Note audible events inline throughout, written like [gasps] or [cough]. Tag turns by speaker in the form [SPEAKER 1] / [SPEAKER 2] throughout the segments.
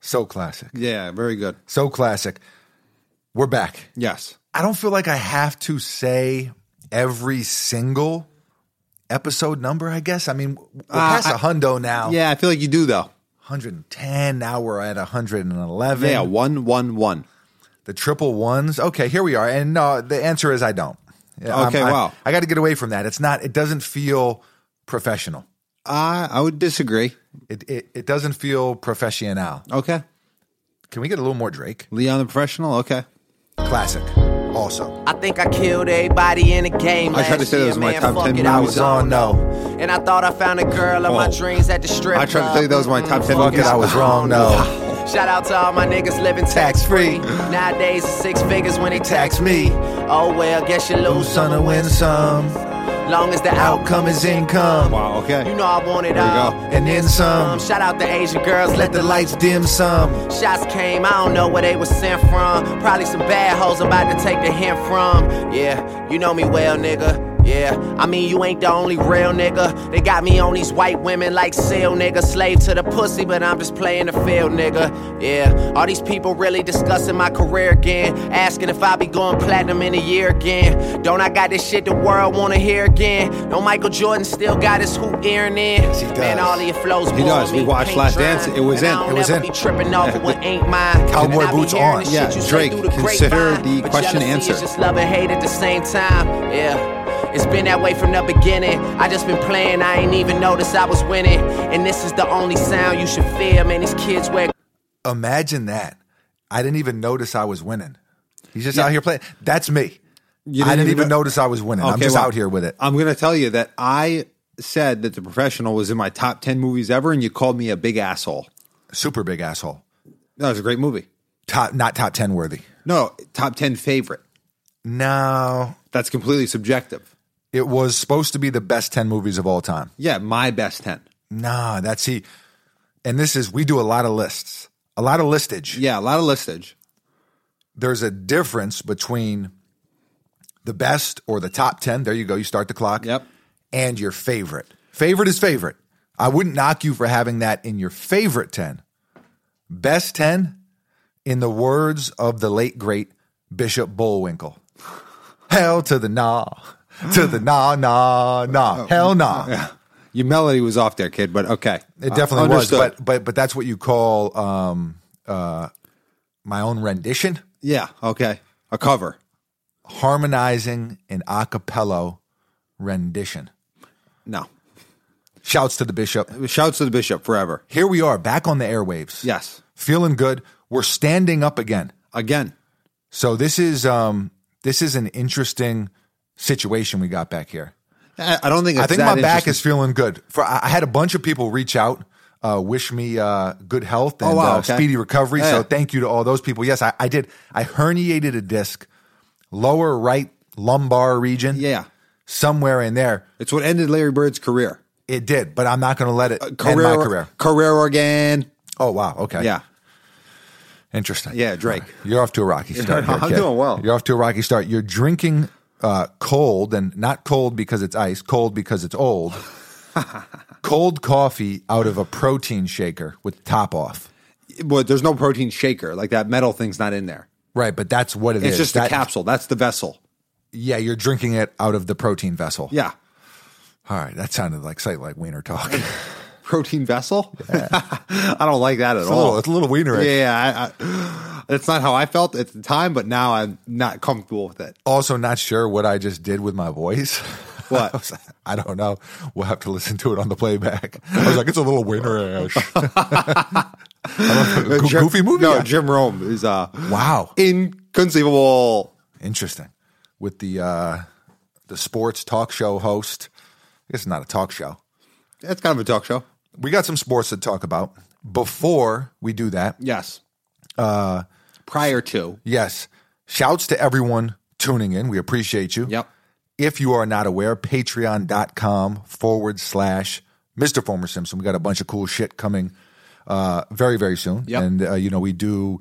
[SPEAKER 1] So classic.
[SPEAKER 2] Yeah, very good.
[SPEAKER 1] So classic. We're back.
[SPEAKER 2] Yes.
[SPEAKER 1] I don't feel like I have to say every single episode number, I guess. I mean, we're past
[SPEAKER 2] Uh, I-
[SPEAKER 1] a hundo now.
[SPEAKER 2] Yeah, I feel like you do though.
[SPEAKER 1] 110. Now we're at 111.
[SPEAKER 2] Yeah, one, one, one.
[SPEAKER 1] The triple ones. Okay, here we are. And no, the answer is I don't. Yeah,
[SPEAKER 2] Okay,
[SPEAKER 1] I'm- I-
[SPEAKER 2] wow.
[SPEAKER 1] I got to get away from that. It's not, it doesn't feel professional.
[SPEAKER 2] I I would disagree.
[SPEAKER 1] It, it, it doesn't feel professional.
[SPEAKER 2] Okay.
[SPEAKER 1] Can we get a little more Drake?
[SPEAKER 2] Leon the professional. Okay.
[SPEAKER 1] Classic. Also.
[SPEAKER 3] I think I killed everybody in the game.
[SPEAKER 2] I
[SPEAKER 3] last
[SPEAKER 2] tried to say that
[SPEAKER 3] year,
[SPEAKER 2] was my
[SPEAKER 3] man.
[SPEAKER 2] top
[SPEAKER 3] Fuck
[SPEAKER 2] 10
[SPEAKER 3] it, I
[SPEAKER 2] movies.
[SPEAKER 3] was on
[SPEAKER 1] Oh,
[SPEAKER 3] no. And I thought I found a girl of my
[SPEAKER 2] Oh.
[SPEAKER 3] dreams at the strip. Mm.
[SPEAKER 2] I tried to tell you that was my top 10
[SPEAKER 1] Fuck it,
[SPEAKER 2] movies.
[SPEAKER 1] I was wrong. No.
[SPEAKER 3] [laughs] Shout out to all my niggas living tax free. Nowadays it's six figures when they tax me. Oh well, guess you lose some or win some. Long as the outcome is income.
[SPEAKER 2] Wow, okay.
[SPEAKER 3] You know I want it
[SPEAKER 2] There you
[SPEAKER 3] all.
[SPEAKER 2] go.
[SPEAKER 1] And then some.
[SPEAKER 3] Shout out to Asian girls, let the lights
[SPEAKER 1] dim some.
[SPEAKER 3] Shots came, I don't know where they was sent from. Probably some bad hoes I'm about to take the hint from. Yeah, you know me well, nigga. Yeah, I mean, you ain't the only real nigga. They got me on these white women like seal, nigga. Slave to the pussy, but I'm just playing the field, nigga. Yeah, all these people really discussing my career again. Asking if I be going platinum in a year again. Don't I got this shit the world wanna hear again? No, Michael Jordan still got his hoop earring in.
[SPEAKER 1] he does.
[SPEAKER 3] Man, all of your flows
[SPEAKER 2] He does. We watched Last Dance. It was in.
[SPEAKER 1] It was in.
[SPEAKER 3] Tripping off of what ain't
[SPEAKER 2] [laughs]
[SPEAKER 3] mine.
[SPEAKER 1] Cowboy
[SPEAKER 3] And I be
[SPEAKER 1] boots
[SPEAKER 3] hearing
[SPEAKER 1] on.
[SPEAKER 3] the
[SPEAKER 2] Yeah,
[SPEAKER 3] shit you say
[SPEAKER 2] Drake,
[SPEAKER 3] through the
[SPEAKER 2] consider
[SPEAKER 3] grapevine,
[SPEAKER 2] the
[SPEAKER 3] but
[SPEAKER 2] question
[SPEAKER 3] jealousy is
[SPEAKER 2] answered.
[SPEAKER 3] Just love and hate at the same time. Yeah. It's been that way from the beginning. I just been playing, I ain't even noticed I was winning. And this is the only sound you should fear, man. These kids wear
[SPEAKER 1] Imagine that. I didn't even notice I was winning. He's just out here playing. That's me.
[SPEAKER 2] didn't
[SPEAKER 1] I didn't
[SPEAKER 2] even
[SPEAKER 1] even
[SPEAKER 2] know-
[SPEAKER 1] notice I was winning. I'm
[SPEAKER 2] Okay,
[SPEAKER 1] just
[SPEAKER 2] well,
[SPEAKER 1] out here with it.
[SPEAKER 2] I'm going to tell you that I said that The Professional was in my top 10 movies ever, and you called me a big asshole.
[SPEAKER 1] Super big asshole.
[SPEAKER 2] That was a great movie.
[SPEAKER 1] Top, not top 10 worthy.
[SPEAKER 2] No, top 10 favorite.
[SPEAKER 1] No.
[SPEAKER 2] That's completely subjective.
[SPEAKER 1] It was supposed to be the best 10 movies of all time.
[SPEAKER 2] Yeah, my best 10.
[SPEAKER 1] Nah, that's he. And this is, we do a lot of lists, a lot of listage.
[SPEAKER 2] Yeah, a lot of listage.
[SPEAKER 1] There's a difference between the best or the top 10. There you go. You start the clock.
[SPEAKER 2] Yep.
[SPEAKER 1] And your favorite. Favorite is favorite. I wouldn't knock you for having that in your favorite 10. Best 10, in the words of the late, great Bishop Bullwinkle. Hell to the nah, to the nah, nah, nah. Hell nah.
[SPEAKER 2] Your melody was off there, kid, but okay. Uh,
[SPEAKER 1] It definitely was,
[SPEAKER 2] understood.
[SPEAKER 1] but but but that's what you call um, uh, my own rendition,
[SPEAKER 2] yeah, okay. A cover.
[SPEAKER 1] harmonizing an a cappella rendition.
[SPEAKER 2] No.
[SPEAKER 1] Shouts to the bishop.
[SPEAKER 2] Shouts to the bishop forever.
[SPEAKER 1] Here we are back on the airwaves.
[SPEAKER 2] Yes.
[SPEAKER 1] feeling good. We're standing up again.
[SPEAKER 2] Again.
[SPEAKER 1] So this is um, this is an interesting situation we got back here.
[SPEAKER 2] I I don't think it's
[SPEAKER 1] I think
[SPEAKER 2] that
[SPEAKER 1] my back
[SPEAKER 2] interesting.
[SPEAKER 1] is feeling good. For I I had a bunch of people reach out, uh, wish me uh, good health and
[SPEAKER 2] Oh, wow,
[SPEAKER 1] uh,
[SPEAKER 2] okay.
[SPEAKER 1] speedy recovery.
[SPEAKER 2] Yeah.
[SPEAKER 1] So thank you to all those people. Yes, I, I did. I herniated a disc, lower right lumbar region.
[SPEAKER 2] Yeah.
[SPEAKER 1] somewhere in there
[SPEAKER 2] It's what ended Larry Bird's career.
[SPEAKER 1] it did. But I'm not going to let it end
[SPEAKER 2] Career,
[SPEAKER 1] my career.
[SPEAKER 2] Career again.
[SPEAKER 1] Oh wow, okay,
[SPEAKER 2] Yeah.
[SPEAKER 1] interesting.
[SPEAKER 2] Yeah, Drake.
[SPEAKER 1] You're off to a rocky start.
[SPEAKER 2] [laughs] I'm
[SPEAKER 1] here, kid.
[SPEAKER 2] doing well.
[SPEAKER 1] You're off to a rocky start. You're drinking uh, cold, and not cold because it's ice, cold because it's
[SPEAKER 2] [laughs]
[SPEAKER 1] old. cold coffee out of a protein shaker with top off.
[SPEAKER 2] But there's no protein shaker. Like that metal thing's not in there.
[SPEAKER 1] Right, but that's what it
[SPEAKER 2] It's
[SPEAKER 1] is.
[SPEAKER 2] just
[SPEAKER 1] That-
[SPEAKER 2] the capsule. That's the vessel.
[SPEAKER 1] Yeah, you're drinking it out of the protein vessel.
[SPEAKER 2] Yeah. [laughs]
[SPEAKER 1] All right, that sounded like slightly like wiener talk. it's
[SPEAKER 2] Protein vessel? [laughs] I don't like that at
[SPEAKER 1] a
[SPEAKER 2] all.
[SPEAKER 1] little, it's a little wienerish.
[SPEAKER 2] Yeah, I, I, that's not how I felt at the time, but now I'm not comfortable with it.
[SPEAKER 1] Also, not sure what I just did with my voice. [laughs]
[SPEAKER 2] What?
[SPEAKER 1] I, was like, I don't know. We'll have to listen to it on the playback. I was like, it's a little wienerish. [laughs] I don't know, go-
[SPEAKER 2] Jim-
[SPEAKER 1] goofy movie.
[SPEAKER 2] No,
[SPEAKER 1] guy.
[SPEAKER 2] Jim Rome is uh,
[SPEAKER 1] Wow.
[SPEAKER 2] inconceivable.
[SPEAKER 1] Interesting. With the uh, the sports talk show host. I guess it's not a talk show.
[SPEAKER 2] That's kind of a talk show.
[SPEAKER 1] We got some sports to talk about. Before we do that,
[SPEAKER 2] Yes. Uh, Prior to.
[SPEAKER 1] Yes. Shouts to everyone tuning in. We appreciate you.
[SPEAKER 2] Yep.
[SPEAKER 1] If you are not aware, patreon.com forward slash Mr. Former Simpson. We got a bunch of cool shit coming uh, very, very soon.
[SPEAKER 2] Yep.
[SPEAKER 1] And, uh, you know, we do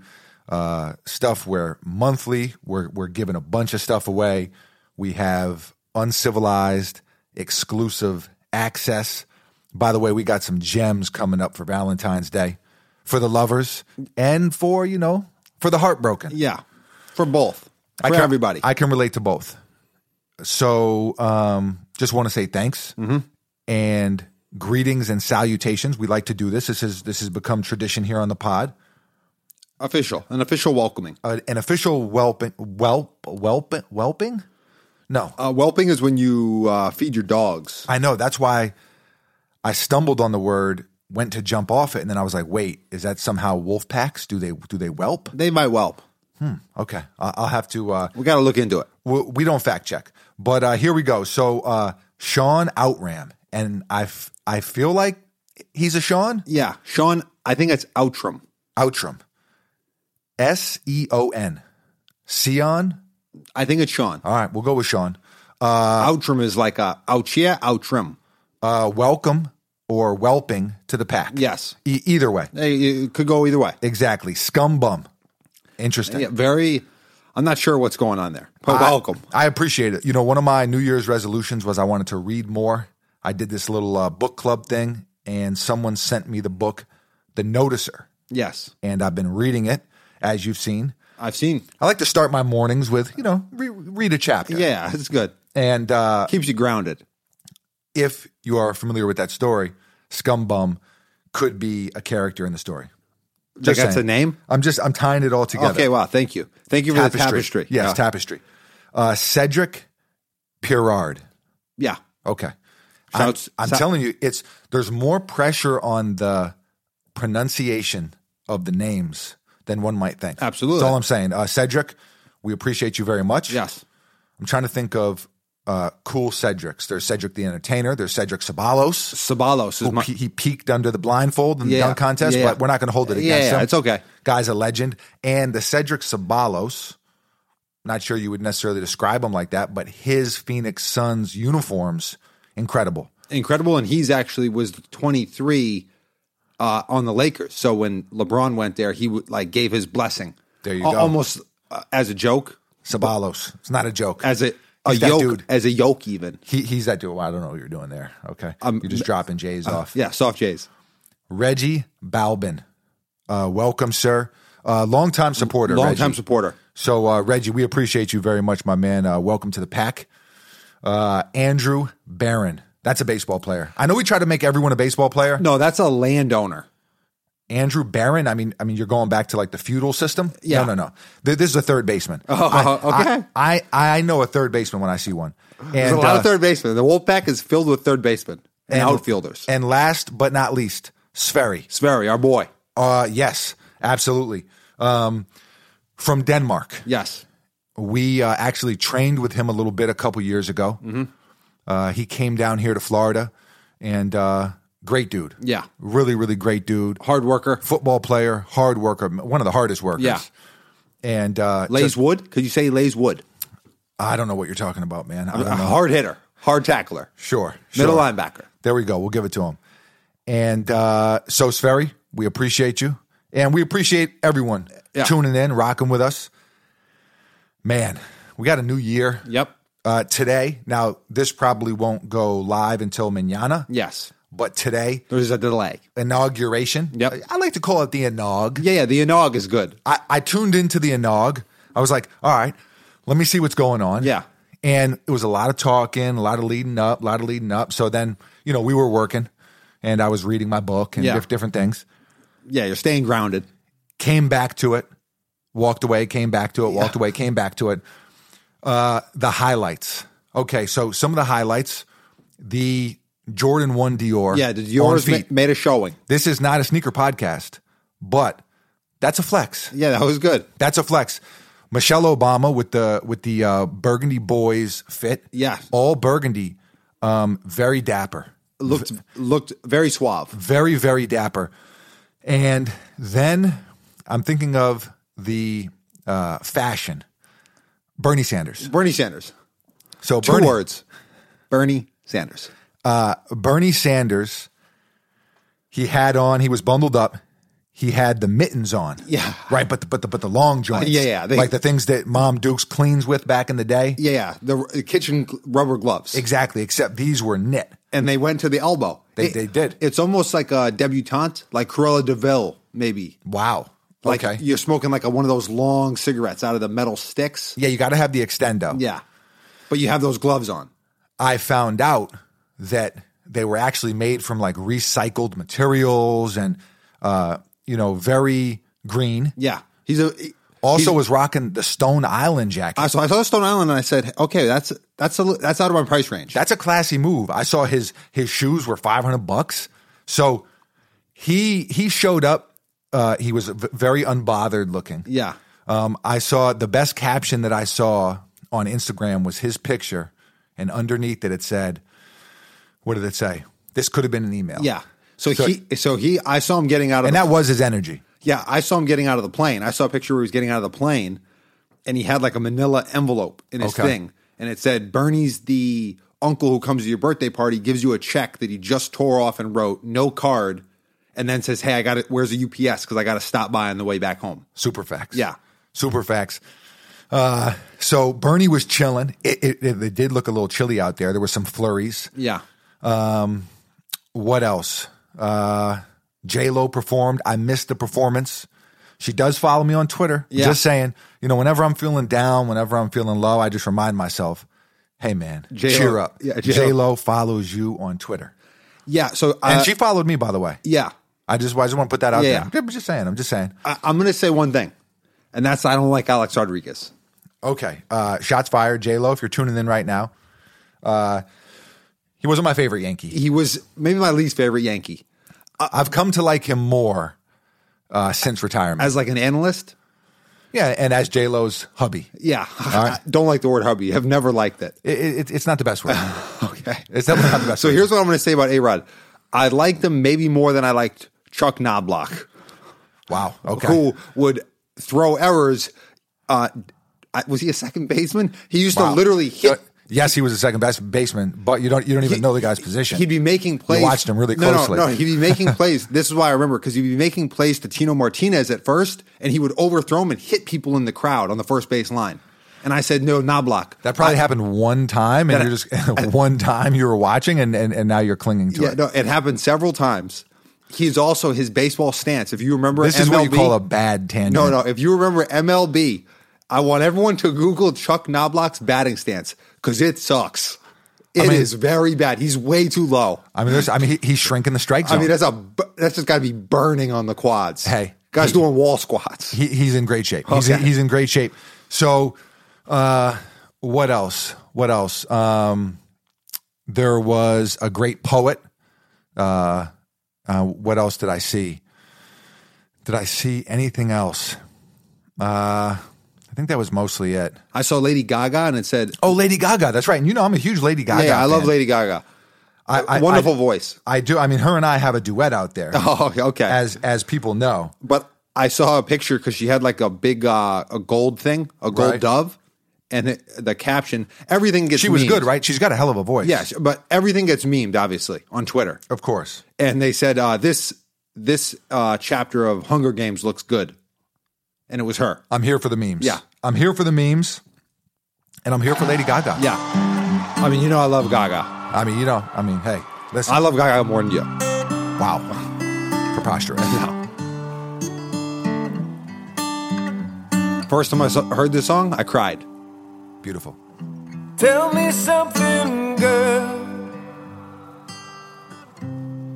[SPEAKER 1] uh, stuff where monthly we're, we're giving a bunch of stuff away. We have uncivilized, exclusive access. By the way, we got some gems coming up for Valentine's Day for the lovers and for, you know, for the heartbroken.
[SPEAKER 2] Yeah, for both, for
[SPEAKER 1] can,
[SPEAKER 2] everybody.
[SPEAKER 1] I can relate to both. So, um, just want to say thanks
[SPEAKER 2] Mm-hmm.
[SPEAKER 1] and greetings and salutations. We like to do this. This is this has become tradition here on the pod.
[SPEAKER 2] official, an official welcoming.
[SPEAKER 1] Uh, an official whelping, whelp, whelping, whelping. No,
[SPEAKER 2] Uh, whelping is when you uh, feed your dogs.
[SPEAKER 1] I know. That's why I stumbled on the word. Went to jump off it, and then I was like, "Wait, is that somehow wolf packs? Do they do they whelp?"
[SPEAKER 2] They might whelp.
[SPEAKER 1] Okay, I- I'll have to. Uh,
[SPEAKER 2] We got to look into it.
[SPEAKER 1] we, we don't fact check, but uh, here we go. So uh, Sean Outram, and I, f- I feel like he's a Sean
[SPEAKER 2] Yeah, Sean, I think it's Outram.
[SPEAKER 1] Outram, S E O N, Sion.
[SPEAKER 2] I think it's Sean.
[SPEAKER 1] All right, we'll go with Sean.
[SPEAKER 2] Outram is like a ouchia, outrim.
[SPEAKER 1] Uh, welcome or whelping to the pack.
[SPEAKER 2] Yes,
[SPEAKER 1] E- either way,
[SPEAKER 2] Hey, it could go either way.
[SPEAKER 1] exactly. Scumbum. Interesting.
[SPEAKER 2] Yeah, very. I'm not sure what's going on there. But
[SPEAKER 1] I-
[SPEAKER 2] welcome.
[SPEAKER 1] I appreciate it. You know, one of my New Year's resolutions was I wanted to read more. I did this little uh, book club thing, and someone sent me the book, The Noticer,
[SPEAKER 2] Yes,
[SPEAKER 1] and I've been reading it, as you've seen.
[SPEAKER 2] I've seen.
[SPEAKER 1] I like to start my mornings with, you know, re- read a chapter.
[SPEAKER 2] Yeah, it's good.
[SPEAKER 1] And uh,
[SPEAKER 2] Keeps you grounded.
[SPEAKER 1] if you are familiar with that story, Scumbum could be a character in the story.
[SPEAKER 2] Just that's a
[SPEAKER 1] saying.
[SPEAKER 2] name.
[SPEAKER 1] I'm just I'm tying it all together.
[SPEAKER 2] Okay, wow. Thank you. Thank you for the tapestry.
[SPEAKER 1] Yes,
[SPEAKER 2] yeah.
[SPEAKER 1] tapestry. Uh, Cedric Pirard.
[SPEAKER 2] yeah.
[SPEAKER 1] Okay. I'm,
[SPEAKER 2] Shouts-
[SPEAKER 1] I'm
[SPEAKER 2] sou-
[SPEAKER 1] telling you, it's there's more pressure on the pronunciation of the names than one might think.
[SPEAKER 2] Absolutely.
[SPEAKER 1] That's all I'm saying. Uh, Cedric, we appreciate you very much.
[SPEAKER 2] Yes.
[SPEAKER 1] I'm trying to think of uh, cool Cedrics. There's Cedric the Entertainer. There's Cedric Sabalos.
[SPEAKER 2] Sabalos is my.
[SPEAKER 1] He, he peaked under the blindfold in the
[SPEAKER 2] Yeah,
[SPEAKER 1] dunk contest,
[SPEAKER 2] yeah.
[SPEAKER 1] but we're not going to hold it against
[SPEAKER 2] Yeah, yeah,
[SPEAKER 1] him.
[SPEAKER 2] it's okay.
[SPEAKER 1] Guy's a legend. And the Cedric Sabalos, not sure you would necessarily describe him like that, but his Phoenix Suns uniforms, incredible.
[SPEAKER 2] incredible, and he's actually was 23 uh, on the Lakers. So when LeBron went there, he would like gave his blessing.
[SPEAKER 1] There you
[SPEAKER 2] Al-
[SPEAKER 1] go.
[SPEAKER 2] Almost uh, as a joke,
[SPEAKER 1] Sabalos. It's not a joke.
[SPEAKER 2] as a a
[SPEAKER 1] He's that
[SPEAKER 2] yoke,
[SPEAKER 1] dude.
[SPEAKER 2] as a yoke even.
[SPEAKER 1] he, he's that dude. Well, I don't know what you're doing there. Okay. you're just dropping J's off.
[SPEAKER 2] Um, uh, Yeah, soft J's.
[SPEAKER 1] Reggie Balbin. Uh, welcome, sir. Uh, longtime supporter.
[SPEAKER 2] Long
[SPEAKER 1] Reggie.
[SPEAKER 2] time supporter.
[SPEAKER 1] So, uh, Reggie, we appreciate you very much, my man. Uh, welcome to the pack. Uh, Andrew Barron. That's a baseball player. I know we try to make everyone a baseball player.
[SPEAKER 2] No, that's a landowner.
[SPEAKER 1] Andrew Barron. I mean, I mean, you're going back to like the feudal system.
[SPEAKER 2] Yeah.
[SPEAKER 1] No, no, no. Th- This is a third baseman.
[SPEAKER 2] Oh, [laughs] okay.
[SPEAKER 1] I, I I know a third baseman when I see one. And,
[SPEAKER 2] There's a lot
[SPEAKER 1] uh,
[SPEAKER 2] of third basemen. The Wolfpack is filled with third basemen and, outfielders.
[SPEAKER 1] And last but not least, Sverri.
[SPEAKER 2] Sverry, our boy.
[SPEAKER 1] Uh, yes, absolutely. Um, from Denmark,
[SPEAKER 2] Yes.
[SPEAKER 1] we uh, actually trained with him a little bit a couple years ago.
[SPEAKER 2] Mm-hmm.
[SPEAKER 1] Uh, he came down here to Florida, and uh, great dude.
[SPEAKER 2] Yeah.
[SPEAKER 1] really, really great dude.
[SPEAKER 2] Hard worker.
[SPEAKER 1] Football player, hard worker, one of the hardest workers.
[SPEAKER 2] Yeah.
[SPEAKER 1] And uh,
[SPEAKER 2] Lays
[SPEAKER 1] just-
[SPEAKER 2] wood. Could you say he lays wood?
[SPEAKER 1] I don't know what you're talking about, man. I
[SPEAKER 2] A
[SPEAKER 1] don't
[SPEAKER 2] [laughs]
[SPEAKER 1] know.
[SPEAKER 2] hard hitter. Hard tackler.
[SPEAKER 1] Sure, sure.
[SPEAKER 2] Middle linebacker.
[SPEAKER 1] There we go. We'll give it to him. And uh, so, Sverri, we appreciate you. And we appreciate everyone
[SPEAKER 2] Yeah.
[SPEAKER 1] tuning in, rocking with us. Man, we got a new year
[SPEAKER 2] Yep.
[SPEAKER 1] uh, today. Now, this probably won't go live until manana,
[SPEAKER 2] Yes.
[SPEAKER 1] but today,
[SPEAKER 2] There's a delay.
[SPEAKER 1] inauguration.
[SPEAKER 2] Yep.
[SPEAKER 1] I like to call it the inaug.
[SPEAKER 2] Yeah, yeah. The Inog is good.
[SPEAKER 1] I, I tuned into the inaug. I was like, all right, let me see what's going on.
[SPEAKER 2] Yeah.
[SPEAKER 1] And it was a lot of talking, a lot of leading up, a lot of leading up. So then, you know, we were working and I was reading my book and
[SPEAKER 2] Yeah.
[SPEAKER 1] diff- different things.
[SPEAKER 2] Yeah, you're staying grounded.
[SPEAKER 1] Came back to it, walked away, came back to it, walked away, came back to it. Uh, the highlights. Okay. So some of the highlights the Jordan 1 Dior.
[SPEAKER 2] Yeah, the
[SPEAKER 1] on
[SPEAKER 2] Dior's ma-
[SPEAKER 1] feet.
[SPEAKER 2] made a showing.
[SPEAKER 1] this is not a sneaker podcast, but that's a flex.
[SPEAKER 2] Yeah, that was good.
[SPEAKER 1] That's a flex. Michelle Obama with the with the uh, burgundy boys fit.
[SPEAKER 2] Yeah.
[SPEAKER 1] all burgundy. Um, very dapper,
[SPEAKER 2] Looked looked very suave.
[SPEAKER 1] very very dapper. And then I'm thinking of the uh, fashion. Bernie Sanders.
[SPEAKER 2] Bernie Sanders.
[SPEAKER 1] So
[SPEAKER 2] Two
[SPEAKER 1] Bernie,
[SPEAKER 2] words. Bernie Sanders.
[SPEAKER 1] Bernie Sanders. He had on. He was bundled up. he had the mittens on.
[SPEAKER 2] Yeah.
[SPEAKER 1] Right, but the, but the but the long joints.
[SPEAKER 2] yeah, yeah, they-
[SPEAKER 1] like the things that Mom Dukes cleans with back in the day.
[SPEAKER 2] Yeah, yeah. The r- kitchen gl- rubber gloves.
[SPEAKER 1] Exactly, except these were knit.
[SPEAKER 2] and they went to the elbow.
[SPEAKER 1] They-
[SPEAKER 2] It-
[SPEAKER 1] they did.
[SPEAKER 2] It's almost like a debutante, like Cruella Deville, maybe.
[SPEAKER 1] Wow.
[SPEAKER 2] Like
[SPEAKER 1] okay.
[SPEAKER 2] you're smoking like a, one of those long cigarettes out of the metal sticks.
[SPEAKER 1] yeah, you got to have the extendo.
[SPEAKER 2] Yeah. But you have those gloves on.
[SPEAKER 1] I found out that they were actually made from like recycled materials and uh, you know, very green.
[SPEAKER 2] Yeah. He's a
[SPEAKER 1] Also was rocking the Stone Island jacket.
[SPEAKER 2] I saw, I saw Stone Island and I said, okay, that's that's a, li- that's out of my price range.
[SPEAKER 1] That's a classy move. I saw his his shoes were 500 bucks. So he he showed up uh he was v- very unbothered looking.
[SPEAKER 2] yeah.
[SPEAKER 1] Um, I saw the best caption that I saw on Instagram was his picture, and underneath it, it said, "What did it say? This could have been an email."
[SPEAKER 2] Yeah. So,
[SPEAKER 1] So-
[SPEAKER 2] he so he I saw him getting out of
[SPEAKER 1] and
[SPEAKER 2] the,
[SPEAKER 1] that was his energy.
[SPEAKER 2] yeah, I saw him getting out of the plane. I saw a picture where he was getting out of the plane and he had like a manila envelope in his
[SPEAKER 1] Okay.
[SPEAKER 2] thing and it said Bernie's the uncle who comes to your birthday party gives you a check that he just tore off and wrote no card and then says, "Hey, I got it. Where's a UPS cuz I got to stop by on the way back home."
[SPEAKER 1] Superfax.
[SPEAKER 2] Yeah.
[SPEAKER 1] Superfax. Uh, so Bernie was chilling. It, it, it, it did look a little chilly out there. There were some flurries.
[SPEAKER 2] Yeah.
[SPEAKER 1] What else? Uh, J Lo performed. I missed the performance. She does follow me on Twitter.
[SPEAKER 2] Yeah.
[SPEAKER 1] Just saying, you know, whenever I'm feeling down, whenever I'm feeling low, I just remind myself, hey man,
[SPEAKER 2] J-Lo.
[SPEAKER 1] cheer up.
[SPEAKER 2] Yeah, J-Lo.
[SPEAKER 1] J Lo follows you on Twitter,
[SPEAKER 2] Yeah, so uh,
[SPEAKER 1] and she followed me, by the way.
[SPEAKER 2] yeah.
[SPEAKER 1] I just, I just want to put that out
[SPEAKER 2] Yeah,
[SPEAKER 1] there. I'm just saying. I'm just saying.
[SPEAKER 2] I, I'm going to say one thing. And that's I don't like Alex Rodriguez.
[SPEAKER 1] Okay. Uh, shots fired, J Lo. If you're tuning in right now, uh, he wasn't my favorite Yankee.
[SPEAKER 2] He was maybe my least favorite Yankee
[SPEAKER 1] I've come to like him more uh, since retirement.
[SPEAKER 2] as like an analyst.
[SPEAKER 1] yeah, and as J Lo's hubby.
[SPEAKER 2] Yeah. [laughs] don't like the word hubby. Have never liked it.
[SPEAKER 1] It, it, it's not the best
[SPEAKER 2] [laughs]
[SPEAKER 1] word.
[SPEAKER 2] Okay.
[SPEAKER 1] It's definitely not the best.
[SPEAKER 2] So
[SPEAKER 1] word.
[SPEAKER 2] here's what I'm going to say about A Rod. I liked him maybe more than I liked Chuck Knoblock,
[SPEAKER 1] wow. Okay.
[SPEAKER 2] who would throw errors. Uh, I- was he a second baseman? He used
[SPEAKER 1] Wow.
[SPEAKER 2] to literally hit.
[SPEAKER 1] Yes, he was a second best baseman, but you don't you don't even know the guy's position.
[SPEAKER 2] He'd be making plays.
[SPEAKER 1] watched him really
[SPEAKER 2] No, no,
[SPEAKER 1] closely.
[SPEAKER 2] No, he'd be making plays. [laughs] This is why I remember because he'd be making plays to Tino Martinez at first, and he would overthrow him and hit people in the crowd on the first base line. And I said, no, Knoblock.
[SPEAKER 1] that probably happened one time, and
[SPEAKER 2] That-
[SPEAKER 1] you're just [laughs] one time you were watching, and, and, and now you're clinging to
[SPEAKER 2] Yeah,
[SPEAKER 1] it.
[SPEAKER 2] no, it happened several times. He's also his baseball stance. If you remember,
[SPEAKER 1] this is what you
[SPEAKER 2] MLB
[SPEAKER 1] call a bad tangent.
[SPEAKER 2] No, no. If you remember MLB, I want everyone to Google Chuck Knobloch's batting stance because it sucks. It is
[SPEAKER 1] mean-
[SPEAKER 2] very bad. He's way too low.
[SPEAKER 1] I mean, there's, I mean, he, he's shrinking the strike zone.
[SPEAKER 2] I mean, that's a bu- that's just got to be burning on the quads.
[SPEAKER 1] Hey,
[SPEAKER 2] guys,
[SPEAKER 1] he-
[SPEAKER 2] doing wall squats.
[SPEAKER 1] he, he's in great shape. He's, in,
[SPEAKER 2] Okay.
[SPEAKER 1] he's in great shape. So, uh, what else? What else? Um, there was a great poet. Uh, uh, what else did I see? Did I see anything else? Uh, I think that was mostly it.
[SPEAKER 2] I saw Lady Gaga and it said,
[SPEAKER 1] Oh, Lady Gaga. That's right. And you know, I'm a huge Lady Gaga.
[SPEAKER 2] "Yeah, I love
[SPEAKER 1] fan.
[SPEAKER 2] Lady Gaga.
[SPEAKER 1] I, I-
[SPEAKER 2] Wonderful
[SPEAKER 1] I-
[SPEAKER 2] voice." [laughs]
[SPEAKER 1] I do. I mean, her and I have a duet out there,
[SPEAKER 2] Oh, okay.
[SPEAKER 1] as as people know.
[SPEAKER 2] but I saw a picture because she had like a big uh, a gold thing, a gold
[SPEAKER 1] Right.
[SPEAKER 2] dove, and it, the caption. Everything gets
[SPEAKER 1] She was
[SPEAKER 2] memed.
[SPEAKER 1] good, right? She's got a hell of a voice.
[SPEAKER 2] Yeah, but everything gets memed, obviously, on Twitter.
[SPEAKER 1] of course.
[SPEAKER 2] and they said uh, this this uh, chapter of Hunger Games looks good, and it was her.
[SPEAKER 1] I'm here for the memes.
[SPEAKER 2] Yeah.
[SPEAKER 1] I'm here for the memes. And I'm here for Lady Gaga.
[SPEAKER 2] Yeah, I mean, you know, I love Gaga.
[SPEAKER 1] I mean, you know, I mean, hey, listen.
[SPEAKER 2] I love Gaga more than you.
[SPEAKER 1] wow. Preposterous. [laughs]
[SPEAKER 2] First time I so- heard this song, I cried.
[SPEAKER 1] Beautiful.
[SPEAKER 4] Tell me something, girl.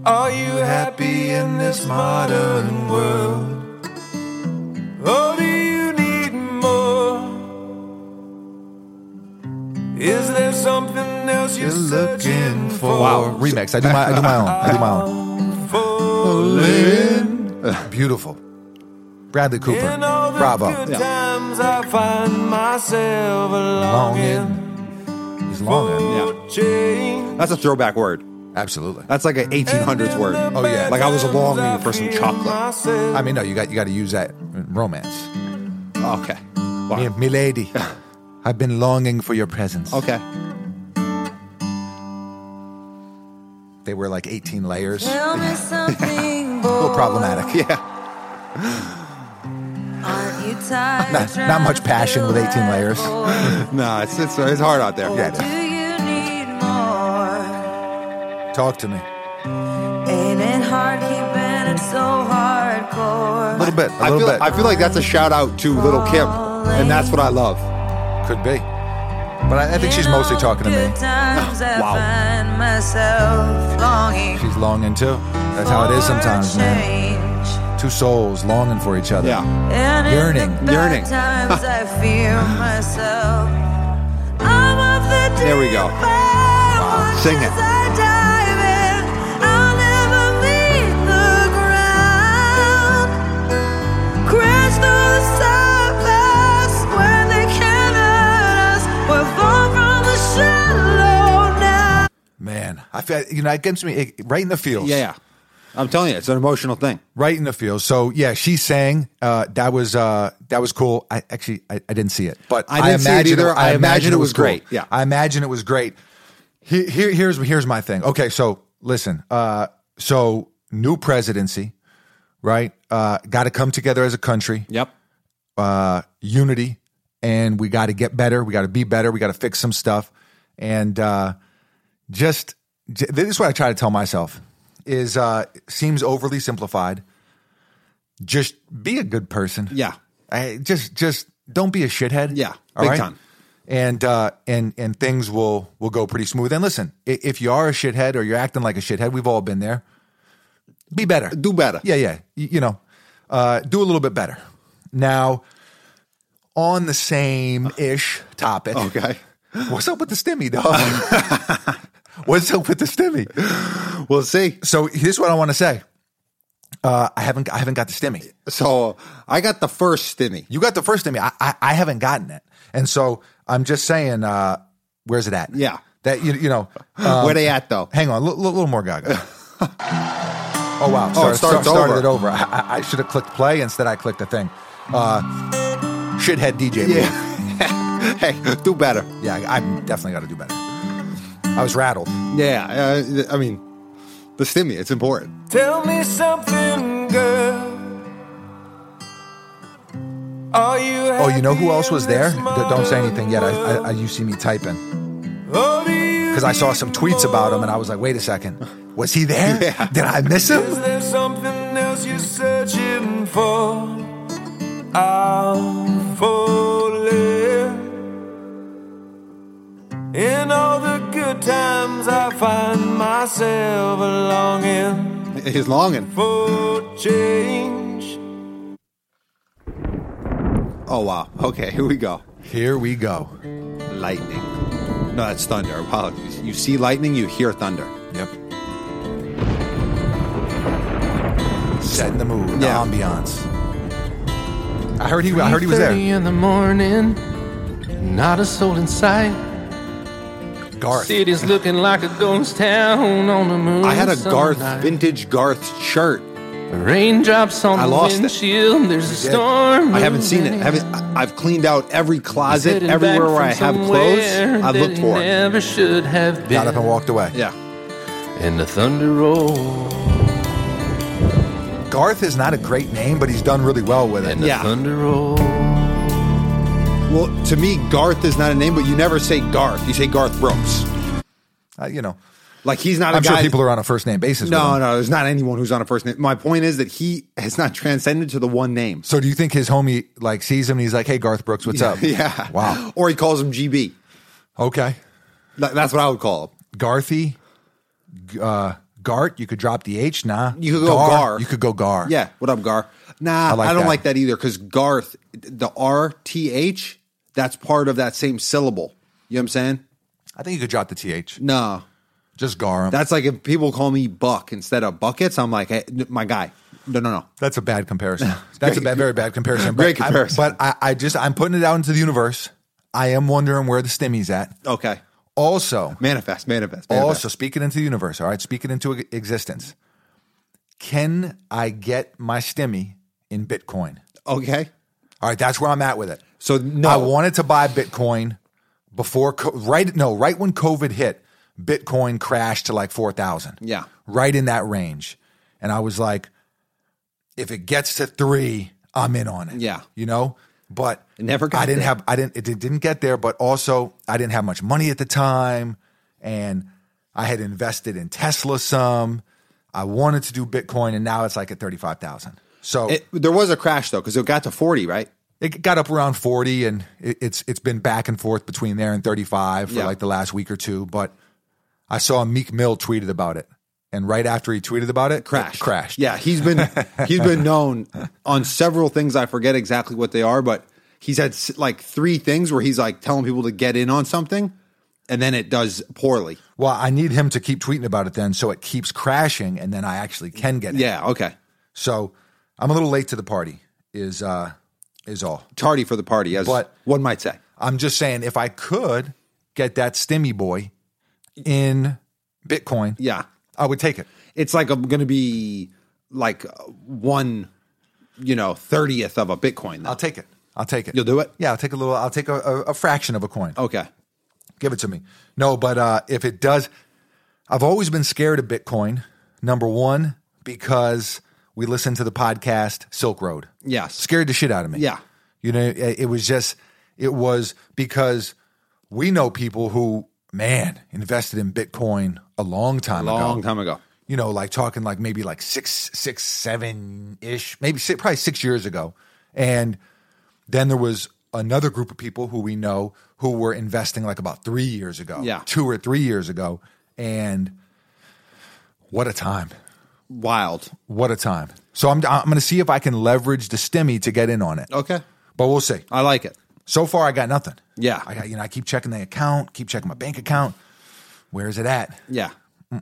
[SPEAKER 4] Are you happy in this modern world? Or do you need more? Is there something else you're looking for?
[SPEAKER 1] Wow. Remix. I do my I do my own. I do my own. Oh, Beautiful. Bradley Cooper.
[SPEAKER 4] In all the
[SPEAKER 1] Bravo.
[SPEAKER 4] good times, I find myself longing
[SPEAKER 1] Longing. He's longing.
[SPEAKER 2] Yeah.
[SPEAKER 4] for change.
[SPEAKER 2] That's a throwback word.
[SPEAKER 1] Absolutely.
[SPEAKER 2] That's like an 1800s word.
[SPEAKER 1] Oh, yeah.
[SPEAKER 2] Like I was longing for some chocolate.
[SPEAKER 1] I mean, no, you got you got to use that in romance.
[SPEAKER 2] Okay.
[SPEAKER 1] Me,
[SPEAKER 2] Wow.
[SPEAKER 1] me lady, I've been longing for your presence. [laughs]
[SPEAKER 2] Okay.
[SPEAKER 1] They were like 18 layers. A
[SPEAKER 5] Tell me something,
[SPEAKER 1] [laughs]
[SPEAKER 5] boy.
[SPEAKER 1] Oh, little problematic.
[SPEAKER 2] Yeah.
[SPEAKER 1] Not- not much passion with 18 layers.
[SPEAKER 6] Nah, it's, it's it's hard out there.
[SPEAKER 1] Yeah.
[SPEAKER 7] Do you need more?
[SPEAKER 1] Talk to me.
[SPEAKER 7] Ain't it hard keeping it so hardcore?
[SPEAKER 1] A little bit. A
[SPEAKER 6] I
[SPEAKER 1] little
[SPEAKER 6] feel
[SPEAKER 1] bit.
[SPEAKER 6] I feel like that's a shout out to Little Kim, and that's what I love.
[SPEAKER 1] Could be. But I, I think she's mostly talking to me.
[SPEAKER 7] wow.
[SPEAKER 1] She's longing too. That's how it is sometimes, man. Two souls longing for each other.
[SPEAKER 6] Yeah.
[SPEAKER 1] Yearning.
[SPEAKER 6] Yearning.
[SPEAKER 7] Times
[SPEAKER 6] [laughs]
[SPEAKER 7] I feel myself. I'm of the
[SPEAKER 6] There we go.
[SPEAKER 7] deep end.
[SPEAKER 6] Sing it.
[SPEAKER 7] Once I dive in, I'll never meet the ground. Crash through the surface when they can hurt us. We're far from the shallow now.
[SPEAKER 1] Man, I feel you know it gets me it, right in the feels.
[SPEAKER 6] Yeah, yeah. I'm telling you, it's an emotional thing.
[SPEAKER 1] right in the field. So yeah, she sang. Uh, that was uh, that was cool. I actually I, I didn't see it, but
[SPEAKER 6] I didn't see it either. I imagine it was
[SPEAKER 1] cool.
[SPEAKER 6] great. Yeah.
[SPEAKER 1] I imagine it was great. Here, here here's here's my thing. Okay, so listen. Uh, so new presidency, right? Uh, got to come together as a country
[SPEAKER 6] Yep.
[SPEAKER 1] uh, unity and we got to get better. We got to be better. We got to fix some stuff. And uh, just j- this is what I try to tell myself is uh, seems overly simplified. Just be a good person.
[SPEAKER 6] Yeah.
[SPEAKER 1] I, just just don't be a shithead.
[SPEAKER 6] Yeah,
[SPEAKER 1] All
[SPEAKER 6] big
[SPEAKER 1] right?
[SPEAKER 6] time.
[SPEAKER 1] And uh, and and things will will go pretty smooth. And listen, i- if you are a shithead or you're acting like a shithead, we've all been there. Be better.
[SPEAKER 6] Do better.
[SPEAKER 1] Yeah, yeah. You, you know, uh, do a little bit better. Now, on the same ish topic.
[SPEAKER 6] Okay.
[SPEAKER 1] What's up with the stimmy, dog? [laughs] What's up with the stimmy?
[SPEAKER 6] We'll see.
[SPEAKER 1] So here's what I want to say. Uh, I haven't I haven't got the stimmy.
[SPEAKER 6] So I got the first stimmy.
[SPEAKER 1] You got the first stimmy. I I, I haven't gotten it, and so I'm just saying, uh, where's it at?
[SPEAKER 6] Yeah.
[SPEAKER 1] That you you know. um,
[SPEAKER 6] [laughs] Where they at though?
[SPEAKER 1] Hang on, a little, little more
[SPEAKER 6] [laughs]
[SPEAKER 1] Gaga. oh wow!
[SPEAKER 6] Oh,
[SPEAKER 1] Sorry,
[SPEAKER 6] it
[SPEAKER 1] start-
[SPEAKER 6] starts
[SPEAKER 1] started
[SPEAKER 6] over.
[SPEAKER 1] it over. I, I- I should have clicked play instead. I clicked the thing. Uh, shithead DJ.
[SPEAKER 6] Yeah.
[SPEAKER 1] move.
[SPEAKER 6] [laughs] hey, do better.
[SPEAKER 1] yeah. I, I definitely got to do better. I was rattled.
[SPEAKER 6] Yeah. Uh, I mean, the stimmy. It's important.
[SPEAKER 8] Tell me something, girl. Are you
[SPEAKER 1] Oh, you know who else was there? D-
[SPEAKER 8] happy in
[SPEAKER 1] don't say
[SPEAKER 8] this
[SPEAKER 1] anything yet. I, I, I you see me typing because I saw some tweets about him, and I was like, wait a second, was he there?
[SPEAKER 6] [laughs] Yeah.
[SPEAKER 1] Did I miss him?
[SPEAKER 8] Is there something else you're searching for? I'm falling. In all the good times, I find myself longing
[SPEAKER 6] He's longing.
[SPEAKER 8] for change.
[SPEAKER 6] Oh wow. Okay. Here we go.
[SPEAKER 1] Here we go.
[SPEAKER 6] Lightning. No, that's thunder. Apologies. You see lightning, you hear thunder.
[SPEAKER 1] Yep. Setting the mood,
[SPEAKER 6] Yeah.
[SPEAKER 1] the ambiance. I heard he. I heard he was there.
[SPEAKER 2] 3:30 in the morning, not a soul in sight.
[SPEAKER 1] Garth.
[SPEAKER 2] City's looking like a ghost town on the moon.
[SPEAKER 6] I had a Garth
[SPEAKER 2] sunlight.
[SPEAKER 6] vintage Garth shirt.
[SPEAKER 2] Raindrops on
[SPEAKER 6] I
[SPEAKER 2] the
[SPEAKER 6] lost it.
[SPEAKER 2] windshield. There's a
[SPEAKER 1] did.
[SPEAKER 2] storm.
[SPEAKER 6] I haven't seen it.
[SPEAKER 2] looming.
[SPEAKER 6] I haven't. I- I've cleaned out every closet,
[SPEAKER 2] Mm, Sitting
[SPEAKER 6] everywhere
[SPEAKER 2] back
[SPEAKER 6] where I
[SPEAKER 2] from
[SPEAKER 6] have clothes.
[SPEAKER 2] somewhere
[SPEAKER 6] I've
[SPEAKER 2] that
[SPEAKER 6] looked
[SPEAKER 2] he
[SPEAKER 6] for it.
[SPEAKER 2] Never should have been.
[SPEAKER 1] got up and walked away.
[SPEAKER 6] Yeah.
[SPEAKER 2] And the thunder rolled.
[SPEAKER 1] Garth is not a great name, but he's done really well with it.
[SPEAKER 2] And the
[SPEAKER 6] Yeah.
[SPEAKER 2] thunder rolled.
[SPEAKER 6] Well, to me, Garth is not a name, but you never say Garth. You say Garth Brooks.
[SPEAKER 1] Uh, you know,
[SPEAKER 6] Like he's not. a
[SPEAKER 1] I'm sure
[SPEAKER 6] guy-
[SPEAKER 1] people are on a first name basis. with
[SPEAKER 6] No,
[SPEAKER 1] him.
[SPEAKER 6] no, there's not anyone who's on a first name. My point is that he has not transcended to the one name.
[SPEAKER 1] So do you think his homie like sees him and he's like, "Hey, Garth Brooks, what's [laughs] up?"
[SPEAKER 6] [laughs] Yeah.
[SPEAKER 1] Wow.
[SPEAKER 6] Or he calls him GB.
[SPEAKER 1] Okay.
[SPEAKER 6] Th- That's what I would call him.
[SPEAKER 1] Garthy. G- Uh, Gart. You could drop the H. Nah.
[SPEAKER 6] You could go Gar.
[SPEAKER 1] You could go Gar.
[SPEAKER 6] Yeah. What up, Gar? Nah, I,
[SPEAKER 1] I like
[SPEAKER 6] don't
[SPEAKER 1] that.
[SPEAKER 6] like that either because Garth, the R T H, that's part of that same syllable. You know what I'm saying?
[SPEAKER 1] I think you could drop the th.
[SPEAKER 6] No.
[SPEAKER 1] Just Gar. him.
[SPEAKER 6] That's like if people call me Buck instead of Buckets, I'm like, hey, n- my guy. No, no, no.
[SPEAKER 1] That's a bad
[SPEAKER 6] [laughs]
[SPEAKER 1] comparison. That's a bad, very bad comparison. But
[SPEAKER 6] Great comparison.
[SPEAKER 1] I, but I, I just I'm putting it out into the universe. I am wondering where the stimmy's at.
[SPEAKER 6] Okay.
[SPEAKER 1] Also,
[SPEAKER 6] Manifest, manifest, manifest.
[SPEAKER 1] also speak it into the universe. All right, speak it into e- existence. Can I get my stimmy in Bitcoin?
[SPEAKER 6] Okay.
[SPEAKER 1] All right, that's where I'm at with it.
[SPEAKER 6] So, no.
[SPEAKER 1] I wanted to buy Bitcoin before co- right no right when COVID hit, Bitcoin crashed to like four thousand.
[SPEAKER 6] Yeah.
[SPEAKER 1] right in that range, and I was like, if it gets to three, I'm in on it.
[SPEAKER 2] Yeah.
[SPEAKER 1] you know. But
[SPEAKER 2] It never got
[SPEAKER 1] I didn't
[SPEAKER 2] there.
[SPEAKER 1] have. I didn't. It didn't get there. But also, I didn't have much money at the time, and I had invested in Tesla some. I wanted to do Bitcoin, and now it's like at thirty five thousand. So
[SPEAKER 2] It, there was a crash though because it got to forty, right?
[SPEAKER 1] it got up around 40 and it, it's it's been back and forth between there and 35 for
[SPEAKER 2] Yeah.
[SPEAKER 1] like the last week or two but i saw meek mill tweeted about it and right after he tweeted about it
[SPEAKER 2] crashed.
[SPEAKER 1] it crashed
[SPEAKER 2] Yeah, he's been
[SPEAKER 1] [laughs]
[SPEAKER 2] he's been known on several things. I forget exactly what they are, but he's had s- like three things where he's like telling people to get in on something, and then it does poorly.
[SPEAKER 1] well i need him to keep tweeting about it then so it keeps crashing and then i actually can get it
[SPEAKER 2] Yeah, okay,
[SPEAKER 1] so i'm a little late to the party is uh is all
[SPEAKER 2] tardy for the party, as
[SPEAKER 1] But-
[SPEAKER 2] one might say.
[SPEAKER 1] i'm just saying if i could get that stimmy boy in bitcoin
[SPEAKER 2] Yeah,
[SPEAKER 1] i would take it
[SPEAKER 2] it's like I'm going to be like one, you know, thirtieth of a Bitcoin. Though.
[SPEAKER 1] i'll take it i'll take it
[SPEAKER 2] You'll do it.
[SPEAKER 1] yeah i'll take a little i'll take a, a, a fraction of a coin
[SPEAKER 2] Okay.
[SPEAKER 1] give it to me. No, but uh, if it does, I've always been scared of Bitcoin. Number one, because we listened to the podcast Silk Road.
[SPEAKER 2] Yes.
[SPEAKER 1] Scared the shit out of me.
[SPEAKER 2] Yeah.
[SPEAKER 1] You know, it it was just, it was because we know people who, man, invested in Bitcoin a long time ago.
[SPEAKER 2] Long time ago.
[SPEAKER 1] You know, like talking like maybe like six, six, seven ish, maybe six, probably six years ago. And then there was another group of people who we know who were investing like about three years ago,
[SPEAKER 2] Yeah.
[SPEAKER 1] two or three years ago. And what a time.
[SPEAKER 2] Wild.
[SPEAKER 1] What a time. So I'm, I'm going to see if I can leverage the STEMI to get in on it.
[SPEAKER 2] Okay.
[SPEAKER 1] But we'll see.
[SPEAKER 2] I like it.
[SPEAKER 1] So far, I got nothing.
[SPEAKER 2] Yeah.
[SPEAKER 1] I got, you know, I keep checking the account, keep checking my bank account. Where is it at?
[SPEAKER 2] Yeah.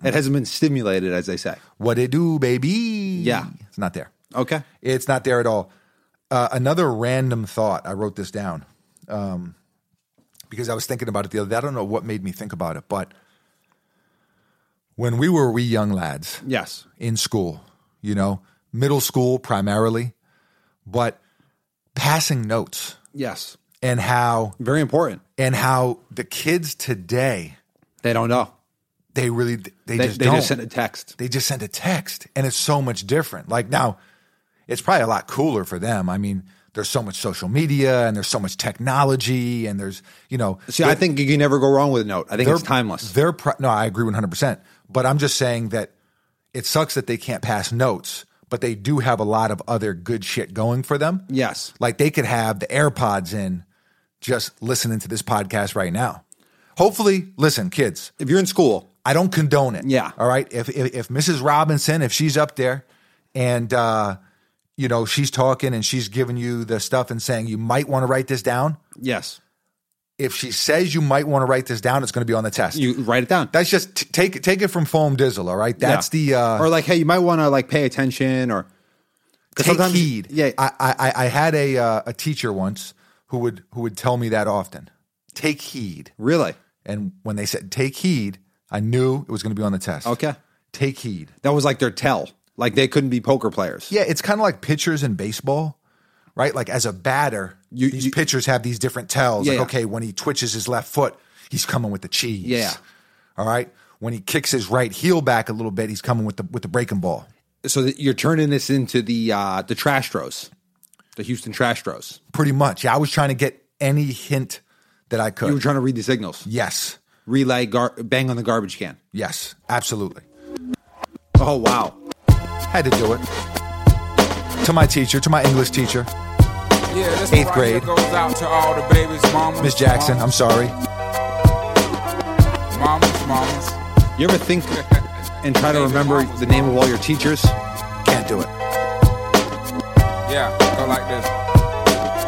[SPEAKER 2] It hasn't been stimulated, as they say.
[SPEAKER 1] What it do, baby?
[SPEAKER 2] Yeah.
[SPEAKER 1] It's not there.
[SPEAKER 2] Okay.
[SPEAKER 1] It's not there at all. Uh, another random thought. I wrote this down um, because I was thinking about it the other day. I don't know what made me think about it, but when we were we young lads
[SPEAKER 2] Yes.
[SPEAKER 1] in school, you know, middle school primarily, but passing notes
[SPEAKER 2] Yes.
[SPEAKER 1] and how
[SPEAKER 2] Very important.
[SPEAKER 1] and how the kids today
[SPEAKER 2] They don't know.
[SPEAKER 1] they really they,
[SPEAKER 2] They,
[SPEAKER 1] just
[SPEAKER 2] they
[SPEAKER 1] don't.
[SPEAKER 2] just sent a text.
[SPEAKER 1] they just send a text and it's so much different like now it's probably a lot cooler for them i mean there's so much social media and there's so much technology and there's you know
[SPEAKER 2] See, I think you can never go wrong with a note. I think it's timeless.
[SPEAKER 1] they're pri- no i agree 100% but i'm just saying that it sucks that they can't pass notes but they do have a lot of other good shit going for them
[SPEAKER 2] Yes.
[SPEAKER 1] like they could have the airpods in just listening to this podcast right now hopefully listen kids
[SPEAKER 2] If you're in school,
[SPEAKER 1] I don't condone it.
[SPEAKER 2] Yeah.
[SPEAKER 1] All right. If if, if Mrs. Robinson, if she's up there, and uh, you know she's talking and she's giving you the stuff and saying you might want to write this down.
[SPEAKER 2] yes,
[SPEAKER 1] If she says you might want to write this down, it's going to be on the test.
[SPEAKER 2] you write it down.
[SPEAKER 1] That's just t- take take it from foam dizzle. All right. That's
[SPEAKER 2] Yeah.
[SPEAKER 1] the uh,
[SPEAKER 2] or like, hey, you might want to like pay attention or
[SPEAKER 1] take
[SPEAKER 2] 'cause sometimes-
[SPEAKER 1] heed.
[SPEAKER 2] Yeah,
[SPEAKER 1] I I I- I had a uh, a teacher once who would who would tell me that often. Take heed.
[SPEAKER 2] really.
[SPEAKER 1] And when they said take heed, I knew it was going to be on the test.
[SPEAKER 2] Okay,
[SPEAKER 1] Take heed.
[SPEAKER 2] that was like their tell. Like they couldn't be poker players.
[SPEAKER 1] Yeah, it's kind of like pitchers in baseball, right? Like as a batter,
[SPEAKER 2] You-
[SPEAKER 1] these
[SPEAKER 2] you-
[SPEAKER 1] pitchers have these different tells.
[SPEAKER 2] Yeah,
[SPEAKER 1] like,
[SPEAKER 2] yeah.
[SPEAKER 1] okay, when he twitches his left foot, he's coming with the cheese.
[SPEAKER 2] Yeah.
[SPEAKER 1] All right. When he kicks his right heel back a little bit, he's coming with the with the breaking ball.
[SPEAKER 2] So that you're turning this into the uh the trash throws, the Houston trash throws.
[SPEAKER 1] Pretty much. I was trying to get any hint that I could.
[SPEAKER 2] You were trying to read the signals.
[SPEAKER 1] yes.
[SPEAKER 2] Relay, gar- bang on the garbage can.
[SPEAKER 1] Yes. Absolutely.
[SPEAKER 2] Oh wow.
[SPEAKER 1] Had to do it. To my teacher, to my English teacher,
[SPEAKER 9] Yeah, this
[SPEAKER 1] Eighth
[SPEAKER 9] right
[SPEAKER 1] grade.
[SPEAKER 9] here goes out to all the babies, mamas,
[SPEAKER 1] Miss Jackson, I'm
[SPEAKER 9] mamas,
[SPEAKER 1] sorry.
[SPEAKER 9] mamas, mamas.
[SPEAKER 2] You ever think and try to remember the name of all your teachers?
[SPEAKER 1] Can't do it.
[SPEAKER 9] Yeah, go like this.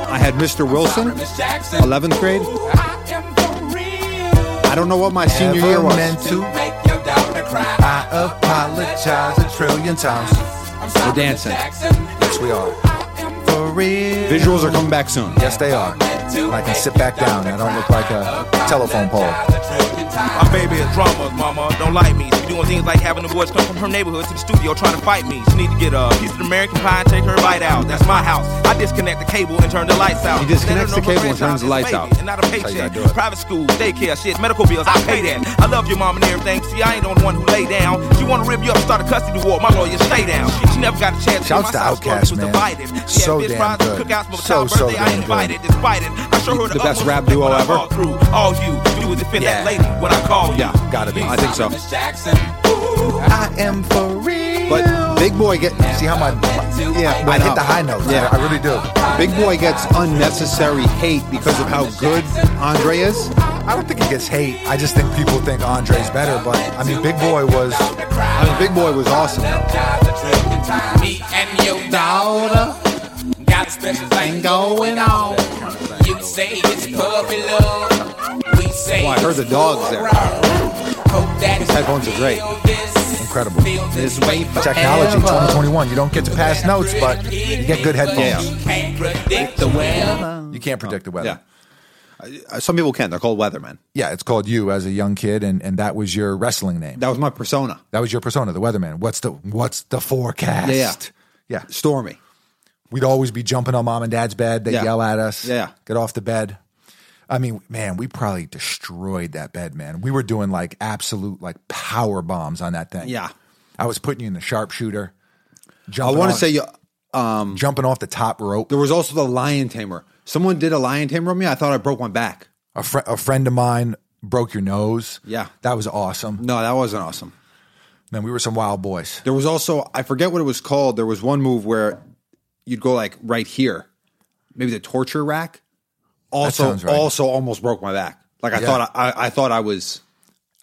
[SPEAKER 2] I had Mr.
[SPEAKER 9] Sorry,
[SPEAKER 2] Wilson,
[SPEAKER 9] Miss Jackson.
[SPEAKER 2] 11th grade.
[SPEAKER 9] I am for real.
[SPEAKER 2] I don't know what my senior
[SPEAKER 1] Ever
[SPEAKER 2] year was.
[SPEAKER 1] meant
[SPEAKER 9] To
[SPEAKER 1] to,
[SPEAKER 9] make your daughter cry.
[SPEAKER 1] I apologize a trillion times.
[SPEAKER 9] I'm sorry,
[SPEAKER 2] We're dancing.
[SPEAKER 9] Miss Jackson.
[SPEAKER 1] Yes, we are.
[SPEAKER 9] I am for
[SPEAKER 1] For real.
[SPEAKER 2] Visuals are coming back soon.
[SPEAKER 1] Yes, they are. And I can sit back down. I don't look like a telephone pole.
[SPEAKER 9] a trillion times.
[SPEAKER 10] My baby is drama, mama. Don't like me, she Doing things like having the boys come from her neighborhood to the studio trying to fight me. She need to get a piece of American pie and take her bite out. That's my house. I disconnect the cable and turn the lights out.
[SPEAKER 2] He disconnects the
[SPEAKER 10] Let her know
[SPEAKER 2] cable and
[SPEAKER 10] her
[SPEAKER 2] turns the
[SPEAKER 10] grandchild is
[SPEAKER 2] lights
[SPEAKER 10] baby
[SPEAKER 2] out.
[SPEAKER 10] And not a
[SPEAKER 1] you gotta
[SPEAKER 10] paycheck.
[SPEAKER 1] do it.
[SPEAKER 10] Private school, daycare, shit, medical bills, I pay that. I love your mom and everything. See, I ain't the only one who lay down. She wanna rip you up, start a custody war. My lawyer, stay down. She never got a chance.
[SPEAKER 1] Shouts
[SPEAKER 10] My
[SPEAKER 1] to
[SPEAKER 10] side story
[SPEAKER 1] Outkast,
[SPEAKER 10] was
[SPEAKER 1] man.
[SPEAKER 10] divided. She had
[SPEAKER 1] So
[SPEAKER 10] bitch
[SPEAKER 1] damn
[SPEAKER 10] fries and
[SPEAKER 1] good.
[SPEAKER 10] cookouts for my
[SPEAKER 1] So,
[SPEAKER 10] child's
[SPEAKER 1] so
[SPEAKER 10] birthday. I
[SPEAKER 1] damn good.
[SPEAKER 10] invited, despite it. I show her
[SPEAKER 2] The
[SPEAKER 10] utmost
[SPEAKER 2] best
[SPEAKER 10] respect
[SPEAKER 2] rap duo
[SPEAKER 10] when I
[SPEAKER 2] ever.
[SPEAKER 10] walk Through all you do is defend
[SPEAKER 1] Yeah.
[SPEAKER 10] that lady when I call you.
[SPEAKER 2] Yeah,
[SPEAKER 1] Gotta be.
[SPEAKER 2] I think so.
[SPEAKER 9] Miss Jackson. Ooh,
[SPEAKER 1] I am for real.
[SPEAKER 2] But Big Boy get
[SPEAKER 1] see how my,
[SPEAKER 2] yeah,
[SPEAKER 1] I
[SPEAKER 2] went
[SPEAKER 1] hit
[SPEAKER 2] up.
[SPEAKER 1] the high notes. Yeah, I really do.
[SPEAKER 2] Big Boy gets unnecessary hate because of how good Andre is.
[SPEAKER 1] I don't think he gets hate. I just think people think Andre's better. But I mean, Big Boy was
[SPEAKER 9] the crowd
[SPEAKER 2] I mean, Big Boy was awesome.
[SPEAKER 9] jives a trillion times. Me and your daughter got a special thing going on. You say it's puppy love. We say
[SPEAKER 2] Well, I heard the dogs there.
[SPEAKER 9] Hope that These
[SPEAKER 2] headphones are great.
[SPEAKER 1] Incredible.
[SPEAKER 9] This way
[SPEAKER 1] technology
[SPEAKER 9] forever.
[SPEAKER 1] 2021. You don't get to pass notes, but you get good headphones.
[SPEAKER 2] Yeah.
[SPEAKER 9] Can't predict the weather.
[SPEAKER 1] You can't predict the weather.
[SPEAKER 2] Yeah. Uh, Some people can. They're called weathermen.
[SPEAKER 1] Yeah, it's called you as a young kid, and, and that was your wrestling name.
[SPEAKER 2] That was my persona.
[SPEAKER 1] That was your persona, the weatherman. What's the what's the forecast? Yeah,
[SPEAKER 2] Stormy.
[SPEAKER 1] We'd always be jumping on mom and dad's bed. They
[SPEAKER 2] Yeah.
[SPEAKER 1] yell at us.
[SPEAKER 2] Yeah.
[SPEAKER 1] Get off the bed. I mean, man, we probably destroyed that bed, man. We were doing like absolute like power bombs on that thing.
[SPEAKER 2] Yeah.
[SPEAKER 1] I was putting you in the sharpshooter.
[SPEAKER 2] I
[SPEAKER 1] Jumping
[SPEAKER 2] want to
[SPEAKER 1] off-
[SPEAKER 2] say you-
[SPEAKER 1] jumping off the top rope.
[SPEAKER 2] there was also the lion tamer. Someone did a lion tamer on me. I thought I broke my back.
[SPEAKER 1] A, fr- a friend of mine broke your nose.
[SPEAKER 2] Yeah.
[SPEAKER 1] That was awesome.
[SPEAKER 2] No, that wasn't awesome.
[SPEAKER 1] Man, we were some wild boys.
[SPEAKER 2] There was also I forget what it was called. There was one move where you'd go like right here, maybe the torture rack. Also,
[SPEAKER 1] sounds right.
[SPEAKER 2] also almost broke my back. Like I
[SPEAKER 1] Yeah.
[SPEAKER 2] thought I, I, I thought I was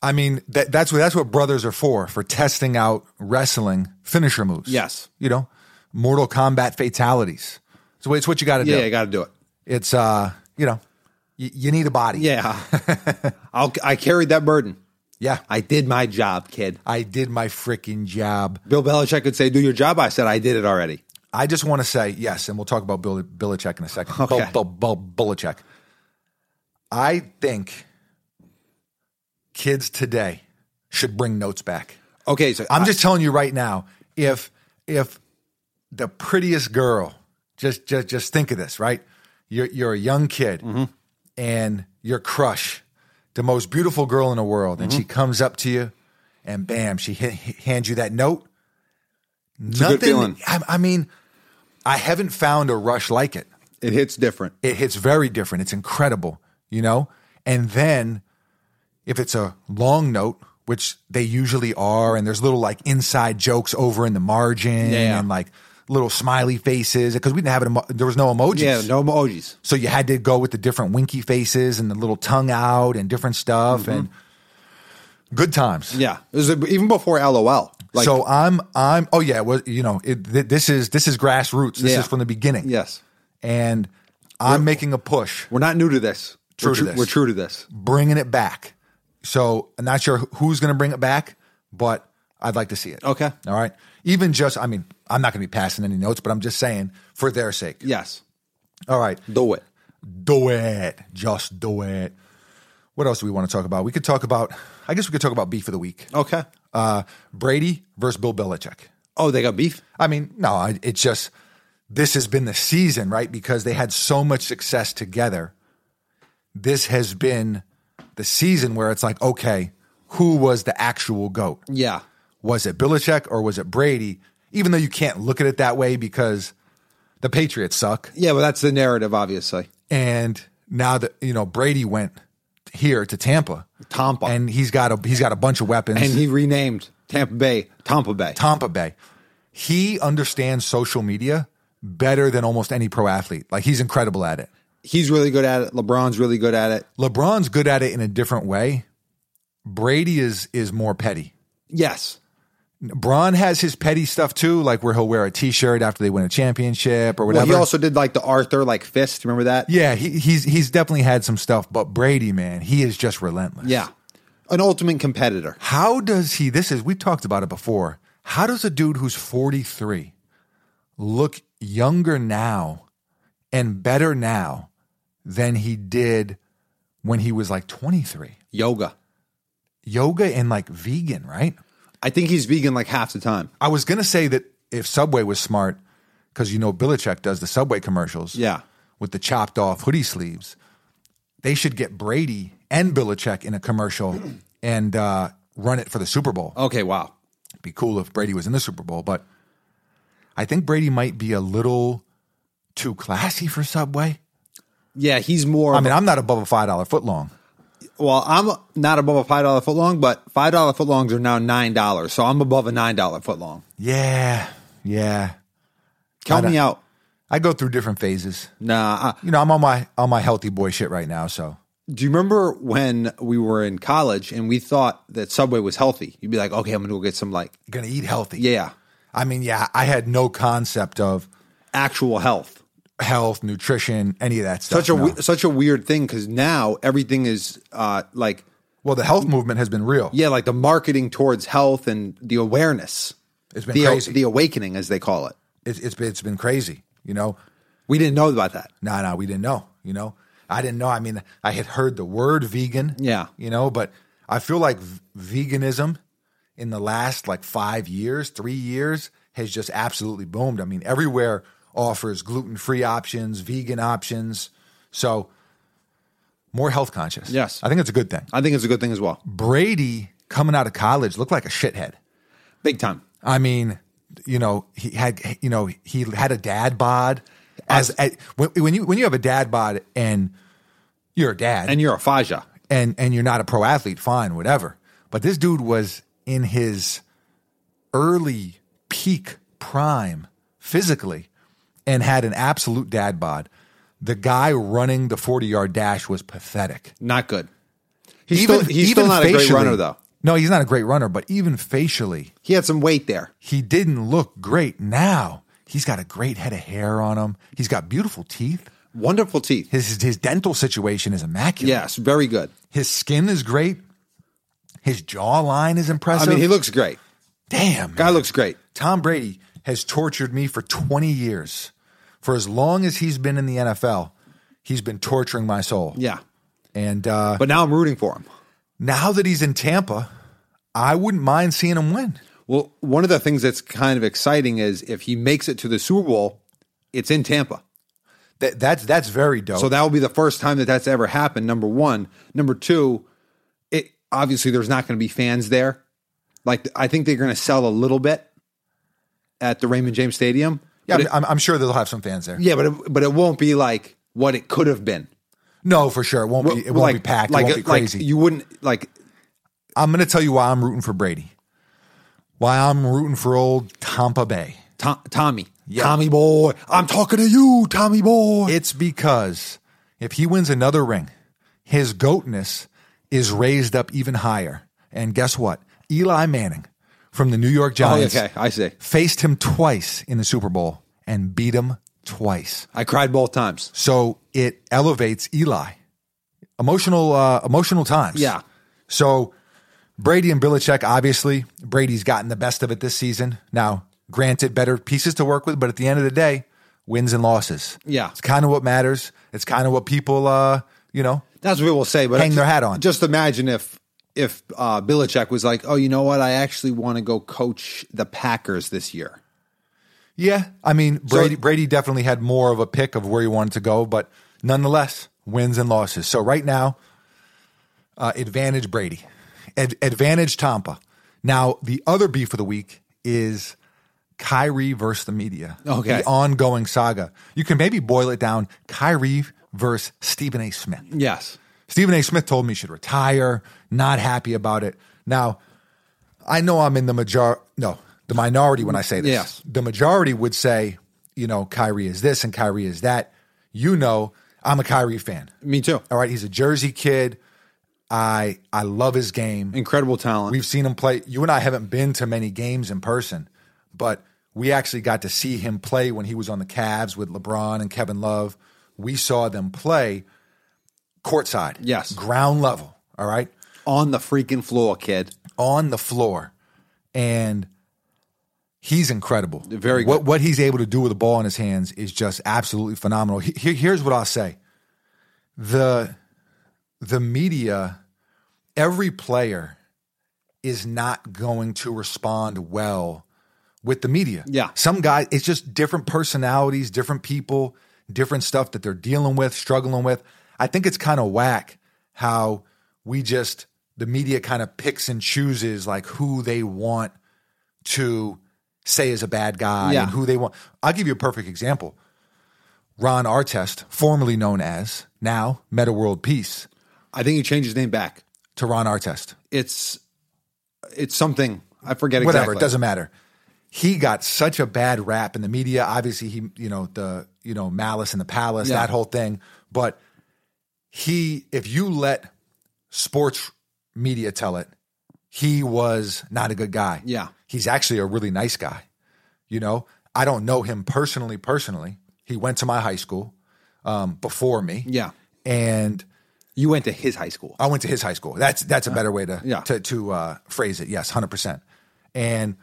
[SPEAKER 1] I mean, that, that's what that's what brothers are for for testing out wrestling finisher moves.
[SPEAKER 2] Yes.
[SPEAKER 1] you know, Mortal Kombat fatalities. So it's what you got to
[SPEAKER 2] yeah.
[SPEAKER 1] do.
[SPEAKER 2] I got to do it.
[SPEAKER 1] it's uh, you know, y- you need a body. [laughs]
[SPEAKER 2] Yeah, I'll, I carried that burden.
[SPEAKER 1] yeah. I,
[SPEAKER 2] I did my job, kid.
[SPEAKER 1] did my freaking job.
[SPEAKER 2] Bill Belichick could say, "Do your job." I said, "I did it already."
[SPEAKER 1] I just want to say yes, and we'll talk about Bill Belichick in a second.
[SPEAKER 2] Okay.
[SPEAKER 1] Bill, Bill, Bill Belichick. I think kids today should bring notes back.
[SPEAKER 2] Okay, so
[SPEAKER 1] I'm just telling you right now, if if the prettiest girl, just just just think of this, right? You're you're a young kid
[SPEAKER 2] Mm-hmm.
[SPEAKER 1] and your crush, the most beautiful girl in the world, and she
[SPEAKER 2] Mm-hmm.
[SPEAKER 1] comes up to you and bam, she h- h- hands you that note.
[SPEAKER 2] a good feeling.
[SPEAKER 1] I, I mean, I haven't found a rush like it
[SPEAKER 2] it hits different.
[SPEAKER 1] it hits very different. It's incredible, you know? And then if it's a long note, which they usually are, and there's little like inside jokes over in the margin
[SPEAKER 2] Yeah.
[SPEAKER 1] and like little smiley faces because we didn't have it, emo- there was no emojis.
[SPEAKER 2] Yeah, no emojis.
[SPEAKER 1] So you had to go with the different winky faces and the little tongue out and different stuff and good times.
[SPEAKER 2] Mm-hmm. Yeah, it was even before LOL. Like,
[SPEAKER 1] so I'm, I'm, oh yeah, well, you know, it, th- this is, this is grassroots. This
[SPEAKER 2] Yeah.
[SPEAKER 1] is from the beginning.
[SPEAKER 2] yes,
[SPEAKER 1] And I'm making a push.
[SPEAKER 2] we're not new to this.
[SPEAKER 1] True
[SPEAKER 2] we're,
[SPEAKER 1] to
[SPEAKER 2] tru-
[SPEAKER 1] this.
[SPEAKER 2] we're true to this.
[SPEAKER 1] bringing it back. So I'm not sure who's going to bring it back, but I'd like to see it.
[SPEAKER 2] Okay.
[SPEAKER 1] All right. Even just, I mean, I'm not going to be passing any notes, but I'm just saying for their sake.
[SPEAKER 2] Yes,
[SPEAKER 1] All right.
[SPEAKER 2] do it.
[SPEAKER 1] Do it. Just do it. What else do we want to talk about? We could talk about, I guess we could talk about beef of the week.
[SPEAKER 2] Okay.
[SPEAKER 1] Uh, Brady versus Bill Belichick.
[SPEAKER 2] Oh, they got beef.
[SPEAKER 1] I mean, no, I- it's just this has been the season, right? Because they had so much success together. This has been the season where it's like, okay, who was the actual GOAT?
[SPEAKER 2] Yeah,
[SPEAKER 1] Was it Belichick or was it Brady? Even though you can't look at it that way because the Patriots suck.
[SPEAKER 2] yeah, but that's the narrative, obviously.
[SPEAKER 1] And now that, you know, Brady went here to Tampa.
[SPEAKER 2] Tampa.
[SPEAKER 1] And he's got a he's got a bunch of weapons.
[SPEAKER 2] And he renamed Tampa Bay Tampa Bay.
[SPEAKER 1] Tampa Bay. He understands social media better than almost any pro athlete. Like he's incredible at it.
[SPEAKER 2] He's really good at it. LeBron's really good at it.
[SPEAKER 1] LeBron's good at it in a different way. Brady is is more petty.
[SPEAKER 2] Yes,
[SPEAKER 1] Braun has his petty stuff too, like where he'll wear a T-shirt after they win a championship or
[SPEAKER 2] Well,
[SPEAKER 1] whatever.
[SPEAKER 2] he also did like the Arthur like fist. Remember that?
[SPEAKER 1] yeah, he, he's he's definitely had some stuff, but Brady, man, he is just relentless.
[SPEAKER 2] Yeah. An ultimate competitor.
[SPEAKER 1] How does he? This is we've talked about it before. How does a dude who's forty three look younger now and better now than he did when he was like twenty three?
[SPEAKER 2] Yoga.
[SPEAKER 1] Yoga and like vegan, right?
[SPEAKER 2] I think he's vegan like half the time.
[SPEAKER 1] I was gonna say that if Subway was smart, because you know Billichek does the Subway commercials,
[SPEAKER 2] Yeah.
[SPEAKER 1] with the chopped off hoodie sleeves, they should get Brady and Billichek in a commercial and uh, run it for the Super Bowl.
[SPEAKER 2] Okay, wow.
[SPEAKER 1] be cool if Brady was in the Super Bowl, but I think Brady might be a little too classy for Subway.
[SPEAKER 2] Yeah, he's more.
[SPEAKER 1] I mean, I'm not above a five dollar foot long.
[SPEAKER 2] well, I'm not above a five dollar foot long, but five dollar foot longs are now nine dollars, so I'm above a nine dollar foot long.
[SPEAKER 1] Yeah, yeah.
[SPEAKER 2] Count
[SPEAKER 1] I
[SPEAKER 2] me out.
[SPEAKER 1] I go through different phases.
[SPEAKER 2] Nah. I-
[SPEAKER 1] You know, I'm on my on my healthy boy shit right now. So
[SPEAKER 2] do you remember when we were in college and we thought that Subway was healthy? You'd be like, okay, I'm gonna go get some like,
[SPEAKER 1] gonna eat healthy.
[SPEAKER 2] yeah,
[SPEAKER 1] I mean, yeah. I had no concept of
[SPEAKER 2] actual health.
[SPEAKER 1] health, nutrition, any of that stuff.
[SPEAKER 2] Such a
[SPEAKER 1] no.
[SPEAKER 2] we- such a weird thing because now everything is uh like
[SPEAKER 1] well, the health movement has been real.
[SPEAKER 2] yeah, like the marketing towards health and the awareness,
[SPEAKER 1] it's been
[SPEAKER 2] the
[SPEAKER 1] crazy.
[SPEAKER 2] the awakening as they call it.
[SPEAKER 1] it's, it's been it's been crazy. You know,
[SPEAKER 2] We didn't know about that.
[SPEAKER 1] no, no, we didn't know. You know, I didn't know. I mean, I had heard the word vegan.
[SPEAKER 2] Yeah.
[SPEAKER 1] You know, but I feel like v- veganism in the last like five years, three years has just absolutely boomed. I mean, everywhere offers gluten free options, vegan options. So more health conscious.
[SPEAKER 2] Yes.
[SPEAKER 1] I think it's a good thing.
[SPEAKER 2] I think it's a good thing as well,
[SPEAKER 1] Brady coming out of college looked like a shithead.
[SPEAKER 2] big time.
[SPEAKER 1] I mean, you know, he had, you know, he had a dad bod. As, as when, when you when you have a dad bod and you're a dad
[SPEAKER 2] And you're a Faja.
[SPEAKER 1] and and you're not a pro athlete, fine, whatever. But this dude was in his early peak prime physically and had an absolute dad bod. The guy running the 40 yard dash was pathetic.
[SPEAKER 2] Not good. He's still, he's still not a great
[SPEAKER 1] facially-
[SPEAKER 2] runner though.
[SPEAKER 1] No, he's not a great runner, but even facially,
[SPEAKER 2] He had some weight there.
[SPEAKER 1] he didn't look great. Now he's got a great head of hair on him. He's got beautiful teeth.
[SPEAKER 2] Wonderful teeth.
[SPEAKER 1] His his dental situation is immaculate.
[SPEAKER 2] Yes, very good.
[SPEAKER 1] His skin is great. His jawline is impressive.
[SPEAKER 2] I mean, he looks great.
[SPEAKER 1] damn.
[SPEAKER 2] Guy
[SPEAKER 1] man.
[SPEAKER 2] looks great.
[SPEAKER 1] Tom Brady has tortured me for 20 years. For as long as he's been in the NFL, he's been torturing my soul.
[SPEAKER 2] Yeah.
[SPEAKER 1] And uh,
[SPEAKER 2] But now I'm rooting for him.
[SPEAKER 1] now that he's in Tampa, I wouldn't mind seeing him win.
[SPEAKER 2] Well, one of the things that's kind of exciting is if he makes it to the Super Bowl, it's in Tampa.
[SPEAKER 1] That, that's that's very dope.
[SPEAKER 2] So that will be the first time that that's ever happened. Number one. Number two, it obviously there's not going to be fans there. Like I think they're going to sell a little bit at the Raymond James Stadium.
[SPEAKER 1] yeah, I'm,
[SPEAKER 2] but it,
[SPEAKER 1] I'm, I'm sure they'll have some fans there.
[SPEAKER 2] yeah, but it, but it won't be like what it could have been.
[SPEAKER 1] No, for sure. It won't be. It won't
[SPEAKER 2] like,
[SPEAKER 1] be packed.
[SPEAKER 2] Like
[SPEAKER 1] it won't be
[SPEAKER 2] like
[SPEAKER 1] crazy.
[SPEAKER 2] you wouldn't like
[SPEAKER 1] I'm going to tell you why I'm rooting for Brady. Why I'm rooting for old Tampa Bay.
[SPEAKER 2] Tom, Tommy.
[SPEAKER 1] Yeah.
[SPEAKER 2] Tommy boy, I'm talking to you, Tommy boy.
[SPEAKER 1] It's because if he wins another ring, his goatness is raised up even higher. And guess what? Eli Manning from the New York
[SPEAKER 2] oh,
[SPEAKER 1] Giants
[SPEAKER 2] okay, I see.
[SPEAKER 1] faced him twice in the Super Bowl and beat him twice.
[SPEAKER 2] I cried both times.
[SPEAKER 1] So it elevates Eli. Emotional, uh, emotional times.
[SPEAKER 2] Yeah.
[SPEAKER 1] So Brady and Billichek, obviously, Brady's gotten the best of it this season. Now, granted, better pieces to work with, but at the end of the day, wins and losses.
[SPEAKER 2] Yeah.
[SPEAKER 1] It's kind of what matters. It's kind of what people, uh, you know,
[SPEAKER 2] That's what we will say. But
[SPEAKER 1] Hang their hat on.
[SPEAKER 2] Just imagine if if uh, Billichek was like, oh, you know what? I actually want to go coach the Packers this year.
[SPEAKER 1] yeah. I mean,
[SPEAKER 2] So-
[SPEAKER 1] Brady, Brady definitely had more of a pick of where he wanted to go, but nonetheless, wins and losses. So right now, uh, advantage Brady, Ad- advantage Tampa. Now, the other beef of the week is Kyrie versus the media.
[SPEAKER 2] Okay.
[SPEAKER 1] The ongoing saga. You can maybe boil it down Kyrie versus Stephen A. Smith.
[SPEAKER 2] Yes.
[SPEAKER 1] Stephen A. Smith told me he should retire, not happy about it. Now, I know I'm in the major no, the minority when I say this.
[SPEAKER 2] Yes.
[SPEAKER 1] The majority would say, you know, Kyrie is this and Kyrie is that. You know, I'm a Kyrie fan.
[SPEAKER 2] Me too.
[SPEAKER 1] All right, he's a Jersey kid. I I love his game.
[SPEAKER 2] Incredible talent.
[SPEAKER 1] We've seen him play. You and I haven't been to many games in person, but we actually got to see him play when he was on the Cavs with LeBron and Kevin Love. We saw them play courtside.
[SPEAKER 2] Yes.
[SPEAKER 1] Ground level. All right.
[SPEAKER 2] on the freaking floor, kid.
[SPEAKER 1] On the floor. And he's incredible.
[SPEAKER 2] Very good.
[SPEAKER 1] What, what he's able to do with the ball in his hands is just absolutely phenomenal. He- he- here's what I'll say the the media, every player is not going to respond well with the media.
[SPEAKER 2] Yeah.
[SPEAKER 1] Some guys, it's just different personalities, different people, different stuff that they're dealing with, struggling with. I think it's kind of whack how we just, the media kind of picks and chooses like who they want to say is a bad guy
[SPEAKER 2] Yeah.
[SPEAKER 1] and who they want. I'll give you a perfect example. Ron Artest, formerly known as now Meta World Peace,
[SPEAKER 2] I think he changed his name back.
[SPEAKER 1] to Ron Artest.
[SPEAKER 2] It's it's something I forget exactly.
[SPEAKER 1] Whatever, it doesn't matter. He got such a bad rap in the media. Obviously, he you know the you know Malice in the Palace,
[SPEAKER 2] Yeah.
[SPEAKER 1] that whole thing. But he, if you let sports media tell it, he was not a good guy.
[SPEAKER 2] Yeah.
[SPEAKER 1] he's actually a really nice guy. You know, I don't know him personally. Personally, he went to my high school um, before me.
[SPEAKER 2] Yeah,
[SPEAKER 1] and
[SPEAKER 2] you went to his high school.
[SPEAKER 1] I went to his high school. That's that's a better way to
[SPEAKER 2] Yeah.
[SPEAKER 1] to, to uh, phrase it. Yes, hundred percent. And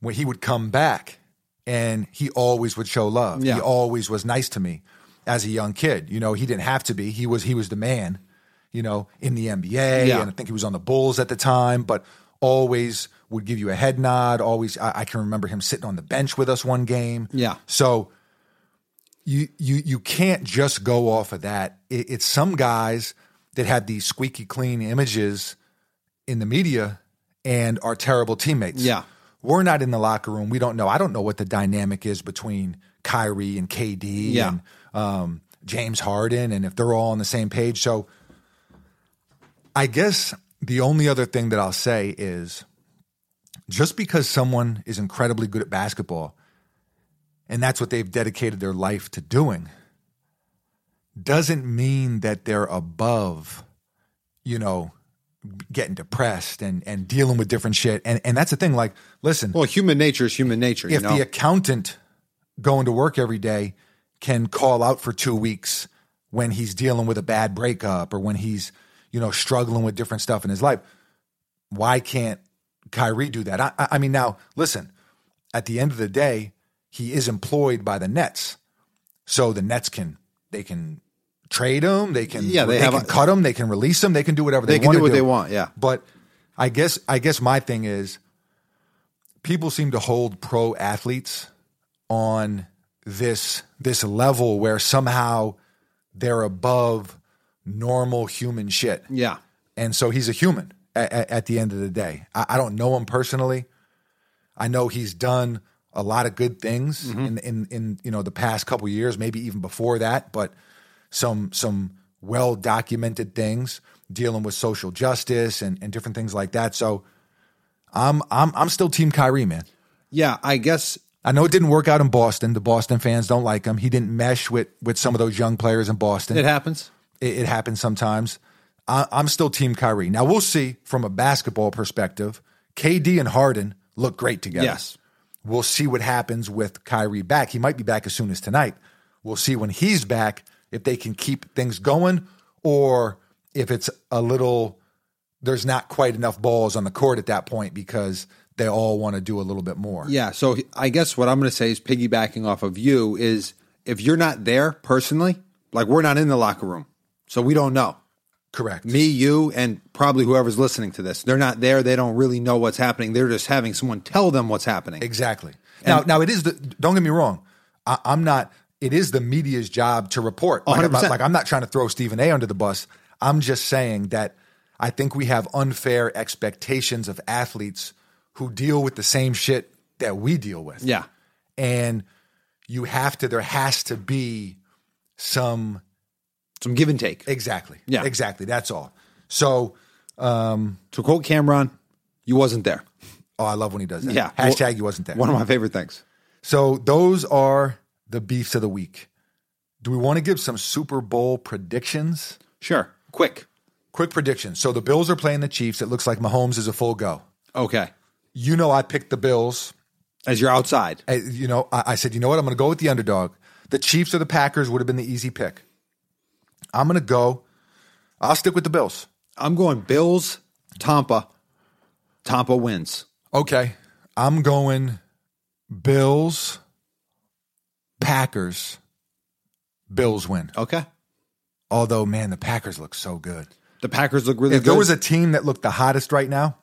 [SPEAKER 1] when he would come back, and he always would show love.
[SPEAKER 2] Yeah.
[SPEAKER 1] He always was nice to me as a young kid. You know, he didn't have to be. He was he was the man. You know, in the NBA,
[SPEAKER 2] Yeah.
[SPEAKER 1] and I think he was on the Bulls at the time, but always would give you a head nod. Always, I, I can remember him sitting on the bench with us one game.
[SPEAKER 2] Yeah.
[SPEAKER 1] So you you you can't just go off of that. It, it's some guys that have these squeaky clean images in the media and are terrible teammates.
[SPEAKER 2] Yeah.
[SPEAKER 1] We're not in the locker room. We don't know. I don't know what the dynamic is between Kyrie and KD
[SPEAKER 2] Yeah.
[SPEAKER 1] and um, James Harden and if they're all on the same page. So I guess the only other thing that I'll say is just because someone is incredibly good at basketball and that's what they've dedicated their life to doing doesn't mean that they're above you know getting depressed and and dealing with different shit and and that's the thing like listen
[SPEAKER 2] Well, human nature is human nature. You
[SPEAKER 1] if
[SPEAKER 2] know,
[SPEAKER 1] the accountant going to work every day can call out for two weeks when he's dealing with a bad breakup or when he's you know struggling with different stuff in his life why can't Kyrie do that I, I I mean now listen at the end of the day he is employed by the Nets so the Nets can they can trade him they can
[SPEAKER 2] Yeah, they have
[SPEAKER 1] can
[SPEAKER 2] a-
[SPEAKER 1] cut him they can release him they can do whatever they,
[SPEAKER 2] they can
[SPEAKER 1] want
[SPEAKER 2] do
[SPEAKER 1] to
[SPEAKER 2] what they want. Yeah,
[SPEAKER 1] but I guess I guess my thing is people seem to hold pro athletes on this this level where somehow they're above normal human shit.
[SPEAKER 2] yeah.
[SPEAKER 1] And so he's a human at, at the end of the day. I, I don't know him personally. I know he's done a lot of good things in, in in you know the past couple years, maybe even before that, but some some well documented things dealing with social justice and, and different things like that. So I'm I'm I'm still team Kyrie, man.
[SPEAKER 2] Yeah, I guess
[SPEAKER 1] I know it didn't work out in Boston. The Boston fans don't like him. He didn't mesh with with some of those young players in Boston
[SPEAKER 2] it happens.
[SPEAKER 1] it, it happens sometimes. I, I'm still Team Kyrie. Now we'll see from a basketball perspective. KD and Harden look great together.
[SPEAKER 2] Yes.
[SPEAKER 1] We'll see what happens with Kyrie back. He might be back as soon as tonight. We'll see when he's back if they can keep things going or if it's a little there's not quite enough balls on the court at that point because they all want to do a little bit more.
[SPEAKER 2] Yeah. So I guess what I'm going to say is piggybacking off of you is if you're not there personally, like we're not in the locker room, so we don't know.
[SPEAKER 1] Correct.
[SPEAKER 2] Me, you, and probably whoever's listening to this, they're not there. They don't really know what's happening. They're just having someone tell them what's happening.
[SPEAKER 1] Exactly. Now, now it is the. Don't get me wrong. I, I'm not. It is the media's job to report. Like, I'm not,
[SPEAKER 2] 100%.
[SPEAKER 1] like I'm not trying to throw Stephen A. under the bus. I'm just saying that I think we have unfair expectations of athletes who deal with the same shit that we deal with.
[SPEAKER 2] Yeah.
[SPEAKER 1] And you have to. There has to be some.
[SPEAKER 2] Some give and take.
[SPEAKER 1] Exactly.
[SPEAKER 2] Yeah.
[SPEAKER 1] Exactly. That's all. So.
[SPEAKER 2] To quote Cameron, you
[SPEAKER 1] [laughs]
[SPEAKER 2] wasn't there.
[SPEAKER 1] Oh, I love when he does that.
[SPEAKER 2] Yeah.
[SPEAKER 1] Hashtag
[SPEAKER 2] Well,
[SPEAKER 1] you wasn't there.
[SPEAKER 2] One of my favorite things.
[SPEAKER 1] So those are the beefs of the week. Do we want to give some Super Bowl predictions?
[SPEAKER 2] Sure. Quick.
[SPEAKER 1] Quick predictions. So the Bills are playing the Chiefs. It looks like Mahomes is a full go.
[SPEAKER 2] Okay.
[SPEAKER 1] You know, I picked the Bills.
[SPEAKER 2] As you're outside.
[SPEAKER 1] I- you know, I, I said, you know what? I'm going to go with the underdog. The Chiefs or the Packers would have been the easy pick. I'm going to go. I'll stick with the Bills.
[SPEAKER 2] I'm going Bills, Tampa. Tampa wins.
[SPEAKER 1] Okay. I'm going Bills, Packers, Bills win.
[SPEAKER 2] Okay.
[SPEAKER 1] Although, man, the Packers look so good.
[SPEAKER 2] The Packers look really
[SPEAKER 1] if
[SPEAKER 2] good.
[SPEAKER 1] there was a team that looked the hottest right now,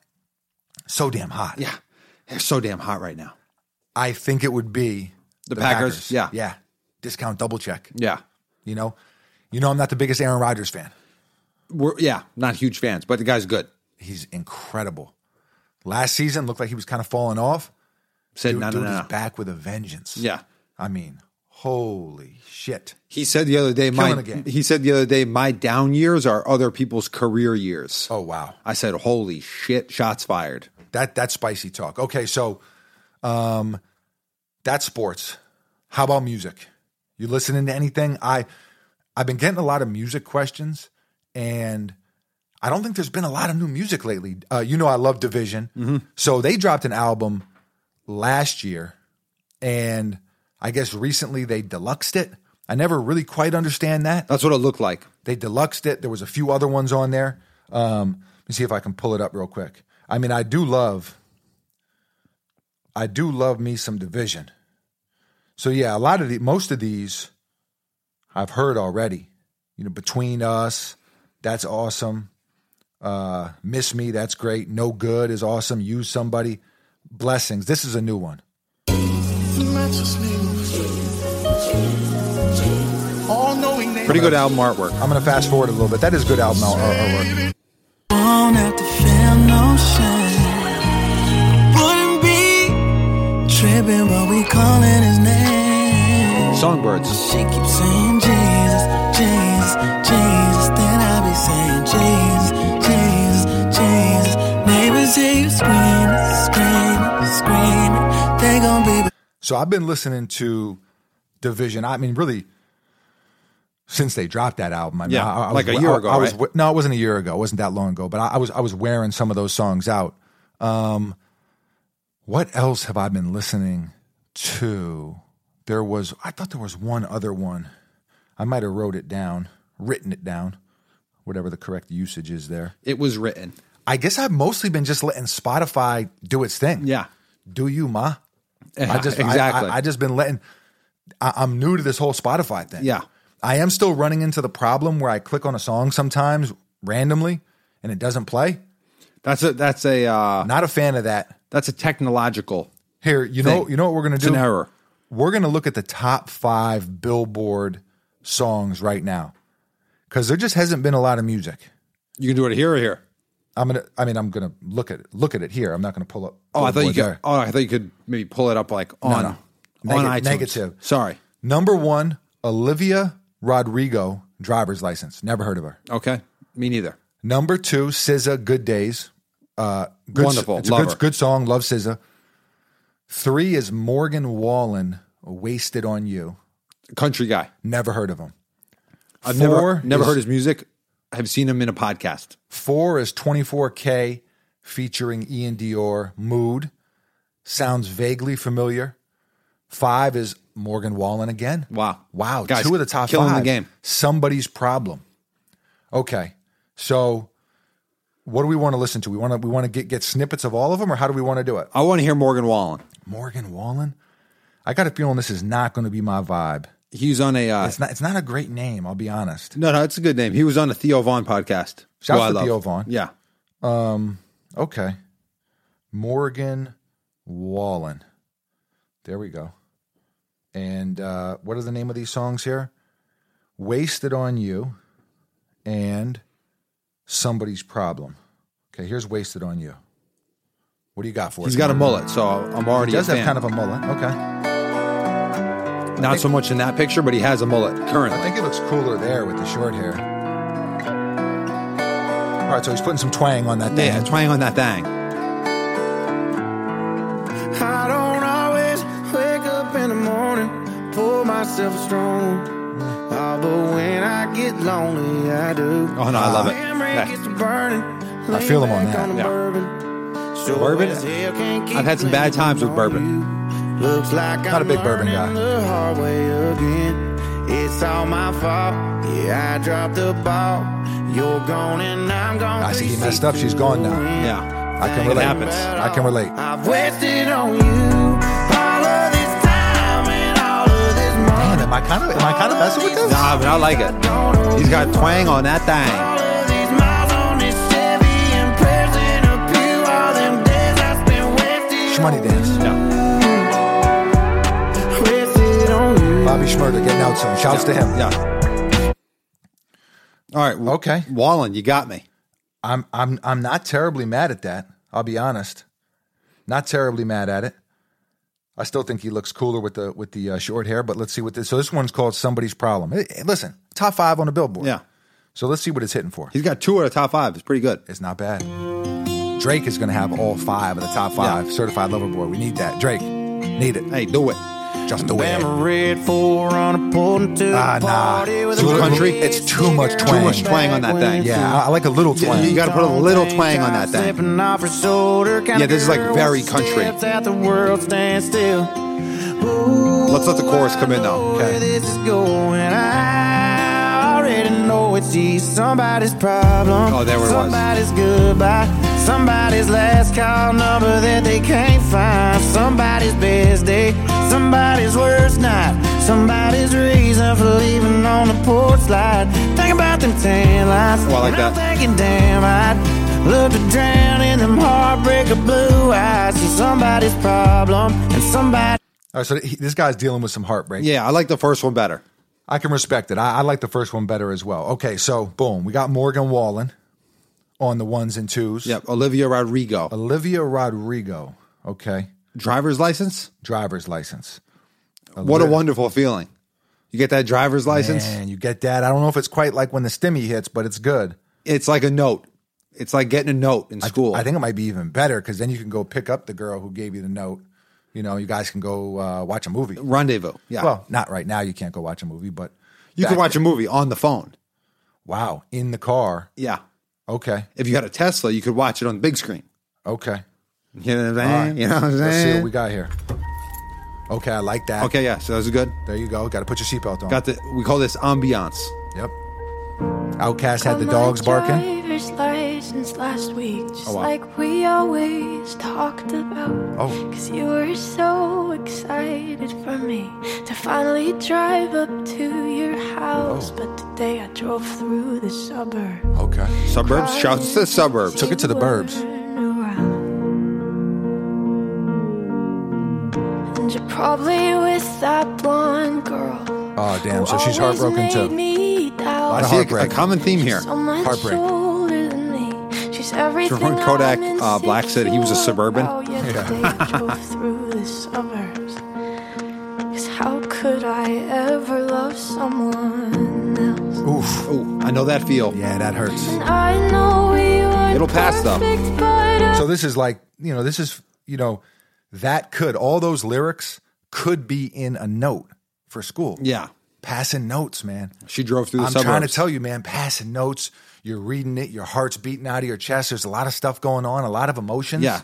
[SPEAKER 1] So damn hot.
[SPEAKER 2] Yeah. They're so damn hot right now.
[SPEAKER 1] I think it would be
[SPEAKER 2] The Packers, yeah.
[SPEAKER 1] Yeah. Discount double check.
[SPEAKER 2] Yeah.
[SPEAKER 1] You know? You know I'm not the biggest Aaron Rodgers fan.
[SPEAKER 2] We're yeah, not huge fans, but the guy's good.
[SPEAKER 1] He's incredible. Last season looked like he was kind of falling off.
[SPEAKER 2] Said
[SPEAKER 1] Dude,
[SPEAKER 2] no, no,
[SPEAKER 1] dude
[SPEAKER 2] no,
[SPEAKER 1] is
[SPEAKER 2] no.
[SPEAKER 1] back with a vengeance.
[SPEAKER 2] Yeah.
[SPEAKER 1] I mean, holy shit.
[SPEAKER 2] He said the other day
[SPEAKER 1] Killing
[SPEAKER 2] my
[SPEAKER 1] the game.
[SPEAKER 2] he said the other day my down years are other people's career years.
[SPEAKER 1] Oh wow.
[SPEAKER 2] I said, "Holy shit, shots fired."
[SPEAKER 1] That that's spicy talk. Okay, so um that's sports. How about music? You listening to anything? I I've been getting a lot of music questions and I don't think there's been a lot of new music lately. Uh, you know I love Division. So they dropped an album last year and I guess recently they deluxed it. I never really quite understand that.
[SPEAKER 2] That's what it looked like.
[SPEAKER 1] They deluxed it. There was a few other ones on there. Um, let me see if I can pull it up real quick. I mean, I do love, I do love me some division. So yeah, a lot of the most of these I've heard already. You know, between us, that's awesome. Uh, miss me, that's great. No good is awesome. Use somebody. Blessings. This is a new one.
[SPEAKER 2] Pretty good album artwork.
[SPEAKER 1] I'm gonna fast forward a little bit. That is good album ar- artwork.
[SPEAKER 11] Don't have to feel no shame. Wouldn't be tripping, but we calling his name.
[SPEAKER 2] Songbirds.
[SPEAKER 11] She keeps saying Jesus, Jesus, Jesus. Then I be saying Jesus, Jesus, Jesus. Neighbors hear you screaming, screaming, screaming. They gon' be.
[SPEAKER 1] So I've been listening to Division. I mean, really, since they dropped that album. I mean,
[SPEAKER 2] Yeah,
[SPEAKER 1] I, I
[SPEAKER 2] like
[SPEAKER 1] was,
[SPEAKER 2] a year
[SPEAKER 1] I-
[SPEAKER 2] ago,
[SPEAKER 1] I was-
[SPEAKER 2] right?
[SPEAKER 1] no, it wasn't a year ago. It wasn't that long ago. But I, I was I was wearing some of those songs out. Um, what else have I been listening to? There was I thought there was one other one. I might have wrote it down, written it down, whatever the correct usage is there.
[SPEAKER 2] It was written.
[SPEAKER 1] I guess I've mostly been just letting Spotify do its thing.
[SPEAKER 2] Yeah.
[SPEAKER 1] Do you, ma? I just
[SPEAKER 2] exactly.
[SPEAKER 1] I, I, I just been letting. I, I'm new to this whole Spotify thing.
[SPEAKER 2] Yeah.
[SPEAKER 1] I am still running into the problem where I click on a song sometimes randomly and it doesn't play.
[SPEAKER 2] that's a that's a uh,
[SPEAKER 1] Not a fan of that.
[SPEAKER 2] that's a technological.
[SPEAKER 1] Here, you know,
[SPEAKER 2] Thing.
[SPEAKER 1] you know what we're gonna
[SPEAKER 2] It's
[SPEAKER 1] do.
[SPEAKER 2] an error.
[SPEAKER 1] We're gonna look at the top five Billboard songs right now because there just hasn't been a lot of music.
[SPEAKER 2] You can do it here or here.
[SPEAKER 1] I'm gonna. I mean, I'm gonna look at it, look at it here. I'm not gonna pull up.
[SPEAKER 2] Oh, I thought you
[SPEAKER 1] Billboard
[SPEAKER 2] could.
[SPEAKER 1] there.
[SPEAKER 2] Oh, I thought you could maybe pull it up like on
[SPEAKER 1] no.
[SPEAKER 2] on
[SPEAKER 1] Nega-
[SPEAKER 2] iTunes.
[SPEAKER 1] negative.
[SPEAKER 2] Sorry.
[SPEAKER 1] Number one, Olivia Rodrigo, driver's license. Never heard of her.
[SPEAKER 2] Okay. Me neither.
[SPEAKER 1] Number two, SZA, Good Days. Uh, good,
[SPEAKER 2] Wonderful.
[SPEAKER 1] It's
[SPEAKER 2] Love
[SPEAKER 1] a good,
[SPEAKER 2] her.
[SPEAKER 1] good song. Love SZA. Three is Morgan Wallen, Wasted on You.
[SPEAKER 2] Country guy.
[SPEAKER 1] Never heard of him.
[SPEAKER 2] I've
[SPEAKER 1] Four
[SPEAKER 2] never never
[SPEAKER 1] is-
[SPEAKER 2] heard his music. I've seen him in a podcast.
[SPEAKER 1] Four is 24K featuring Ian Dior, Mood. Sounds vaguely familiar. Five is Morgan Wallen again.
[SPEAKER 2] Wow.
[SPEAKER 1] Wow.
[SPEAKER 2] Guys,
[SPEAKER 1] two of the top
[SPEAKER 2] killing the
[SPEAKER 1] five.
[SPEAKER 2] game.
[SPEAKER 1] Somebody's problem. Okay. So what do we want to listen to? We want to we want to get get snippets of all of them, or how do we want to do it?
[SPEAKER 2] I want to hear Morgan Wallen.
[SPEAKER 1] Morgan Wallen? I got a feeling this is not going to be my vibe.
[SPEAKER 2] He's on a. Uh,
[SPEAKER 1] It's not it's not a great name, I'll be honest.
[SPEAKER 2] no, no, it's a good name. He was on a Theo Vaughn podcast.
[SPEAKER 1] Shout
[SPEAKER 2] who
[SPEAKER 1] out
[SPEAKER 2] I
[SPEAKER 1] to
[SPEAKER 2] love.
[SPEAKER 1] Theo Vaughn.
[SPEAKER 2] Yeah.
[SPEAKER 1] Okay. Morgan Wallen. There we go. And uh, what are the name of these songs here? Wasted on You and Somebody's Problem. Okay, here's Wasted on You. What do you got for
[SPEAKER 2] He's
[SPEAKER 1] us?
[SPEAKER 2] got a mullet, so I'm already
[SPEAKER 1] He does
[SPEAKER 2] a
[SPEAKER 1] have
[SPEAKER 2] fan.
[SPEAKER 1] kind of a mullet. Okay.
[SPEAKER 2] Not so much in that picture, but he has a mullet
[SPEAKER 1] I
[SPEAKER 2] currently.
[SPEAKER 1] think it looks cooler there with the short hair. All right, so he's putting some twang on that thing.
[SPEAKER 2] Yeah, trying on that thing.
[SPEAKER 4] I don't always wake up in the morning, pour myself a strong. Ah, but when I get lonely, I do.
[SPEAKER 2] Oh no, I love it.
[SPEAKER 4] Memory
[SPEAKER 2] Yeah.
[SPEAKER 4] gets to burning.
[SPEAKER 1] I feel him on
[SPEAKER 4] Lean back
[SPEAKER 1] that.
[SPEAKER 4] the
[SPEAKER 2] Yeah.
[SPEAKER 4] Bourbon.
[SPEAKER 2] Bourbon?
[SPEAKER 4] as hell can't keep
[SPEAKER 2] I've had some bad
[SPEAKER 4] thinking
[SPEAKER 2] times with
[SPEAKER 4] on
[SPEAKER 2] bourbon.
[SPEAKER 4] you. Looks like
[SPEAKER 1] Not a
[SPEAKER 4] I'm
[SPEAKER 1] big bourbon guy.
[SPEAKER 4] learning The hard way again. It's all my fault. Yeah, I dropped the ball. You're gone and I'm gone.
[SPEAKER 1] I see he messed up. She's gone now.
[SPEAKER 2] Yeah.
[SPEAKER 1] I can
[SPEAKER 2] It
[SPEAKER 1] relate.
[SPEAKER 2] happens.
[SPEAKER 1] I can relate.
[SPEAKER 4] I've wasted on you all of this time and all of this money.
[SPEAKER 1] Man, am I kind of am I kind of messing with this?
[SPEAKER 2] Nah, but I like it.
[SPEAKER 4] Don't know
[SPEAKER 2] He's got twang on that thing.
[SPEAKER 4] all of these miles on this Chevy and prayers in a pew. All them days
[SPEAKER 1] Money Dance.
[SPEAKER 2] No.
[SPEAKER 4] Rest it on you.
[SPEAKER 1] Bobby Schmurda getting out soon. Shouts to him.
[SPEAKER 2] Yeah. All right. w-
[SPEAKER 1] Okay.
[SPEAKER 2] Wallen, you got me.
[SPEAKER 1] I'm I'm I'm not terribly mad at that. I'll be honest, not terribly mad at it. I still think he looks cooler with the with the uh, short hair. But let's see what this. So this one's called "Somebody's Problem." Hey, hey, listen, top five on the Billboard.
[SPEAKER 2] Yeah.
[SPEAKER 1] So let's see what it's hitting for.
[SPEAKER 2] He's got two out of top five. It's pretty good.
[SPEAKER 1] It's not bad. Drake is going to have all five of the top five. Certified Lover Boy. We need that. Drake, need it.
[SPEAKER 2] Hey, do it.
[SPEAKER 1] Just the way. it-
[SPEAKER 4] I'm a red four on a pulling to
[SPEAKER 1] Ah,
[SPEAKER 4] the
[SPEAKER 1] nah.
[SPEAKER 4] party with a
[SPEAKER 1] Too
[SPEAKER 4] blue
[SPEAKER 1] country?
[SPEAKER 4] red
[SPEAKER 1] It's too much
[SPEAKER 4] sticker
[SPEAKER 1] twang.
[SPEAKER 4] on
[SPEAKER 1] Too
[SPEAKER 2] much twang on that
[SPEAKER 4] back
[SPEAKER 2] thing.
[SPEAKER 4] windshield.
[SPEAKER 1] Yeah, I, I like a little twang.
[SPEAKER 2] You gotta put a little twang on that thing.
[SPEAKER 4] Slipping off her shoulder, got
[SPEAKER 2] Yeah, this is, like,
[SPEAKER 4] girl
[SPEAKER 2] very
[SPEAKER 4] who
[SPEAKER 2] country.
[SPEAKER 4] steps At the world stand still.
[SPEAKER 2] Let's let the chorus come in though.
[SPEAKER 4] Where this is going, I already know it's easy. Somebody's problem.
[SPEAKER 2] Oh, there it was.
[SPEAKER 4] Somebody's goodbye. Somebody's last call number that they can't find. Somebody's best day. Somebody's worst night. Somebody's reason for leaving on the porch slide. Think about them tan lines.
[SPEAKER 2] Oh, I like
[SPEAKER 4] and I'm
[SPEAKER 2] that.
[SPEAKER 4] thinking, damn, I'd love to drown in them heartbreaker blue eyes. See somebody's problem and somebody.
[SPEAKER 1] All right, so he, this guy's dealing with some heartbreak.
[SPEAKER 2] Yeah, I like the first one better.
[SPEAKER 1] I can respect it. I, I like the first one better as well. Okay, so boom, we got Morgan Wallen on the ones and twos.
[SPEAKER 2] Yep, Olivia Rodrigo.
[SPEAKER 1] Olivia Rodrigo. Okay,
[SPEAKER 2] driver's license.
[SPEAKER 1] driver's license.
[SPEAKER 2] What a wonderful feeling. You get that driver's license.
[SPEAKER 1] Man, you get that. I don't know if it's quite like when the stimmy hits, but it's good.
[SPEAKER 2] It's like a note. It's like getting a note in school.
[SPEAKER 1] I think it might be even better because then you can go pick up the girl who gave you the note. You know, you guys can go uh, watch a movie.
[SPEAKER 2] rendezvous. Yeah.
[SPEAKER 1] Well, not right now. You can't go watch a movie, but
[SPEAKER 2] you
[SPEAKER 1] back-
[SPEAKER 2] can watch a movie on the phone.
[SPEAKER 1] Wow, in the car.
[SPEAKER 2] Yeah.
[SPEAKER 1] Okay,
[SPEAKER 2] If you had a Tesla, you could watch it on the big screen.
[SPEAKER 1] okay.
[SPEAKER 2] You know what I'm saying? You know what I'm
[SPEAKER 1] Let's see what
[SPEAKER 2] saying?
[SPEAKER 1] we got here. Okay, I like that.
[SPEAKER 2] Okay, yeah. So that was good.
[SPEAKER 1] There you go. Got to put your seatbelt on.
[SPEAKER 2] Got the we call this ambiance.
[SPEAKER 1] Yep. Outcast had the dogs barking.
[SPEAKER 5] Driver's license last week, just
[SPEAKER 2] Oh, wow.
[SPEAKER 5] like we always talked about.
[SPEAKER 1] Oh,
[SPEAKER 5] Cause you were so excited for me to finally drive up to your house.
[SPEAKER 1] Oh.
[SPEAKER 5] But today I drove through the suburbs.
[SPEAKER 1] okay.
[SPEAKER 2] Suburbs. Shouts to suburbs.
[SPEAKER 1] Took it to the burbs.
[SPEAKER 5] And you're probably with that blonde girl.
[SPEAKER 1] Oh, damn. So
[SPEAKER 5] who
[SPEAKER 1] she's
[SPEAKER 5] always
[SPEAKER 1] heartbroken too.
[SPEAKER 5] made me doubt.
[SPEAKER 1] Lot of
[SPEAKER 2] I see a, a
[SPEAKER 1] heartbreak.
[SPEAKER 2] common theme here.
[SPEAKER 5] So much
[SPEAKER 1] Heartbreak.
[SPEAKER 5] older than me. She's everything
[SPEAKER 2] From Kodak,
[SPEAKER 5] I'm
[SPEAKER 2] uh, Black said he was a
[SPEAKER 5] insecure
[SPEAKER 2] suburban.
[SPEAKER 5] about. Yesterday I
[SPEAKER 2] [laughs]
[SPEAKER 5] drove through the suburbs. 'Cause how could I ever love someone else?
[SPEAKER 1] Oof.
[SPEAKER 2] Oh, I know that feel.
[SPEAKER 1] Yeah, that hurts.
[SPEAKER 5] I know we weren't
[SPEAKER 2] It'll pass, though.
[SPEAKER 5] perfect, but I
[SPEAKER 1] So this is like, you know, this is, you know, that could, all those lyrics could be in a note for school.
[SPEAKER 2] Yeah.
[SPEAKER 1] Passing notes, man.
[SPEAKER 2] She drove through the
[SPEAKER 1] I'm
[SPEAKER 2] suburbs.
[SPEAKER 1] trying to tell you, man, passing notes, you're reading it, your heart's beating out of your chest. There's a lot of stuff going on, a lot of emotions.
[SPEAKER 2] Yeah.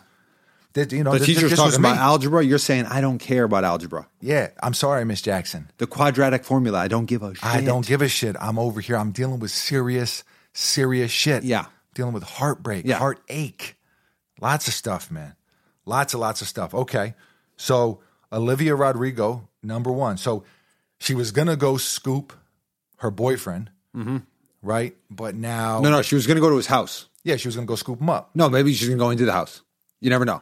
[SPEAKER 1] That, you know,
[SPEAKER 2] The
[SPEAKER 1] this, this
[SPEAKER 2] teacher's
[SPEAKER 1] was
[SPEAKER 2] talking about
[SPEAKER 1] me.
[SPEAKER 2] algebra. You're saying I don't care about algebra.
[SPEAKER 1] Yeah. I'm sorry, Miss Jackson.
[SPEAKER 2] The quadratic formula. I don't give a shit.
[SPEAKER 1] I don't give a shit. I'm over here. I'm dealing with serious, serious shit.
[SPEAKER 2] Yeah.
[SPEAKER 1] Dealing with heartbreak,
[SPEAKER 2] Yeah.
[SPEAKER 1] heartache, lots of stuff, man. Lots and lots of stuff. Okay. So Olivia Rodrigo, number one. So she was going to go scoop her boyfriend, right? But now,
[SPEAKER 2] Mm-hmm. No, no. She was going to go to his house.
[SPEAKER 1] yeah, she was going to go scoop him up.
[SPEAKER 2] No, maybe she's going to go into the house. You never know.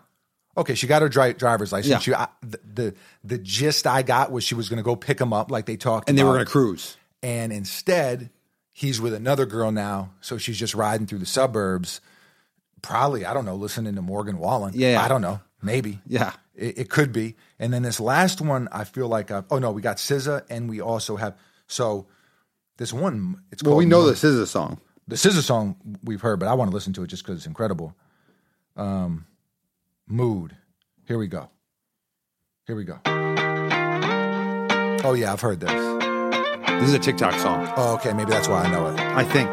[SPEAKER 1] Okay, she got her dri- driver's license.
[SPEAKER 2] Yeah.
[SPEAKER 1] She, I, the, the the gist I got was she was going to go pick him up, like they talked,
[SPEAKER 2] And they were
[SPEAKER 1] about.
[SPEAKER 2] going to cruise.
[SPEAKER 1] and instead he's with another girl now so she's just riding through the suburbs probably i don't know listening to morgan wallen
[SPEAKER 2] Yeah.
[SPEAKER 1] i don't know maybe
[SPEAKER 2] Yeah.
[SPEAKER 1] it, it could be and then this last one i feel like i oh no we got SZA and we also have so this one it's
[SPEAKER 2] Well,
[SPEAKER 1] called
[SPEAKER 2] we know this is a song.
[SPEAKER 1] the SZA song we've heard but i want to listen to it just because it's incredible um mood here we go here we go oh yeah i've heard this
[SPEAKER 2] This is a TikTok song,
[SPEAKER 1] oh okay maybe that's why i know it
[SPEAKER 2] I think.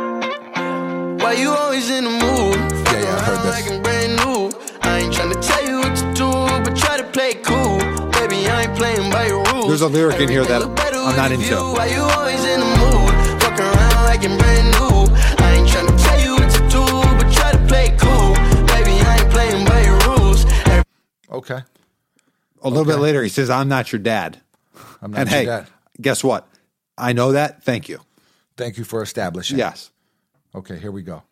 [SPEAKER 12] Why you always in the mood?
[SPEAKER 1] Yeah, yeah, I've heard this.
[SPEAKER 12] Like I'm brand new. I ain't tryna tell you what to do, but try to play it cool. Baby, I ain't playing by your rules.
[SPEAKER 2] There's a lyric in here that
[SPEAKER 12] Everything look better
[SPEAKER 2] I'm not
[SPEAKER 12] with
[SPEAKER 2] into.
[SPEAKER 12] you. Why you always in the mood? Walk around like I'm brand new. I ain't tryna tell you what to do, but try to play it cool. Baby, I ain't playing by your rules. Every-
[SPEAKER 1] Okay.
[SPEAKER 2] A little bit later, he says, I'm not your dad.
[SPEAKER 1] I'm
[SPEAKER 2] and
[SPEAKER 1] your
[SPEAKER 2] hey,
[SPEAKER 1] dad.
[SPEAKER 2] guess what? I know that. Thank you.
[SPEAKER 1] thank you for establishing.
[SPEAKER 2] Yes.
[SPEAKER 1] Okay, here we go.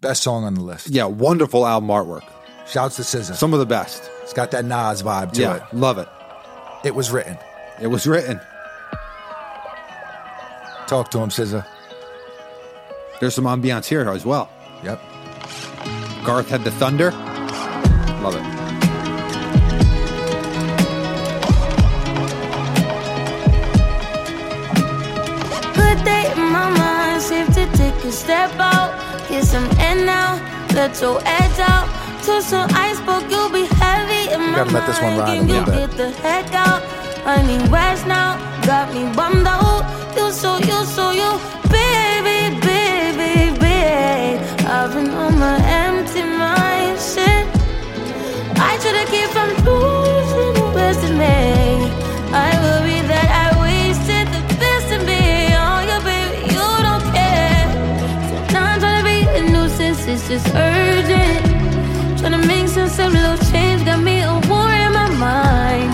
[SPEAKER 1] Best song on the list.
[SPEAKER 2] Yeah. Wonderful album artwork.
[SPEAKER 1] Shouts to SZA.
[SPEAKER 2] Some of the best.
[SPEAKER 1] it's got that Nas vibe to
[SPEAKER 2] yeah,
[SPEAKER 1] it.
[SPEAKER 2] love it.
[SPEAKER 1] It was written.
[SPEAKER 2] It was written.
[SPEAKER 1] Talk to him, SZA.
[SPEAKER 2] There's some ambiance here as well.
[SPEAKER 1] Yep.
[SPEAKER 2] Garth had the thunder. Love it.
[SPEAKER 5] Good day in my mind, safe to take a step out. Get some air now, let your edge out. To some ice, but you'll be heavy in my
[SPEAKER 1] Gotta let this one
[SPEAKER 5] mind.
[SPEAKER 1] ride a
[SPEAKER 5] Can you
[SPEAKER 1] little bit.
[SPEAKER 5] get the heck out? I need rest now, got me bummed out. You so you so you, baby, baby, baby. I've been on my empty mind, shit. I try to keep from losing the best in me. I worry that I wasted the best in me. Oh, yeah, baby, you don't care. Sometimes trying to be a nuisance is just urgent. Trying to make some some little change got me a war in my mind.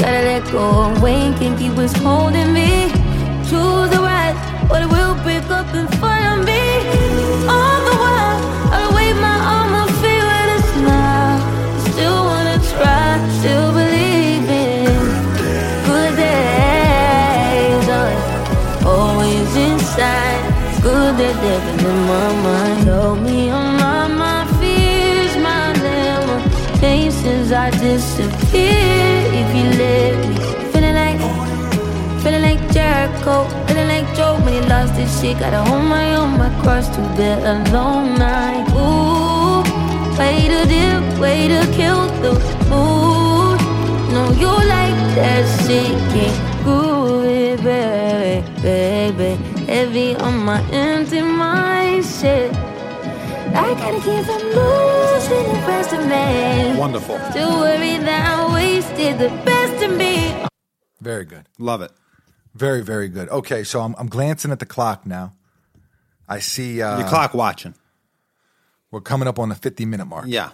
[SPEAKER 5] Gotta let go of Wayne, think he was holding me. Choose the right, but it will pick up in front of me. All the while, I wave my arm, I feel it is now. Still wanna try, still believe in good days are always inside. Good that living in my mind. Told me on my, my fears, my limitations. I disappear if you let me. Feeling like, feeling like Jericho, feeling like Joe when he lost his shit. Gotta hold my own, my cross through the alone night. Ooh, way to dip, way to kill the mood. No, you like that shit, can't groove it, baby, baby. Heavy on my empty mind, shit. I gotta keep from losing the rest of me.
[SPEAKER 2] Wonderful.
[SPEAKER 5] Still worry that I wasted the best of me.
[SPEAKER 1] Very good.
[SPEAKER 2] Love it.
[SPEAKER 1] Very, very good. Okay, so I'm, I'm glancing at the clock now. I see uh,
[SPEAKER 2] The clock watching.
[SPEAKER 1] we're coming up on the 50 minute mark.
[SPEAKER 2] Yeah.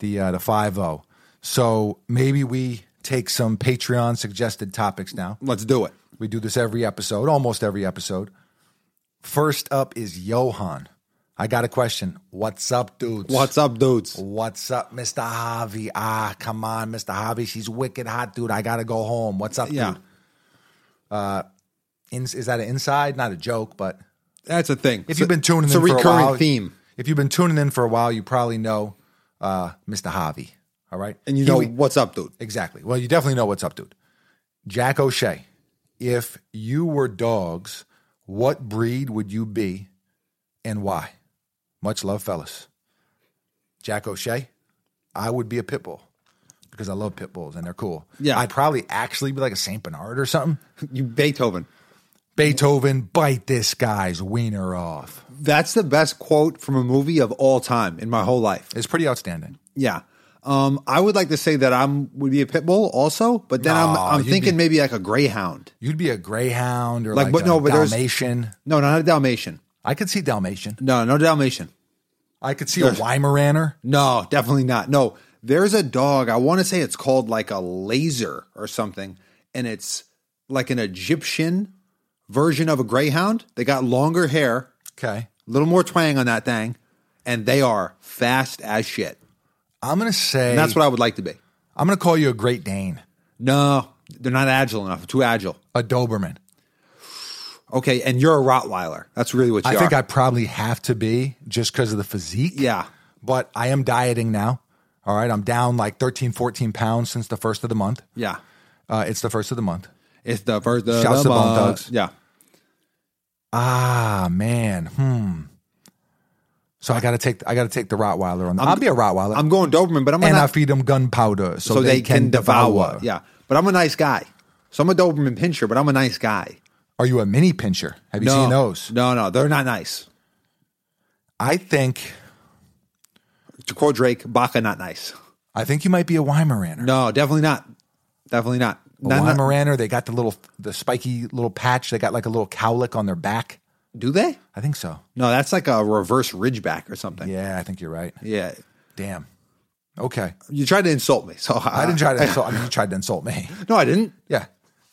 [SPEAKER 1] the uh, the five zero. So maybe we take some Patreon suggested topics now.
[SPEAKER 2] Let's do it.
[SPEAKER 1] We do this every episode, almost every episode. First up is Johan. I got a question. What's up, dudes?
[SPEAKER 2] What's up, dudes?
[SPEAKER 1] What's up, Mr. Javi? Ah, come on, Mr. Javi. She's wicked hot, dude. I gotta go home. What's up,
[SPEAKER 2] Yeah.
[SPEAKER 1] dude? In- is that an inside? Not a joke, but
[SPEAKER 2] That's a thing.
[SPEAKER 1] if you've been tuning
[SPEAKER 2] it's
[SPEAKER 1] in
[SPEAKER 2] a
[SPEAKER 1] for a
[SPEAKER 2] recurring
[SPEAKER 1] while,
[SPEAKER 2] theme.
[SPEAKER 1] If you've been tuning in for a while, you probably know uh, Mr. Javi. All right,
[SPEAKER 2] And you
[SPEAKER 1] He-
[SPEAKER 2] know what's up, dude.
[SPEAKER 1] Exactly. Well, you definitely know what's up, dude. Jack O'Shea, if you were dogs, what breed would you be and why? Much love, fellas. Jack O'Shea, I would be a pit bull because I love pit bulls and they're cool.
[SPEAKER 2] Yeah.
[SPEAKER 1] I'd probably actually be like a St. Bernard or something.
[SPEAKER 2] You Beethoven.
[SPEAKER 1] Beethoven, bite this guy's wiener off.
[SPEAKER 2] That's the best quote from a movie of all time in my whole life.
[SPEAKER 1] It's pretty outstanding.
[SPEAKER 2] Yeah. Um, I would like to say that I'm would be a pit bull also, but then
[SPEAKER 1] No,
[SPEAKER 2] I'm I'm
[SPEAKER 1] you'd
[SPEAKER 2] thinking
[SPEAKER 1] be-
[SPEAKER 2] maybe like a greyhound.
[SPEAKER 1] You'd be a greyhound or
[SPEAKER 2] Like,
[SPEAKER 1] like,
[SPEAKER 2] but
[SPEAKER 1] a
[SPEAKER 2] no, but there's-
[SPEAKER 1] Dalmatian.
[SPEAKER 2] No, not a Dalmatian.
[SPEAKER 1] I could see Dalmatian.
[SPEAKER 2] No, no Dalmatian.
[SPEAKER 1] I could see a Weimaraner.
[SPEAKER 2] No, definitely not. No, there's a dog. I want to say it's called like a laser or something, and it's like an Egyptian version of a greyhound. They got longer hair,
[SPEAKER 1] Okay.
[SPEAKER 2] a little more twang on that thing, and they are fast as shit.
[SPEAKER 1] I'm gonna say
[SPEAKER 2] And that's what I would like to be.
[SPEAKER 1] I'm going to call you a Great Dane,
[SPEAKER 2] No, they're not agile enough. Too agile.
[SPEAKER 1] a Doberman.
[SPEAKER 2] Okay, and you're a Rottweiler. That's really what you
[SPEAKER 1] I
[SPEAKER 2] are.
[SPEAKER 1] think I probably have to be just because of the physique.
[SPEAKER 2] Yeah.
[SPEAKER 1] But I am dieting now. All right. I'm down like 13, 14 pounds since the first of the month.
[SPEAKER 2] Yeah.
[SPEAKER 1] Uh, it's the first of the month.
[SPEAKER 2] It's the first. The,
[SPEAKER 1] Shouts to
[SPEAKER 2] the,
[SPEAKER 1] Bone
[SPEAKER 2] uh,
[SPEAKER 1] Thugs.
[SPEAKER 2] Yeah.
[SPEAKER 1] Ah, man. Hmm. So I got to take I got to take the Rottweiler on. I'll be a Rottweiler.
[SPEAKER 2] I'm going Doberman, but I'm
[SPEAKER 1] and
[SPEAKER 2] gonna
[SPEAKER 1] I feed them gunpowder so, they, can, devour.
[SPEAKER 2] Yeah, but I'm a nice guy. So I'm a Doberman pincher, but I'm a nice guy.
[SPEAKER 1] Are you a mini pincher? Have you seen those?
[SPEAKER 2] No, no, they're not nice.
[SPEAKER 1] I think
[SPEAKER 2] To quote Drake, Baca not nice.
[SPEAKER 1] I think you might be a Weimaraner.
[SPEAKER 2] No, definitely not. Definitely not.
[SPEAKER 1] A
[SPEAKER 2] Not- not-
[SPEAKER 1] Weimaraner, they got the little, the spiky little patch. They got like a little cowlick on their back.
[SPEAKER 2] do they?
[SPEAKER 1] I think so.
[SPEAKER 2] No, that's like a reverse ridgeback or something.
[SPEAKER 1] Yeah, I think you're right.
[SPEAKER 2] Yeah.
[SPEAKER 1] Damn. Okay.
[SPEAKER 2] You tried to insult me, so I,
[SPEAKER 1] I [laughs] didn't try to insult. I mean, you tried to insult me.
[SPEAKER 2] No, I didn't.
[SPEAKER 1] [laughs] Yeah.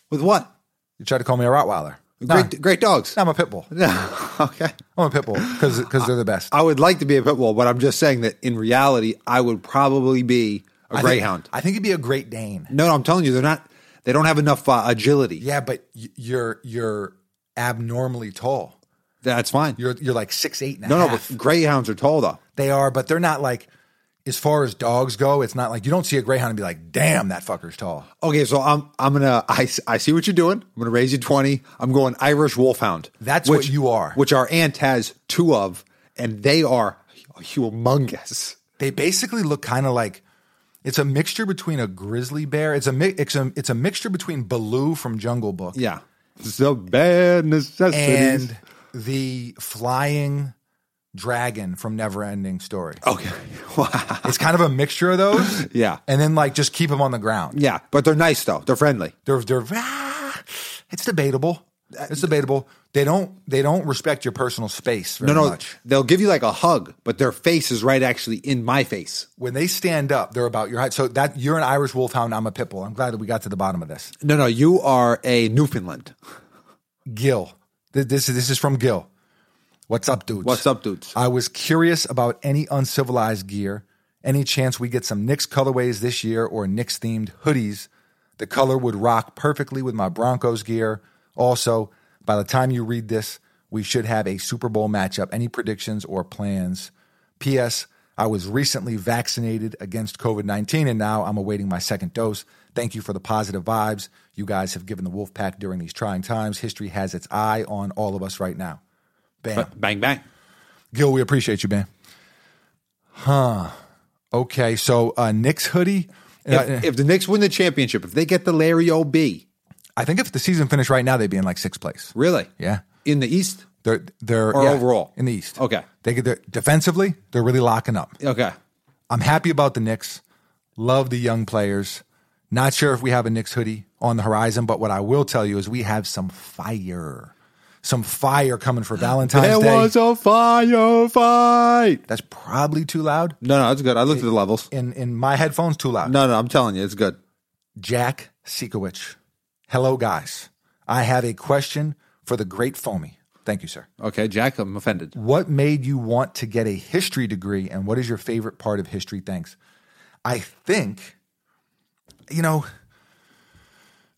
[SPEAKER 2] With what?
[SPEAKER 1] You tried to call me a Rottweiler.
[SPEAKER 2] Great, great dogs. [laughs]
[SPEAKER 1] I'm a pit bull.
[SPEAKER 2] okay.
[SPEAKER 1] I'm a pit bull because they're the best.
[SPEAKER 2] I would like to be a pit bull, but I'm just saying that in reality, I would probably be a
[SPEAKER 1] I think-
[SPEAKER 2] greyhound.
[SPEAKER 1] I think it'd be a great Dane.
[SPEAKER 2] no, no, I'm telling you, they're not. They don't have enough uh, agility.
[SPEAKER 1] Yeah, but y- you're you're abnormally tall.
[SPEAKER 2] That's fine.
[SPEAKER 1] You're you're like six eight and a
[SPEAKER 2] no, no,
[SPEAKER 1] half.
[SPEAKER 2] but greyhounds are tall though.
[SPEAKER 1] they are, but they're not like as far as dogs go. It's not like you don't see a greyhound and be like, "Damn, that fucker's tall."
[SPEAKER 2] Okay, so I'm I'm gonna I, s- I see what you're doing. I'm gonna raise you twenty. I'm going Irish Wolfhound.
[SPEAKER 1] That's what you are.
[SPEAKER 2] Which our aunt has two of, and they are humongous.
[SPEAKER 1] They basically look kind of like it's a mixture between a grizzly bear. It's a mi- it's a it's a mixture between Baloo from Jungle Book
[SPEAKER 2] Yeah, the bad necessities.
[SPEAKER 1] and the flying dragon from Neverending Story.
[SPEAKER 2] okay, [laughs] Wow.
[SPEAKER 1] It's kind of a mixture of those.
[SPEAKER 2] [laughs] Yeah.
[SPEAKER 1] and then like just keep them on the ground.
[SPEAKER 2] yeah, but they're nice though. They're friendly.
[SPEAKER 1] they're they're ah, it's debatable. It's debatable. They don't they don't respect your personal space very
[SPEAKER 2] no, no,
[SPEAKER 1] much.
[SPEAKER 2] they'll give you like a hug, but their face is right actually in my face.
[SPEAKER 1] When they stand up, they're about your height. So that you're an Irish wolfhound, I'm a pit bull. I'm glad that we got to the bottom of this.
[SPEAKER 2] No, no, you are a Newfoundland.
[SPEAKER 1] Gil, th- this is this is from Gil. What's up, dudes?
[SPEAKER 2] What's up, dudes?
[SPEAKER 1] I was curious about any uncivilized gear. Any chance we get some Knicks colorways this year or Knicks themed hoodies? The color would rock perfectly with my Broncos gear. Also, by the time you read this, we should have a Super Bowl matchup. Any predictions or plans? P.S. I was recently vaccinated against COVID 19 and now I'm awaiting my second dose. Thank you for the positive vibes you guys have given the Wolfpack during these trying times. History has its eye on all of us right now. Bam.
[SPEAKER 2] Bang bang.
[SPEAKER 1] Gil, we appreciate you, man. Huh. Okay, so uh, Nick's hoodie. Uh,
[SPEAKER 2] If, if the Knicks win the championship, if they get the Larry O.B.,
[SPEAKER 1] I think if the season finished right now, they'd be in like sixth place.
[SPEAKER 2] really?
[SPEAKER 1] Yeah,
[SPEAKER 2] In the East?
[SPEAKER 1] they're they're
[SPEAKER 2] Or
[SPEAKER 1] yeah,
[SPEAKER 2] overall?
[SPEAKER 1] in the East.
[SPEAKER 2] Okay.
[SPEAKER 1] they get their, defensively. They're really locking up.
[SPEAKER 2] Okay.
[SPEAKER 1] I'm happy about the Knicks. Love the young players. Not sure if we have a Knicks hoodie on the horizon, but what I will tell you is we have some fire, some fire coming for Valentine's
[SPEAKER 2] [gasps] There
[SPEAKER 1] Day.
[SPEAKER 2] was a fire fight.
[SPEAKER 1] That's probably too loud
[SPEAKER 2] No, no, it's good. I looked at the levels.
[SPEAKER 1] in in my headphones. Too loud.
[SPEAKER 2] No, no, I'm telling you, it's good.
[SPEAKER 1] Jack Sikowicz. Hello, guys. I have a question for the great Foamy. Thank you, sir.
[SPEAKER 2] Okay, Jack, I'm offended.
[SPEAKER 1] What made you want to get a history degree, and what is your favorite part of history? Thanks. I think, you know,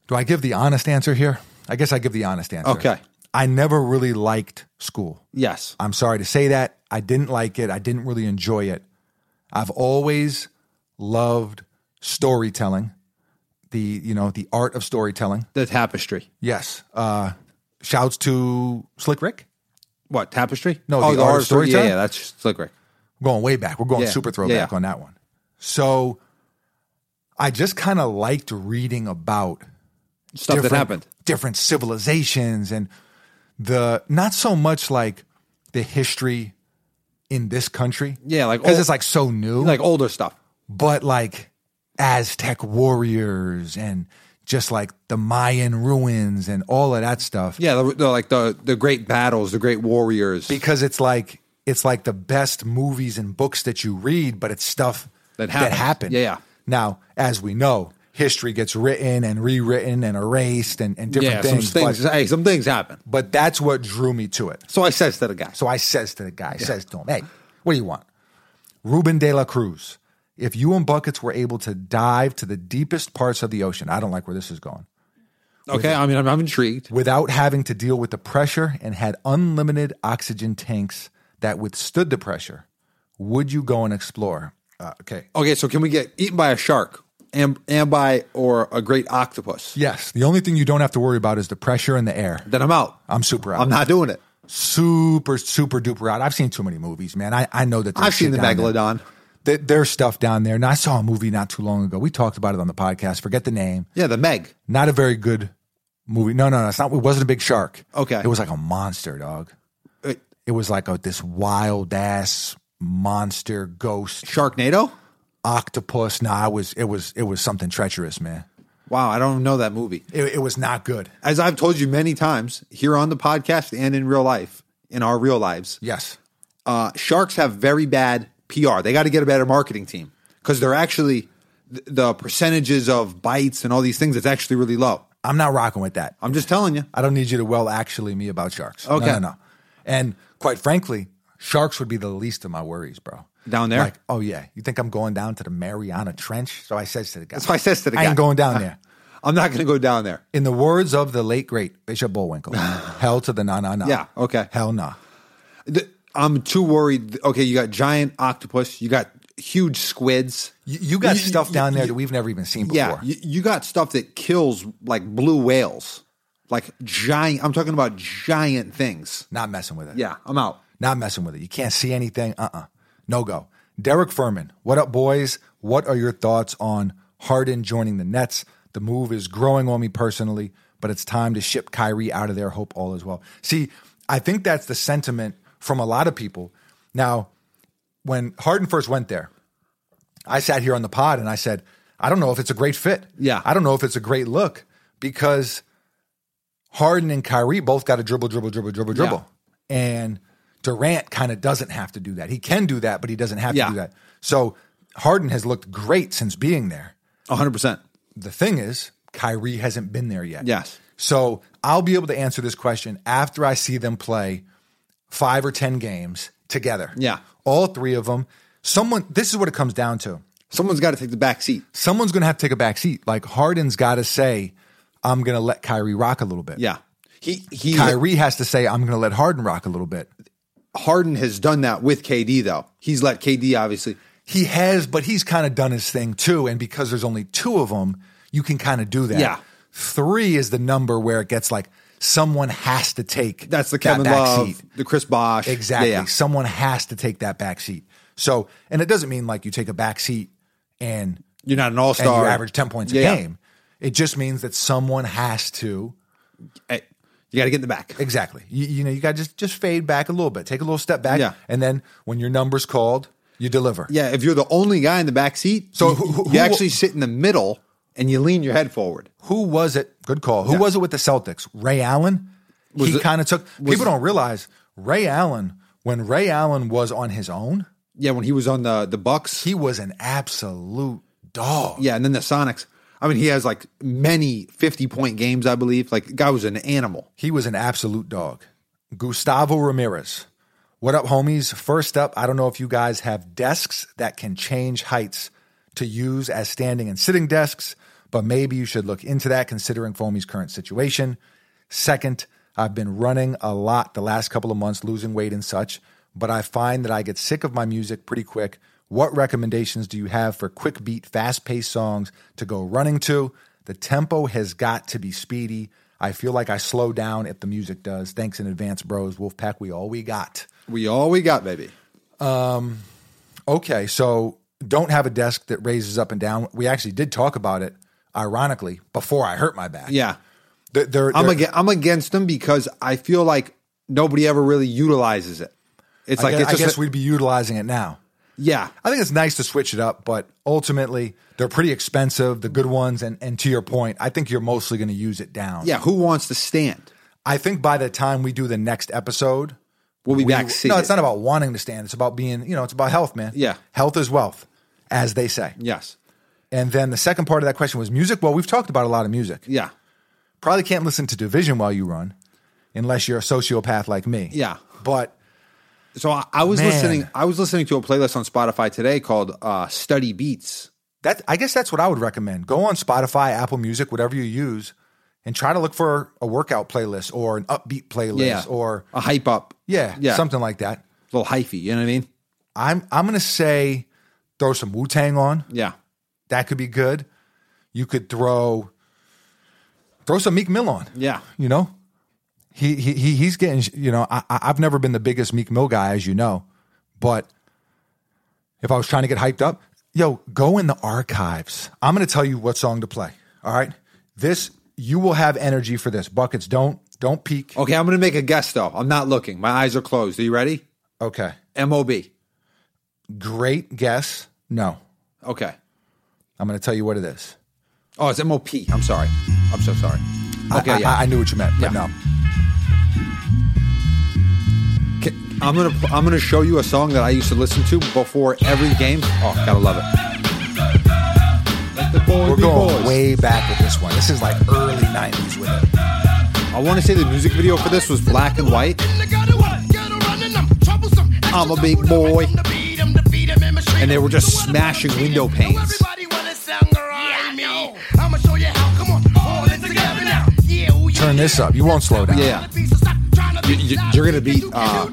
[SPEAKER 1] do I give the honest answer here? I guess I give the honest answer.
[SPEAKER 2] Okay.
[SPEAKER 1] I never really liked school.
[SPEAKER 2] Yes.
[SPEAKER 1] I'm sorry to say that. I didn't like it. I didn't really enjoy it. I've always loved storytelling, the you know the art of storytelling.
[SPEAKER 2] The tapestry.
[SPEAKER 1] Yes. Uh, shouts to Slick Rick.
[SPEAKER 2] What, tapestry? Oh,
[SPEAKER 1] No, the art of storytelling?
[SPEAKER 2] Yeah, yeah, that's just slick Rick.
[SPEAKER 1] We're going way back. We're going
[SPEAKER 2] Yeah,
[SPEAKER 1] super throwback
[SPEAKER 2] yeah.
[SPEAKER 1] on that one. So I just kind of liked reading about
[SPEAKER 2] Stuff that
[SPEAKER 1] different-
[SPEAKER 2] happened.
[SPEAKER 1] different civilizations and the not so much like the history in this country.
[SPEAKER 2] Yeah, like
[SPEAKER 1] because
[SPEAKER 2] old-
[SPEAKER 1] it's like so new.
[SPEAKER 2] Like older stuff.
[SPEAKER 1] but like Aztec warriors and just like the Mayan ruins and all of that stuff.
[SPEAKER 2] Yeah, the, the, like the, the great battles, the great warriors.
[SPEAKER 1] Because it's like it's like the best movies and books that you read, but it's stuff
[SPEAKER 2] That happened. Yeah, yeah.
[SPEAKER 1] Now, as we know, history gets written and rewritten and erased and, and different
[SPEAKER 2] yeah,
[SPEAKER 1] things.
[SPEAKER 2] some things,
[SPEAKER 1] but,
[SPEAKER 2] hey, some things happen.
[SPEAKER 1] but that's what drew me to it.
[SPEAKER 2] So I says to the guy,
[SPEAKER 1] So I says to the guy, says to him, hey, what do you want? Ruben de la Cruz, if you and Buckets were able to dive to the deepest parts of the ocean, I don't like where this is going,
[SPEAKER 2] okay, I mean, I'm, I'm intrigued.
[SPEAKER 1] without having to deal with the pressure and had unlimited oxygen tanks that withstood the pressure, would you go and explore? Uh, okay.
[SPEAKER 2] Okay, so can we get eaten by a shark and, and by or a great octopus?
[SPEAKER 1] Yes. The only thing you don't have to worry about is the pressure in the air.
[SPEAKER 2] Then I'm out.
[SPEAKER 1] I'm super out.
[SPEAKER 2] I'm not doing it.
[SPEAKER 1] super, super duper out. I've seen too many movies, man. I, I know that there's
[SPEAKER 2] I've seen
[SPEAKER 1] shit
[SPEAKER 2] the
[SPEAKER 1] down there.
[SPEAKER 2] megalodon.
[SPEAKER 1] th- there's stuff down there. And I saw a movie not too long ago. We talked about it on the podcast. Forget the name.
[SPEAKER 2] Yeah, the meg.
[SPEAKER 1] Not a very good movie. No, no, no. It's not. It wasn't a big shark.
[SPEAKER 2] Okay.
[SPEAKER 1] It was like a monster dog.
[SPEAKER 2] Uh,
[SPEAKER 1] It was like a this wild ass monster ghost
[SPEAKER 2] Sharknado?
[SPEAKER 1] octopus. Nah, it was it was it was something treacherous, man.
[SPEAKER 2] Wow, I don't know that movie.
[SPEAKER 1] It, it was not good.
[SPEAKER 2] As I've told you many times here on the podcast and in real life, in our real lives,
[SPEAKER 1] Yes.
[SPEAKER 2] uh, sharks have very bad PR. They got to get a better marketing team because they're actually th- the percentages of bites and all these things. It's actually really low.
[SPEAKER 1] I'm not rocking with that.
[SPEAKER 2] I'm just telling you.
[SPEAKER 1] I don't need you to well actually me about sharks.
[SPEAKER 2] Okay.
[SPEAKER 1] No, no, no. And quite frankly, sharks would be the least of my worries, bro.
[SPEAKER 2] Down there?
[SPEAKER 1] Like, oh yeah. You think I'm going down to the Mariana Trench? So I says to the guy.
[SPEAKER 2] That's what I says to the
[SPEAKER 1] I
[SPEAKER 2] guy.
[SPEAKER 1] ain't going
[SPEAKER 2] [laughs]
[SPEAKER 1] down there.
[SPEAKER 2] I'm not going to go down there.
[SPEAKER 1] In the words of the late great Bishop
[SPEAKER 2] [laughs]
[SPEAKER 1] Bullwinkle, hell to the na na na.
[SPEAKER 2] Yeah, okay.
[SPEAKER 1] Hell nah.
[SPEAKER 2] Th- I'm too worried. Okay, you got giant octopus. You got huge squids.
[SPEAKER 1] You, you got
[SPEAKER 2] You-
[SPEAKER 1] stuff
[SPEAKER 2] you-
[SPEAKER 1] down there
[SPEAKER 2] you-
[SPEAKER 1] that we've never even seen before.
[SPEAKER 2] Yeah, you, you got stuff that kills like blue whales, like giant. I'm talking about giant things.
[SPEAKER 1] Not messing with it.
[SPEAKER 2] Yeah, I'm out.
[SPEAKER 1] Not messing with it. You can't see anything. Uh uh No go. Derek Furman, what up, boys? What are your thoughts on Harden joining the Nets? The move is growing on me personally, but it's time to ship Kyrie out of there. Hope all is well. See, I think that's the sentiment from a lot of people. Now, when Harden first went there, I sat here on the pod and I said, I don't know if it's a great fit.
[SPEAKER 2] Yeah.
[SPEAKER 1] I don't know if it's a great look because Harden and Kyrie both got to dribble, dribble, dribble, dribble, dribble. And Durant kind of doesn't have to do that. He can do that, but he doesn't have
[SPEAKER 2] Yeah.
[SPEAKER 1] to do that. So Harden has looked great since being there.
[SPEAKER 2] 100. percent
[SPEAKER 1] The thing is, Kyrie hasn't been there yet.
[SPEAKER 2] Yes.
[SPEAKER 1] So I'll be able to answer this question after I see them play five or 10 games together.
[SPEAKER 2] Yeah.
[SPEAKER 1] All three of them. Someone, this is what it comes down to
[SPEAKER 2] Someone's got to take the back seat.
[SPEAKER 1] someone's going to have to take a back seat. Like Harden's got to say, I'm going to let Kyrie rock a little bit.
[SPEAKER 2] Yeah, he he.
[SPEAKER 1] Kyrie has to say, I'm going to let Harden rock a little bit.
[SPEAKER 2] Harden has done that with KD though. He's let KD obviously.
[SPEAKER 1] He has, but he's kind of done his thing too. And because there's only two of them, you can kind of do that.
[SPEAKER 2] Yeah.
[SPEAKER 1] Three is the number where it gets like someone has to take
[SPEAKER 2] That's the
[SPEAKER 1] that
[SPEAKER 2] Kevin
[SPEAKER 1] back
[SPEAKER 2] Love,
[SPEAKER 1] seat.
[SPEAKER 2] the Chris Bosh.
[SPEAKER 1] Exactly.
[SPEAKER 2] Yeah, yeah.
[SPEAKER 1] Someone has to take that back seat. So, and it doesn't mean like you take a back seat and
[SPEAKER 2] You're not an all
[SPEAKER 1] and
[SPEAKER 2] star.
[SPEAKER 1] you average 10 points a game. It just means that someone has to
[SPEAKER 2] you got to get in the back.
[SPEAKER 1] Exactly. You, you know, you got to just just fade back a little bit, take a little step back,
[SPEAKER 2] Yeah.
[SPEAKER 1] and then when your number's called, you deliver.
[SPEAKER 2] Yeah, if you're the only guy in the back seat,
[SPEAKER 1] So
[SPEAKER 2] you,
[SPEAKER 1] who- who-
[SPEAKER 2] you
[SPEAKER 1] who-
[SPEAKER 2] actually sit in the middle and you lean your head forward.
[SPEAKER 1] Who was it? Good call. Who
[SPEAKER 2] Yeah.
[SPEAKER 1] was it with the Celtics? Ray Allen.
[SPEAKER 2] Was
[SPEAKER 1] he
[SPEAKER 2] it-
[SPEAKER 1] kind of took.
[SPEAKER 2] was-
[SPEAKER 1] people don't realize Ray Allen when Ray Allen was on his own,
[SPEAKER 2] Yeah, when he was on the the Bucks.
[SPEAKER 1] he was an absolute dog.
[SPEAKER 2] yeah, and then the Sonics. I mean, he has like many fifty point games, I believe. Like, guy was an animal.
[SPEAKER 1] He was an absolute dog. Gustavo Ramirez. What up, homies? First up, I don't know if you guys have desks that can change heights to use as standing and sitting desks, but maybe you should look into that considering Foamy's current situation. Second, I've been running a lot the last couple of months, losing weight and such, but I find that I get sick of my music pretty quick. What recommendations do you have for quick beat, fast paced songs to go running to? The tempo has got to be speedy. I feel like I slow down if the music does. Thanks in advance, bros. Wolfpack, we all we got.
[SPEAKER 2] We all we got, baby.
[SPEAKER 1] Okay, so don't have a desk that raises up and down. We actually did talk about it, ironically, before I hurt my back.
[SPEAKER 2] Yeah,
[SPEAKER 1] They're- they're-
[SPEAKER 2] I'm
[SPEAKER 1] they're-
[SPEAKER 2] against, I'm against them because I feel like nobody ever really utilizes it. It's
[SPEAKER 1] I
[SPEAKER 2] like
[SPEAKER 1] guess,
[SPEAKER 2] it's
[SPEAKER 1] I
[SPEAKER 2] just
[SPEAKER 1] guess
[SPEAKER 2] a-
[SPEAKER 1] we'd be utilizing it now.
[SPEAKER 2] yeah.
[SPEAKER 1] I think it's nice to switch it up, but ultimately they're pretty expensive, the good ones, and and to your point, I think you're mostly going to use it down.
[SPEAKER 2] Yeah, who wants to stand?
[SPEAKER 1] I think by the time we do the next episode,
[SPEAKER 2] We'll be
[SPEAKER 1] we-
[SPEAKER 2] back.
[SPEAKER 1] no, it's not about wanting to stand. It's about being, you know, it's about health, man.
[SPEAKER 2] Yeah.
[SPEAKER 1] health is wealth, as they say.
[SPEAKER 2] Yes.
[SPEAKER 1] And then the second part of that question was music. Well, we've talked about a lot of music.
[SPEAKER 2] Yeah.
[SPEAKER 1] probably can't listen to division while you run unless you're a sociopath like me
[SPEAKER 2] Yeah.
[SPEAKER 1] but
[SPEAKER 2] So I, I was
[SPEAKER 1] Man.
[SPEAKER 2] listening. I was listening to a playlist on Spotify today called uh, "Study Beats."
[SPEAKER 1] that i guess that's what i would recommend go on spotify apple music whatever you use and try to look for a workout playlist or an upbeat playlist or
[SPEAKER 2] a hype up.
[SPEAKER 1] yeah,
[SPEAKER 2] yeah,
[SPEAKER 1] something like that
[SPEAKER 2] a little hyphy. You know what I mean?
[SPEAKER 1] i'm i'm going to say throw some wu-tang on
[SPEAKER 2] Yeah,
[SPEAKER 1] that could be good you could throw throw some meek mill on
[SPEAKER 2] yeah,
[SPEAKER 1] you know he he he- he's getting you know I, I- i've never been the biggest meek mill guy as you know but if i was trying to get hyped up yo go in the archives i'm going to tell you what song to play all right this you will have energy for this buckets don't don't peek
[SPEAKER 2] Okay, I'm gonna make a guess though. I'm not looking. My eyes are closed. Are you ready?
[SPEAKER 1] okay
[SPEAKER 2] Mob.
[SPEAKER 1] great guess no
[SPEAKER 2] Okay.
[SPEAKER 1] i'm going to tell you what it is
[SPEAKER 2] Oh, it's Mop. I'm sorry. I'm so sorry. Okay,
[SPEAKER 1] I,
[SPEAKER 2] yeah.
[SPEAKER 1] I, I knew what you meant but
[SPEAKER 2] Yeah.
[SPEAKER 1] no
[SPEAKER 2] K- I'm gonna pl- I'm gonna show you a song that I used to listen to before every game. Oh, gotta love it. The boy
[SPEAKER 1] We're
[SPEAKER 2] be
[SPEAKER 1] going
[SPEAKER 2] boys.
[SPEAKER 1] way back with this one. This is like early 90s with it.
[SPEAKER 2] I want to say the music video for this was black and white. I'm a big boy. And they were just smashing window panes.
[SPEAKER 1] Turn this up. You won't slow down.
[SPEAKER 2] Yeah. You, are going to beat uh,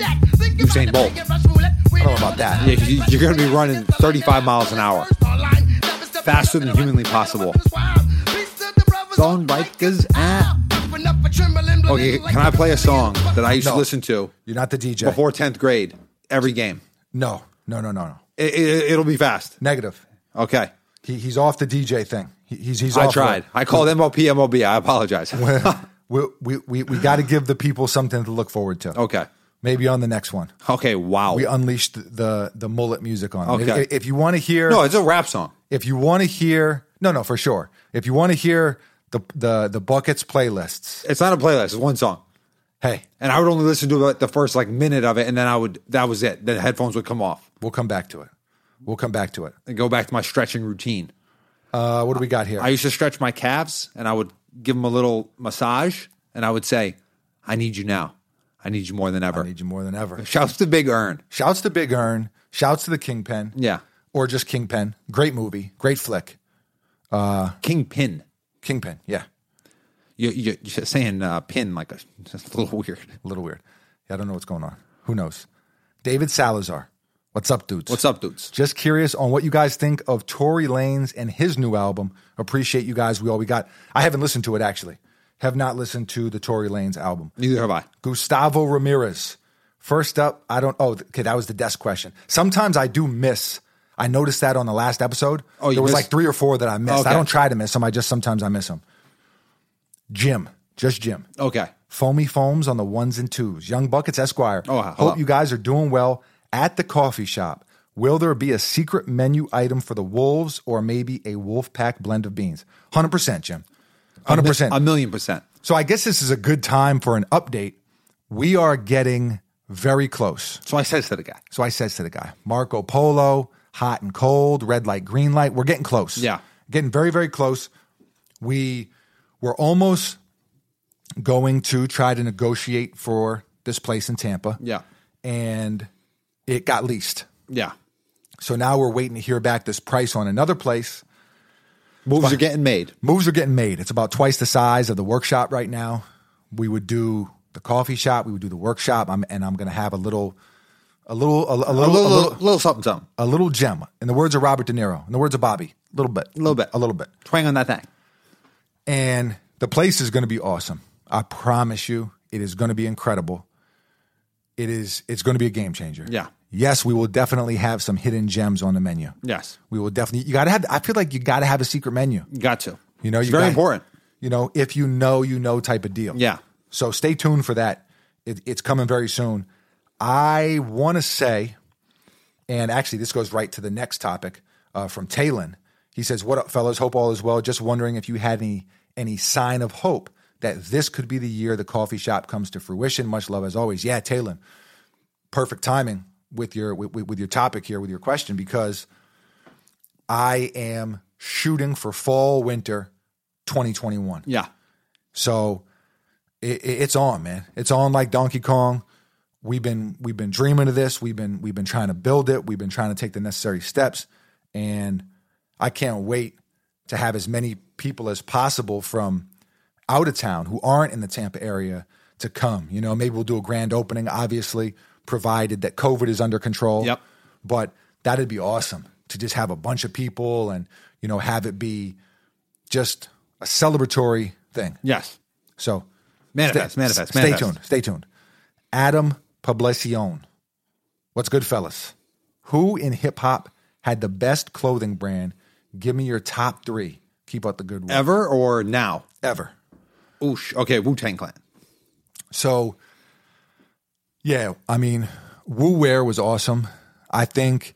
[SPEAKER 2] Usain Bolt.
[SPEAKER 1] I don't know about that.
[SPEAKER 2] Yeah, 'cause you, you're going to be running 35 miles an hour. Faster than humanly possible. Song bikers ah. Okay, can I play a song that I used
[SPEAKER 1] No.
[SPEAKER 2] to listen to
[SPEAKER 1] You're not the DJ.
[SPEAKER 2] before 10th grade every game?
[SPEAKER 1] No, no, no, no, no.
[SPEAKER 2] It, it, it'll be fast.
[SPEAKER 1] Negative.
[SPEAKER 2] Okay.
[SPEAKER 1] He, he's off the DJ thing. He, he's he's.
[SPEAKER 2] I
[SPEAKER 1] off
[SPEAKER 2] tried. I called MLP MLB. I [laughs] apologize.
[SPEAKER 1] We we we, we got to give the people something to look forward to.
[SPEAKER 2] okay.
[SPEAKER 1] Maybe on the next one
[SPEAKER 2] Okay. Wow.
[SPEAKER 1] we unleashed the the mullet music on. them.
[SPEAKER 2] Okay.
[SPEAKER 1] If, if you want to hear,
[SPEAKER 2] No, it's a rap song.
[SPEAKER 1] if you want to hear, no, no, for sure. If you want to hear the the the buckets playlists,
[SPEAKER 2] It's not a playlist. It's one song.
[SPEAKER 1] hey,
[SPEAKER 2] And I would only listen to like the first like minute of it, and then I would that was it. The headphones would come off
[SPEAKER 1] we'll come back to it. We'll come back to it.
[SPEAKER 2] and go back to my stretching routine.
[SPEAKER 1] Uh, what do we got here?
[SPEAKER 2] I used to stretch my calves, and I would give them a little massage, and I would say, "I need you now. I need you more than ever."
[SPEAKER 1] I need you more than ever.
[SPEAKER 2] Shouts to Big Earn.
[SPEAKER 1] Shouts to Big Earn. Shouts to the Kingpin.
[SPEAKER 2] Yeah,
[SPEAKER 1] Or just Kingpin. Great movie. Great flick.
[SPEAKER 2] Kingpin.
[SPEAKER 1] Kingpin. Yeah.
[SPEAKER 2] You, you, you're saying uh, pin like a, [laughs] just a little weird.
[SPEAKER 1] A little weird. I don't know what's going on. Who knows? David Salazar. What's up, dudes?
[SPEAKER 2] What's up, dudes?
[SPEAKER 1] Just curious on what you guys think of Tory Lanez and his new album. Appreciate you guys. We all we got. I haven't listened to it actually. Have not listened to the Tory Lanez album.
[SPEAKER 2] Neither have I.
[SPEAKER 1] Gustavo Ramirez. First up, I don't. Oh, okay, that was the desk question. Sometimes I do miss. I noticed that on the last episode.
[SPEAKER 2] Oh, you
[SPEAKER 1] there was
[SPEAKER 2] missed-
[SPEAKER 1] like three or four that I missed. I
[SPEAKER 2] Okay.
[SPEAKER 1] don't try to miss them. I just sometimes I miss them. Jim, just Jim.
[SPEAKER 2] Okay.
[SPEAKER 1] Foamy foams on the ones and twos. Young Buckets Esquire.
[SPEAKER 2] Oh, hold
[SPEAKER 1] hope
[SPEAKER 2] up.
[SPEAKER 1] you guys are doing well at the coffee shop. Will there be a secret menu item for the wolves, or maybe a wolf pack blend of beans? Hundred percent, Jim. Hundred percent.
[SPEAKER 2] A million percent.
[SPEAKER 1] So I guess this is a good time for an update. We are getting very close.
[SPEAKER 2] So I says to the guy,
[SPEAKER 1] So I says to the guy, Marco Polo, hot and cold, red light, green light. We're getting close.
[SPEAKER 2] Yeah.
[SPEAKER 1] Getting very, very close. We were almost going to try to negotiate for this place in Tampa.
[SPEAKER 2] "Yeah,
[SPEAKER 1] And it got leased.
[SPEAKER 2] yeah."
[SPEAKER 1] So now we're waiting to hear back this price on another place.
[SPEAKER 2] Moves are getting made.
[SPEAKER 1] Moves are getting made. It's about twice the size of the workshop right now. We would do the coffee shop, we would do the workshop, I'm, and I'm going to have a little, a little, a, a little, a
[SPEAKER 2] A little, uh,
[SPEAKER 1] little,
[SPEAKER 2] little, little something, something.
[SPEAKER 1] a little gem. In the words of Robert De Niro, in the words of Bobby, a little bit, a
[SPEAKER 2] little bit.
[SPEAKER 1] a little bit.
[SPEAKER 2] Twang on that thing.
[SPEAKER 1] And the place is going to be awesome. I promise you, it is going to be incredible. It is. It's going to be a game changer.
[SPEAKER 2] Yeah.
[SPEAKER 1] Yes, we will definitely have some hidden gems on the menu.
[SPEAKER 2] Yes.
[SPEAKER 1] We will definitely. You got to have. I feel like you got to have a secret menu.
[SPEAKER 2] Got to.
[SPEAKER 1] You know,
[SPEAKER 2] it's
[SPEAKER 1] you
[SPEAKER 2] very
[SPEAKER 1] got-
[SPEAKER 2] important.
[SPEAKER 1] You know, if you know, you know type of deal.
[SPEAKER 2] Yeah.
[SPEAKER 1] So stay tuned for that. It, it's coming very soon. I want to say, and actually, this goes right to the next topic uh, from Talon. He says, "What up, fellas? Hope all is well. Just wondering if you had any any sign of hope that this could be the year the coffee shop comes to fruition. Much love as always. Yeah, Talon, perfect timing with your with, with with your topic here with your question because I am shooting for fall winter 2021.
[SPEAKER 2] Yeah.
[SPEAKER 1] So it, it- it's on, man. It's on like Donkey Kong. We've been we've been dreaming of this. We've been we've been trying to build it. We've been trying to take the necessary steps, and I can't wait to have as many people as possible from out of town who aren't in the Tampa area to come. You know, maybe we'll do a grand opening, obviously, provided that COVID is under control.
[SPEAKER 2] Yep.
[SPEAKER 1] But that'd be awesome to just have a bunch of people and you know have it be just a celebratory thing.
[SPEAKER 2] Yes.
[SPEAKER 1] So
[SPEAKER 2] Manifest,
[SPEAKER 1] stay,
[SPEAKER 2] manifest,
[SPEAKER 1] Stay
[SPEAKER 2] manifest.
[SPEAKER 1] tuned. Stay tuned. Adam Publicion. What's good, fellas? Who in hip hop had the best clothing brand? Give me your top three. Keep up the good work.
[SPEAKER 2] Ever or now?
[SPEAKER 1] Ever.
[SPEAKER 2] Oosh. Okay. Wu Tang Clan.
[SPEAKER 1] So, yeah, I mean, Wu Wear was awesome. I think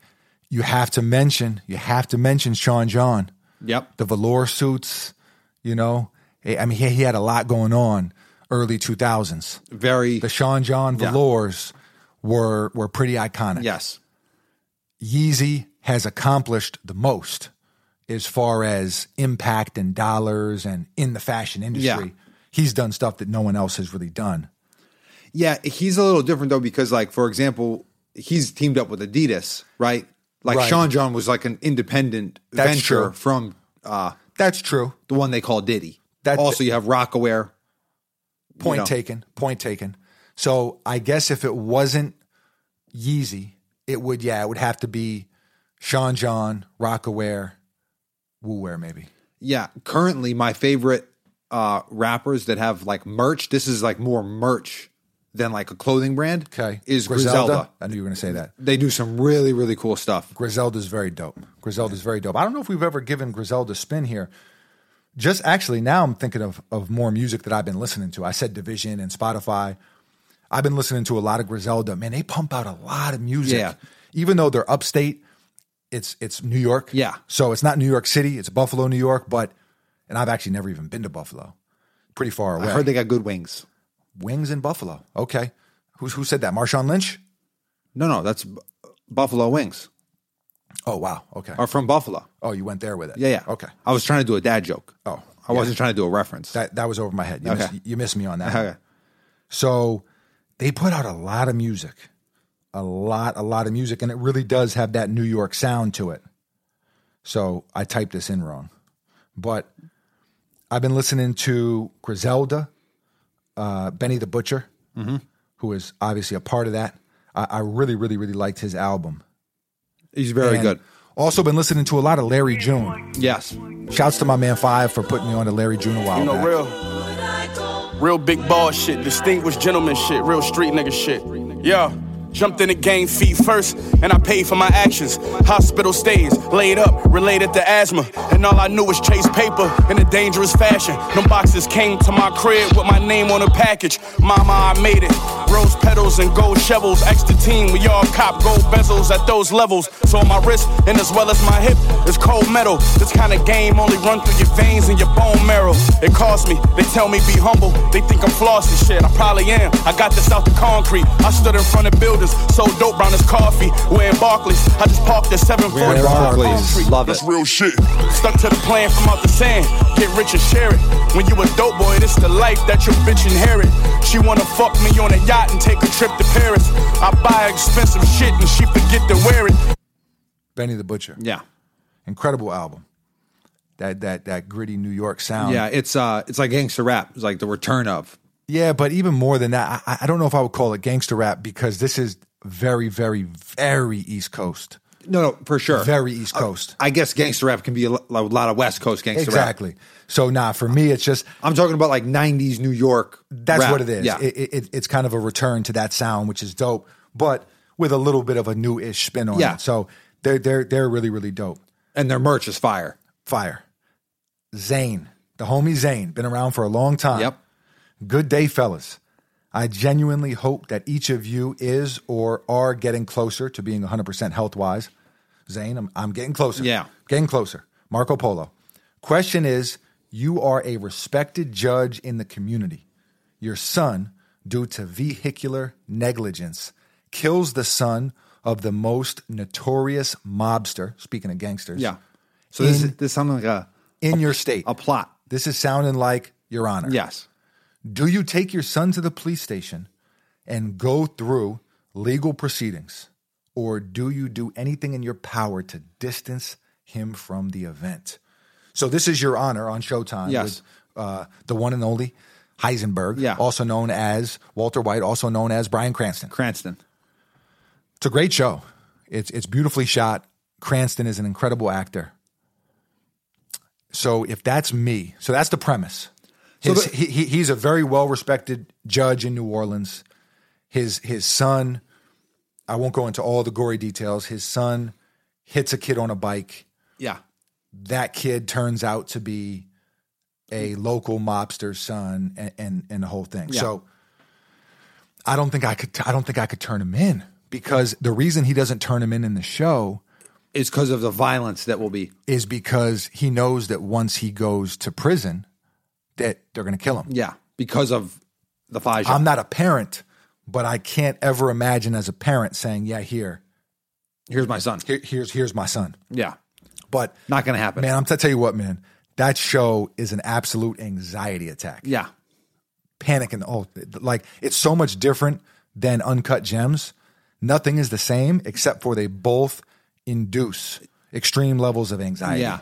[SPEAKER 1] you have to mention, you have to mention Sean John.
[SPEAKER 2] Yep.
[SPEAKER 1] the velour suits, you know. Eh, I mean, he, he had a lot going on early 2000s.
[SPEAKER 2] Very.
[SPEAKER 1] The Sean John
[SPEAKER 2] Yeah.
[SPEAKER 1] velours were were pretty iconic.
[SPEAKER 2] yes.
[SPEAKER 1] Yeezy has accomplished the most as far as impact and dollars and in the fashion industry. He's done stuff that no one else has really done.
[SPEAKER 2] Yeah, he's a little different though because, like, for example, he's teamed up with Adidas, right? Like
[SPEAKER 1] Right.
[SPEAKER 2] Sean John was like an independent
[SPEAKER 1] That's
[SPEAKER 2] venture
[SPEAKER 1] true.
[SPEAKER 2] from uh,
[SPEAKER 1] That's true.
[SPEAKER 2] the one they call Diddy.
[SPEAKER 1] That-
[SPEAKER 2] also, you have Rockaware.
[SPEAKER 1] Point
[SPEAKER 2] know.
[SPEAKER 1] taken. Point taken. So I guess if it wasn't Yeezy, it would yeah, it would have to be Sean John, Rockaware, Wear maybe.
[SPEAKER 2] Yeah, currently my favorite uh, rappers that have like merch. This is like more merch than like a clothing brand.
[SPEAKER 1] Okay.
[SPEAKER 2] is Griselda.
[SPEAKER 1] I knew you were gonna say that.
[SPEAKER 2] They do some really really cool stuff.
[SPEAKER 1] Griselda's very dope. Griselda's very dope. I don't know if we've ever given Griselda a spin here. Just actually now I'm thinking of of more music that I've been listening to. I said Division and Spotify. I've been listening to a lot of Griselda. Man, they pump out a lot of music.
[SPEAKER 2] Yeah.
[SPEAKER 1] Even though they're upstate, it's it's New York.
[SPEAKER 2] Yeah.
[SPEAKER 1] So it's not New York City, it's Buffalo, New York, but and I've actually never even been to Buffalo. Pretty far away.
[SPEAKER 2] I heard they got good wings.
[SPEAKER 1] Wings in Buffalo. Okay. Who's who said that? Marshawn Lynch?
[SPEAKER 2] No, no, that's B- Buffalo wings
[SPEAKER 1] Oh wow. Okay.
[SPEAKER 2] are from Buffalo.
[SPEAKER 1] Oh, you went there with it.
[SPEAKER 2] Yeah, yeah.
[SPEAKER 1] Okay.
[SPEAKER 2] I was trying to do a dad joke.
[SPEAKER 1] Oh,
[SPEAKER 2] I wasn't trying to do a reference.
[SPEAKER 1] That that was over my head. You,
[SPEAKER 2] Okay.
[SPEAKER 1] missed, you missed me on that. one.
[SPEAKER 2] [laughs] okay.
[SPEAKER 1] So they put out a lot of music, a lot, a lot of music, and it really does have that New York sound to it. So I typed this in wrong, but I've been listening to Griselda, uh, Benny the Butcher,
[SPEAKER 2] Mm-hmm.
[SPEAKER 1] who is obviously a part of that. I, I really, really, really liked his album.
[SPEAKER 2] He's very
[SPEAKER 1] And
[SPEAKER 2] good.
[SPEAKER 1] Also been listening to a lot of Larry June.
[SPEAKER 2] Yes.
[SPEAKER 1] Shouts to my man Five for putting me on to Larry June a while
[SPEAKER 13] You know,
[SPEAKER 1] back.
[SPEAKER 13] real. Real big boss shit, distinguished gentleman shit, real street nigga shit. Yeah. Jumped in the game feet first, and I paid for my actions. Hospital stays, laid up, related to asthma. And all I knew was chase paper in a dangerous fashion. Them boxes came to my crib with my name on the package. Mama, I made it. Rose petals and gold shovels. Extra team, we all cop gold bezels at those levels. So on my wrist and as well as my hip is cold metal. This kind of game only run through your veins and your bone marrow. It cost me. They tell me be humble. They think I'm flossy shit. I probably am. I got this out the concrete. I stood in front of builders, so dope round as coffee. We're in Barclays. I just parked at 740.
[SPEAKER 2] We're in Barclays. Love it.
[SPEAKER 13] That's real shit. Stuck to the plan from out the sand. Get rich and share it. When you a dope boy, this the life that your bitch inherit. She wanna fuck me on a yacht and take a trip to Paris. I buy expensive shit and she forget to wear it.
[SPEAKER 1] Benny the Butcher.
[SPEAKER 2] Yeah.
[SPEAKER 1] incredible album. That that that gritty New York sound.
[SPEAKER 2] Yeah. It's uh it's like gangster rap. It's like the return of.
[SPEAKER 1] yeah. But even more than that, I, I don't know if I would call it gangster rap because this is very, very, very East Coast.
[SPEAKER 2] No, no, for sure.
[SPEAKER 1] Very East Coast.
[SPEAKER 2] I guess gangster rap can be a lo- a lot of West Coast gangster rap.
[SPEAKER 1] exactly. So nah, for me, it's just
[SPEAKER 2] I'm talking about like 90s New York.
[SPEAKER 1] that's
[SPEAKER 2] rap.
[SPEAKER 1] what it is.
[SPEAKER 2] Yeah.
[SPEAKER 1] It, it- it- it's kind of a return to that sound, which is dope, but with a little bit of a new-ish spin on
[SPEAKER 2] Yeah.
[SPEAKER 1] it. So they're they're they're really really dope.
[SPEAKER 2] and their merch is fire.
[SPEAKER 1] Fire, Zane, the homie Zane, been around for a long time.
[SPEAKER 2] Yep.
[SPEAKER 1] Good day, fellas. I genuinely hope that each of you is or are getting closer to being 100% health wise. Zane, I'm, I'm getting closer.
[SPEAKER 2] Yeah.
[SPEAKER 1] Getting closer. Marco Polo. Question is You are a respected judge in the community. Your son, due to vehicular negligence, kills the son of the most notorious mobster, speaking of gangsters,
[SPEAKER 2] Yeah. So this
[SPEAKER 1] In-
[SPEAKER 2] is this sounds like a
[SPEAKER 1] in your state.
[SPEAKER 2] a plot.
[SPEAKER 1] This is sounding like Your Honor.
[SPEAKER 2] Yes.
[SPEAKER 1] Do you take your son to the police station and go through legal proceedings, or do you do anything in your power to distance him from the event? So, this is your honor on Showtime
[SPEAKER 2] Yes.
[SPEAKER 1] with uh, the one and only Heisenberg,
[SPEAKER 2] Yeah.
[SPEAKER 1] also known as Walter White, also known as Brian Cranston.
[SPEAKER 2] Cranston.
[SPEAKER 1] It's a great show. It's it's beautifully shot. Cranston is an incredible actor. So if that's me, so that's the premise.
[SPEAKER 2] So
[SPEAKER 1] His-
[SPEAKER 2] the-
[SPEAKER 1] he, he, he's a very well respected judge in New Orleans. His his son, I won't go into all the gory details. His son hits a kid on a bike.
[SPEAKER 2] Yeah.
[SPEAKER 1] That kid turns out to be a local mobster's son, and and, and the whole thing.
[SPEAKER 2] Yeah.
[SPEAKER 1] So I don't think I could. I don't think I could turn him in because the reason he doesn't turn him in in the show
[SPEAKER 2] It's because of the violence that will be.
[SPEAKER 1] is because he knows that once he goes to prison, that they're going to kill him.
[SPEAKER 2] Yeah. Because of the Faja.
[SPEAKER 1] I'm not a parent, but I can't ever imagine as a parent saying, "Yeah, here,
[SPEAKER 2] Here's my son.
[SPEAKER 1] here here's here's my son."
[SPEAKER 2] Yeah.
[SPEAKER 1] But
[SPEAKER 2] not going to happen.
[SPEAKER 1] man, I'm to tell you what, man, that show is an absolute anxiety attack.
[SPEAKER 2] Yeah.
[SPEAKER 1] Panic and oh, like it's so much different than Uncut Gems. Nothing is the same except for they both induce extreme levels of anxiety.
[SPEAKER 2] Yeah.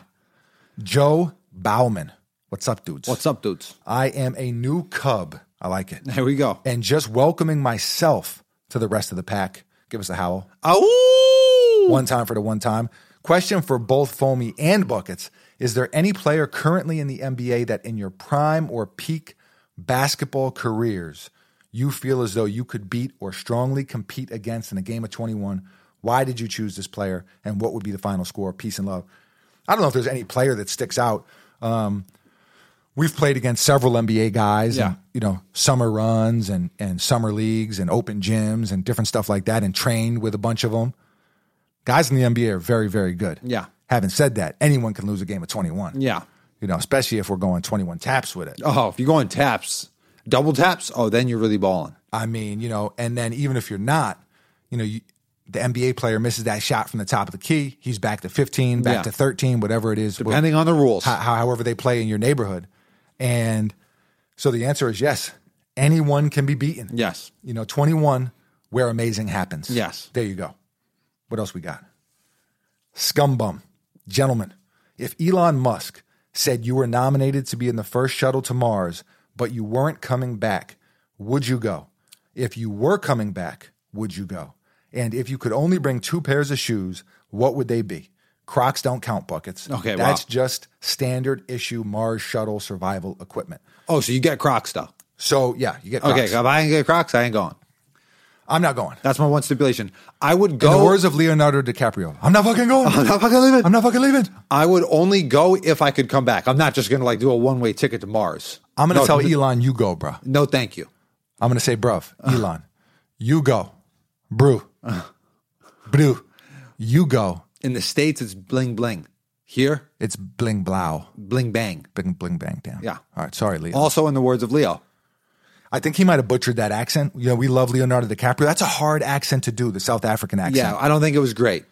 [SPEAKER 1] Joe Bauman, what's up, dudes?
[SPEAKER 2] What's up, dudes?
[SPEAKER 1] I am a new cub. I like
[SPEAKER 2] [laughs]
[SPEAKER 1] it.
[SPEAKER 2] There we go.
[SPEAKER 1] And just welcoming myself to the rest of the pack. Give us a howl.
[SPEAKER 2] Oh,
[SPEAKER 1] One time for the one time. Question for both Foamy and Buckets. Is there any player currently in the NBA that in your prime or peak basketball careers you feel as though you could beat or strongly compete against in a game of 21? Why did you choose this player and what would be the final score? Peace and love. I don't know if there's any player that sticks out. Um, we've played against several NBA guys,
[SPEAKER 2] Yeah.
[SPEAKER 1] and, you know, summer runs and and summer leagues and open gyms and different stuff like that, and trained with a bunch of them. Guys in the NBA are very, very good.
[SPEAKER 2] Yeah.
[SPEAKER 1] Having said that, anyone can lose a game of twenty one.
[SPEAKER 2] Yeah.
[SPEAKER 1] You know, especially if we're going twenty one taps with it.
[SPEAKER 2] Oh, if you go on taps, double taps, oh, then you're really balling.
[SPEAKER 1] I mean, you know, and then even if you're not, you know, you, the NBA player misses that shot from the top of the key. He's back to 15, back
[SPEAKER 2] Yeah.
[SPEAKER 1] to 13, whatever it is.
[SPEAKER 2] Depending on the rules.
[SPEAKER 1] ho- however they play in your neighborhood. And so the answer is yes. Anyone can be beaten.
[SPEAKER 2] Yes.
[SPEAKER 1] You know, 21, where amazing happens.
[SPEAKER 2] Yes.
[SPEAKER 1] There you go. What else we got? Scumbum. Gentlemen, if Elon Musk said you were nominated to be in the first shuttle to Mars, but you weren't coming back, would you go? If you were coming back, would you go? And if you could only bring two pairs of shoes, what would they be? Crocs don't count buckets.
[SPEAKER 2] Okay, wow.
[SPEAKER 1] That's just standard issue Mars shuttle survival equipment.
[SPEAKER 2] Oh, so you get Crocs though.
[SPEAKER 1] So, yeah, you get
[SPEAKER 2] Okay,
[SPEAKER 1] Crocs.
[SPEAKER 2] if I ain't get Crocs, I ain't going.
[SPEAKER 1] I'm not going.
[SPEAKER 2] That's my one stipulation. I would
[SPEAKER 1] In
[SPEAKER 2] go.
[SPEAKER 1] the words of Leonardo DiCaprio, I'm not fucking going.
[SPEAKER 2] I'm not fucking leaving.
[SPEAKER 1] I'm not fucking leaving.
[SPEAKER 2] I would only go if I could come back. I'm not just gonna like do a one way ticket to Mars.
[SPEAKER 1] I'm gonna
[SPEAKER 2] No,
[SPEAKER 1] tell
[SPEAKER 2] th-
[SPEAKER 1] Elon, you go, bruh.
[SPEAKER 2] No, thank you.
[SPEAKER 1] I'm gonna say, bruv,
[SPEAKER 2] Uh.
[SPEAKER 1] Elon, you go, brew, brew, you go.
[SPEAKER 2] In the states, it's bling bling. Here,
[SPEAKER 1] It's bling blow,
[SPEAKER 2] bling bang.
[SPEAKER 1] bling bling bang down.
[SPEAKER 2] Yeah.
[SPEAKER 1] All right. Sorry, Leo.
[SPEAKER 2] Also, in the words of Leo,
[SPEAKER 1] I think he might have butchered that accent. You know, we love Leonardo DiCaprio. That's a hard accent to do, the South African accent.
[SPEAKER 2] yeah, I don't think it was great.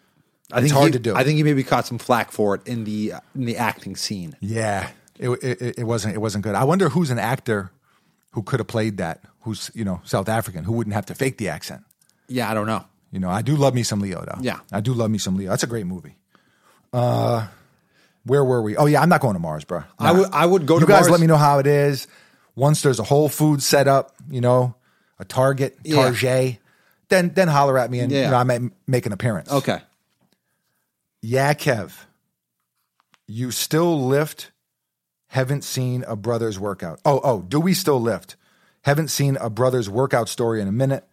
[SPEAKER 2] I think
[SPEAKER 1] hard
[SPEAKER 2] he-
[SPEAKER 1] to do.
[SPEAKER 2] I think he maybe caught some flack for it in the in the acting scene.
[SPEAKER 1] Yeah, it, it it wasn't it wasn't good. I wonder who's an actor who could have played that. Who's you know South African who wouldn't have to fake the accent.
[SPEAKER 2] Yeah, I don't know.
[SPEAKER 1] You know, I do love me some Leo though.
[SPEAKER 2] Yeah.
[SPEAKER 1] I do love me some Leo. That's a great movie. Uh, where were we? Oh yeah, I'm not going to Mars, bro.
[SPEAKER 2] I would I would go
[SPEAKER 1] you
[SPEAKER 2] to
[SPEAKER 1] guys
[SPEAKER 2] Mars.
[SPEAKER 1] let me know how it is. Once there's a Whole Foods set up, you know, a Target,
[SPEAKER 2] Yeah.
[SPEAKER 1] Target, then then holler at me and you
[SPEAKER 2] Yeah.
[SPEAKER 1] know, I might m- make an appearance.
[SPEAKER 2] Okay.
[SPEAKER 1] Yeah, Kev. You still lift. Haven't seen a brother's workout. Oh, oh, do we still lift? Haven't seen a brother's workout story in a minute.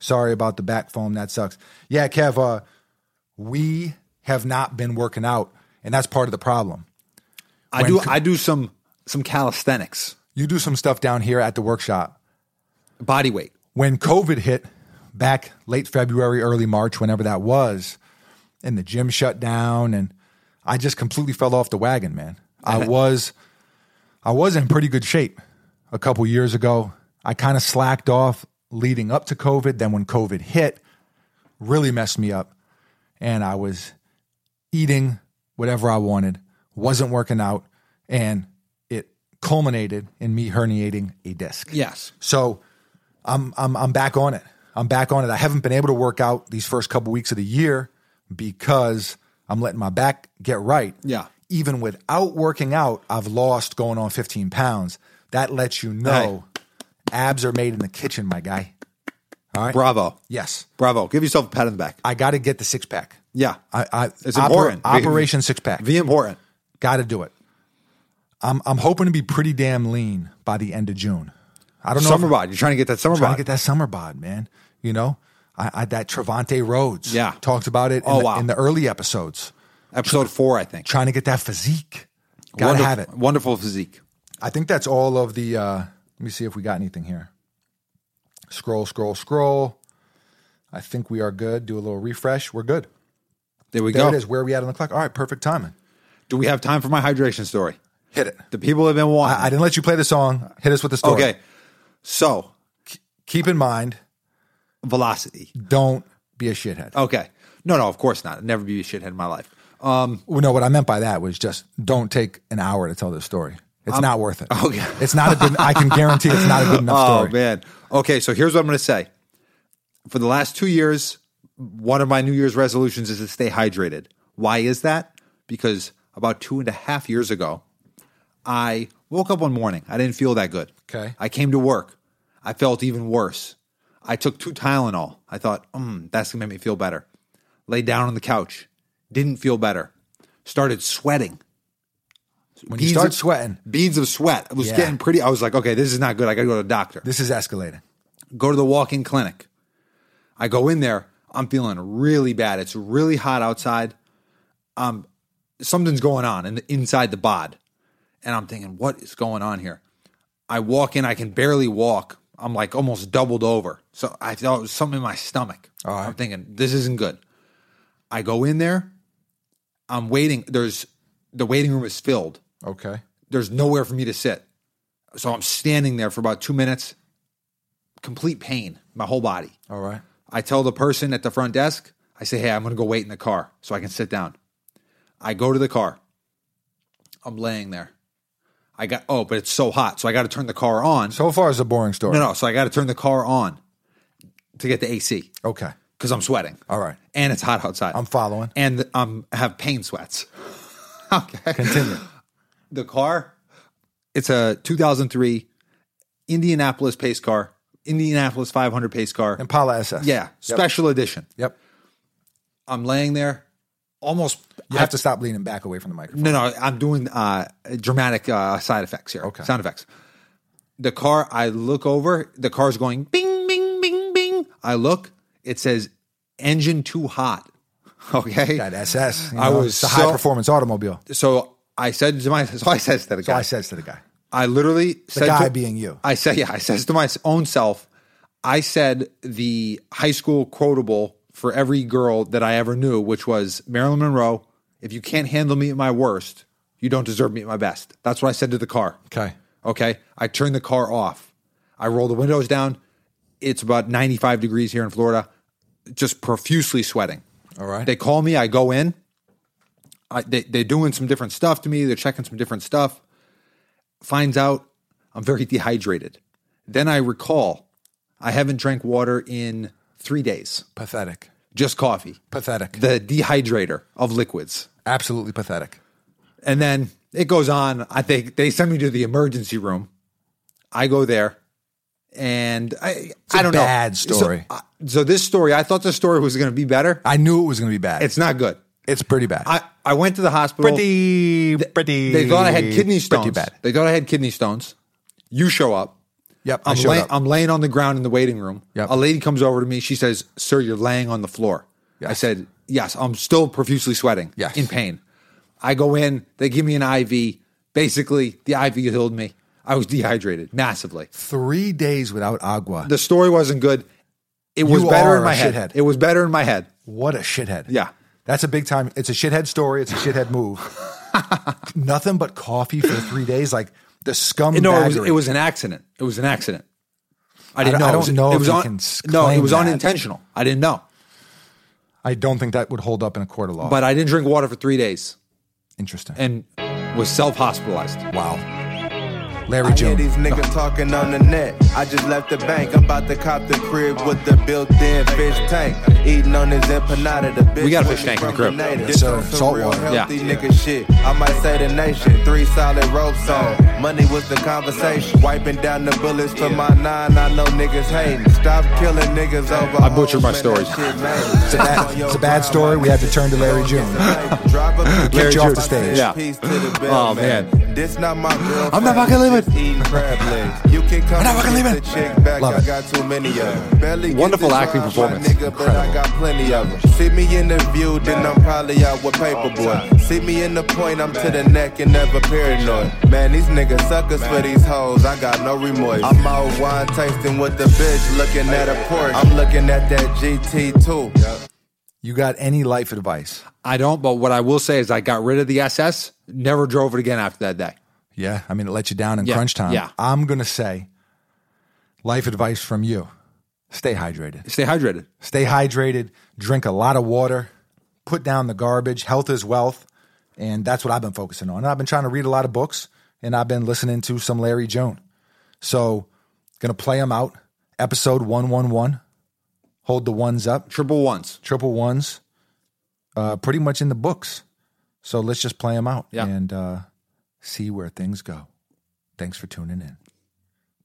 [SPEAKER 1] Sorry about the back foam. That sucks. Yeah, Kev, uh, we have not been working out, and that's part of the problem.
[SPEAKER 2] I
[SPEAKER 1] When
[SPEAKER 2] do
[SPEAKER 1] co-
[SPEAKER 2] I do some some calisthenics,
[SPEAKER 1] You do some stuff down here at the workshop.
[SPEAKER 2] body weight.
[SPEAKER 1] When COVID hit back late February, early March, whenever that was, and the gym shut down, and I just completely fell off the wagon, man. I was. I was in pretty good shape a couple years ago. I kind of slacked off leading up to COVID. Then when COVID hit, really messed me up. And I was eating whatever I wanted, wasn't working out, and it culminated in me herniating a disc.
[SPEAKER 2] Yes.
[SPEAKER 1] So I'm I'm I'm back on it. I'm back on it. I haven't been able to work out these first couple weeks of the year because I'm letting my back get right.
[SPEAKER 2] Yeah.
[SPEAKER 1] Even without working out, I've lost going on 15 pounds. That lets you know abs are made in the kitchen, my guy.
[SPEAKER 2] Bravo.
[SPEAKER 1] Yes.
[SPEAKER 2] Bravo. Give yourself a pat on the back.
[SPEAKER 1] I got to get the six pack.
[SPEAKER 2] Yeah.
[SPEAKER 1] I, I
[SPEAKER 2] It's important.
[SPEAKER 1] Operation six pack.
[SPEAKER 2] The important.
[SPEAKER 1] Got to do it. I'm I'm hoping to be pretty damn lean by the end of June. I don't know. if-
[SPEAKER 2] Summer bod. You're trying to get that summer
[SPEAKER 1] trying to
[SPEAKER 2] bod.
[SPEAKER 1] get that summer bod, man. You know, I, I that Trevante Rhodes.
[SPEAKER 2] Yeah.
[SPEAKER 1] talked about it. In,
[SPEAKER 2] Oh,
[SPEAKER 1] the,
[SPEAKER 2] wow.
[SPEAKER 1] in the early episodes,
[SPEAKER 2] Episode four, I think.
[SPEAKER 1] trying to get that physique. Gotta
[SPEAKER 2] wonderful,
[SPEAKER 1] have it.
[SPEAKER 2] Wonderful physique.
[SPEAKER 1] I think that's all of the. Uh, let me see if we got anything here. Scroll, scroll, scroll. I think we are good. Do a little refresh. We're good.
[SPEAKER 2] There we
[SPEAKER 1] There
[SPEAKER 2] go.
[SPEAKER 1] it is. Where are we at on the clock? All right, perfect timing.
[SPEAKER 2] Do we have time for my hydration story?
[SPEAKER 1] Hit it.
[SPEAKER 2] The people have been wanting.
[SPEAKER 1] I, I didn't let you play the song. Hit us with the story.
[SPEAKER 2] okay. So
[SPEAKER 1] Keep in mind,
[SPEAKER 2] velocity.
[SPEAKER 1] don't be a shithead.
[SPEAKER 2] Okay. No, no, of course not. I'd never be a shithead in my life. Um, well, no, what I meant by that was just don't take an hour to tell this story. It's
[SPEAKER 1] I'm-
[SPEAKER 2] not worth it.
[SPEAKER 1] Um, Okay.
[SPEAKER 2] It's not a good, I can guarantee it's not a
[SPEAKER 1] [laughs]
[SPEAKER 2] good enough story.
[SPEAKER 1] Oh man. Okay, so here's what I'm going to say. For the last 2 years, one of my New Year's resolutions is to stay hydrated. Why is that? Because about two and a half years ago, I woke up one morning. I didn't feel that good.
[SPEAKER 2] Okay.
[SPEAKER 1] I came to work. I felt even worse. I took two Tylenol. I thought, mm, that's gonna make me feel better. Lay down on the couch. Didn't feel better. Started sweating.
[SPEAKER 2] When you
[SPEAKER 1] Beads
[SPEAKER 2] start
[SPEAKER 1] of-
[SPEAKER 2] sweating,
[SPEAKER 1] beads of sweat. It was
[SPEAKER 2] Yeah.
[SPEAKER 1] getting pretty. I was like, okay, this is not good. I got to go to the doctor.
[SPEAKER 2] this is escalating.
[SPEAKER 1] Go to the walk in clinic. I go in there. I'm feeling really bad. It's really hot outside. Um, something's going on in the, inside the bod. And I'm thinking, what is going on here? I walk in. I can barely walk. I'm like almost doubled over. So I thought it was something in my stomach. I'm thinking, this isn't good. I go in there. I'm waiting. There's the waiting room is filled
[SPEAKER 2] Okay.
[SPEAKER 1] there's nowhere for me to sit. So I'm standing there for about two minutes, complete pain, my whole body.
[SPEAKER 2] All right.
[SPEAKER 1] I tell the person at the front desk, I say, hey, I'm going to go wait in the car so I can sit down. I go to the car. I'm laying there. I got, oh, but it's so hot. So I got to turn the car on.
[SPEAKER 2] So far, it's a boring story.
[SPEAKER 1] No, no. So I got to turn the car on to get the AC
[SPEAKER 2] Okay.
[SPEAKER 1] because I'm sweating
[SPEAKER 2] All right.
[SPEAKER 1] and it's hot outside
[SPEAKER 2] I'm following.
[SPEAKER 1] and um, have pain sweats. [laughs] okay.
[SPEAKER 2] Continue.
[SPEAKER 1] The car, it's a 2003 Indianapolis pace car, Indianapolis 500 pace car.
[SPEAKER 2] Impala SS.
[SPEAKER 1] yeah, special edition.
[SPEAKER 2] Yep.
[SPEAKER 1] I'm laying there, almost.
[SPEAKER 2] You have to stop leaning back away from the microphone.
[SPEAKER 1] No, no, I'm doing uh, dramatic uh, side effects here.
[SPEAKER 2] Okay.
[SPEAKER 1] Sound effects. The car, I look over, the car's going bing, bing, bing, bing. I look, it says engine too hot. [laughs] Okay.
[SPEAKER 2] That SS. you
[SPEAKER 1] I
[SPEAKER 2] know,
[SPEAKER 1] was
[SPEAKER 2] it's a
[SPEAKER 1] so-
[SPEAKER 2] high performance automobile.
[SPEAKER 1] so I said to my [laughs] so I says to the
[SPEAKER 2] So
[SPEAKER 1] guy,
[SPEAKER 2] I says to the guy,
[SPEAKER 1] I literally
[SPEAKER 2] the
[SPEAKER 1] said
[SPEAKER 2] guy
[SPEAKER 1] to,
[SPEAKER 2] being you.
[SPEAKER 1] I said yeah, I says to my own self, I said the high school quotable for every girl that I ever knew, which was Marilyn Monroe, if you can't handle me at my worst, you don't deserve me at my best. That's what I said to the car.
[SPEAKER 2] okay.
[SPEAKER 1] Okay. I turned the car off. I roll the windows down. It's about 95 degrees here in Florida, just profusely sweating.
[SPEAKER 2] All right.
[SPEAKER 1] They call me. I go in. I, they, they're doing some different stuff to me. They're checking some different stuff. Finds out I'm very dehydrated. Then I recall I haven't drank water in three days,
[SPEAKER 2] pathetic.
[SPEAKER 1] just coffee.
[SPEAKER 2] Pathetic.
[SPEAKER 1] The dehydrator of liquids.
[SPEAKER 2] Absolutely pathetic.
[SPEAKER 1] And then it goes on. I think they send me to the emergency room. I go there, and I I don't know.
[SPEAKER 2] bad
[SPEAKER 1] So-
[SPEAKER 2] story.
[SPEAKER 1] uh, So, this story, I thought the story was going to be better.
[SPEAKER 2] I knew it was going to be bad.
[SPEAKER 1] It's not good.
[SPEAKER 2] it's pretty bad.
[SPEAKER 1] I I went to the hospital.
[SPEAKER 2] pretty, pretty.
[SPEAKER 1] they thought I had kidney stones.
[SPEAKER 2] Pretty bad.
[SPEAKER 1] They thought I had kidney stones. You show up.
[SPEAKER 2] Yep. I
[SPEAKER 1] I'm,
[SPEAKER 2] showed
[SPEAKER 1] lay-
[SPEAKER 2] up.
[SPEAKER 1] I'm laying on the ground in the waiting room.
[SPEAKER 2] Yep.
[SPEAKER 1] A lady comes over to me. She says, Sir, you're laying on the floor. I
[SPEAKER 2] Yes.
[SPEAKER 1] said, Yes, I'm still profusely sweating,
[SPEAKER 2] Yes.
[SPEAKER 1] in pain. I go in, they give me an IV. Basically, the IV healed me. I was dehydrated massively.
[SPEAKER 2] Three days without agua.
[SPEAKER 1] The story wasn't good. It was
[SPEAKER 2] You
[SPEAKER 1] better
[SPEAKER 2] are
[SPEAKER 1] in my
[SPEAKER 2] a
[SPEAKER 1] head.
[SPEAKER 2] shithead.
[SPEAKER 1] It was better in my head.
[SPEAKER 2] what a shithead.
[SPEAKER 1] Yeah.
[SPEAKER 2] That's a big time. It's a shithead story. It's a
[SPEAKER 1] [laughs]
[SPEAKER 2] shithead move. Nothing but coffee for three days. Like the scum.
[SPEAKER 1] No, it was, it was an accident. It was an accident. I didn't
[SPEAKER 2] don't- I
[SPEAKER 1] know.
[SPEAKER 2] don't know
[SPEAKER 1] it
[SPEAKER 2] if
[SPEAKER 1] was
[SPEAKER 2] you
[SPEAKER 1] on,
[SPEAKER 2] can s-
[SPEAKER 1] No, it
[SPEAKER 2] claim
[SPEAKER 1] was
[SPEAKER 2] that.
[SPEAKER 1] unintentional. I didn't know.
[SPEAKER 2] I don't think that would hold up in a court of law.
[SPEAKER 1] But I didn't drink water for three days
[SPEAKER 2] interesting.
[SPEAKER 1] and was self hospitalized.
[SPEAKER 2] wow. Larry
[SPEAKER 6] I hear
[SPEAKER 2] Jones.
[SPEAKER 6] these niggas talking on the net. I just left the bank. I'm about to cop the crib with the built-in fish tank. Eating on this empanada. The bitch
[SPEAKER 1] We got a
[SPEAKER 6] with
[SPEAKER 1] fish
[SPEAKER 6] me
[SPEAKER 1] tank in the
[SPEAKER 6] from
[SPEAKER 1] crib.
[SPEAKER 6] native.
[SPEAKER 2] Yes, sir.
[SPEAKER 6] This on some
[SPEAKER 2] Salt
[SPEAKER 6] real
[SPEAKER 2] water.
[SPEAKER 6] Healthy
[SPEAKER 1] Yeah.
[SPEAKER 6] nigga shit. I might say the nation. Three solid ropes on. Money was the conversation. Wiping down the bullets for my nine. I know niggas hating. Stop killing niggas over.
[SPEAKER 1] I butchered my
[SPEAKER 6] hoes, man,
[SPEAKER 1] stories.
[SPEAKER 6] that shit matters.
[SPEAKER 2] It's a bad, it's a bad story. We had to turn to Larry June.
[SPEAKER 1] [laughs]
[SPEAKER 6] Drop a
[SPEAKER 2] Larry
[SPEAKER 1] you off
[SPEAKER 2] June.
[SPEAKER 1] the stage. Yeah. Oh,
[SPEAKER 6] Oh
[SPEAKER 1] man.
[SPEAKER 6] man. This not my girl.
[SPEAKER 2] I'm not fucking leaving.
[SPEAKER 6] You can come.
[SPEAKER 2] I'm not
[SPEAKER 6] and get
[SPEAKER 2] fucking leaving.
[SPEAKER 6] the chick back.
[SPEAKER 2] Love
[SPEAKER 6] I
[SPEAKER 2] it.
[SPEAKER 6] got too many of 'em. Barely get
[SPEAKER 1] Wonderful
[SPEAKER 6] this
[SPEAKER 1] acting
[SPEAKER 6] rhyme, my
[SPEAKER 1] performance.
[SPEAKER 6] Nigga, but I got plenty of 'em. See me in the view, then I'm probably out with paperboy. See me in the point, I'm to the neck and never paranoid. Man, these niggas suckers for these hoes. I got no remorse. I'm out wine tasting with the bitch, looking at a Porsche. I'm looking at that GT2.
[SPEAKER 2] You got any life advice?
[SPEAKER 1] I don't, but what I will say is I got rid of the SS, never drove it again after that day.
[SPEAKER 2] Yeah, I mean, it let you down in
[SPEAKER 1] Yeah,
[SPEAKER 2] crunch time.
[SPEAKER 1] yeah.
[SPEAKER 2] I'm going to say life advice from you stay hydrated.
[SPEAKER 1] Stay hydrated.
[SPEAKER 2] Stay hydrated, drink a lot of water,
[SPEAKER 1] put down the garbage. Health is wealth. And that's what I've been focusing on. And I've been trying to read a lot of books and I've been listening to some Larry Joan. So, gonna play them out. Episode 111. Hold the ones up.
[SPEAKER 2] Triple ones.
[SPEAKER 1] Triple ones. Uh, pretty much in the books. So, let's just play them out
[SPEAKER 2] Yeah.
[SPEAKER 1] and uh, see where things go. Thanks for tuning in.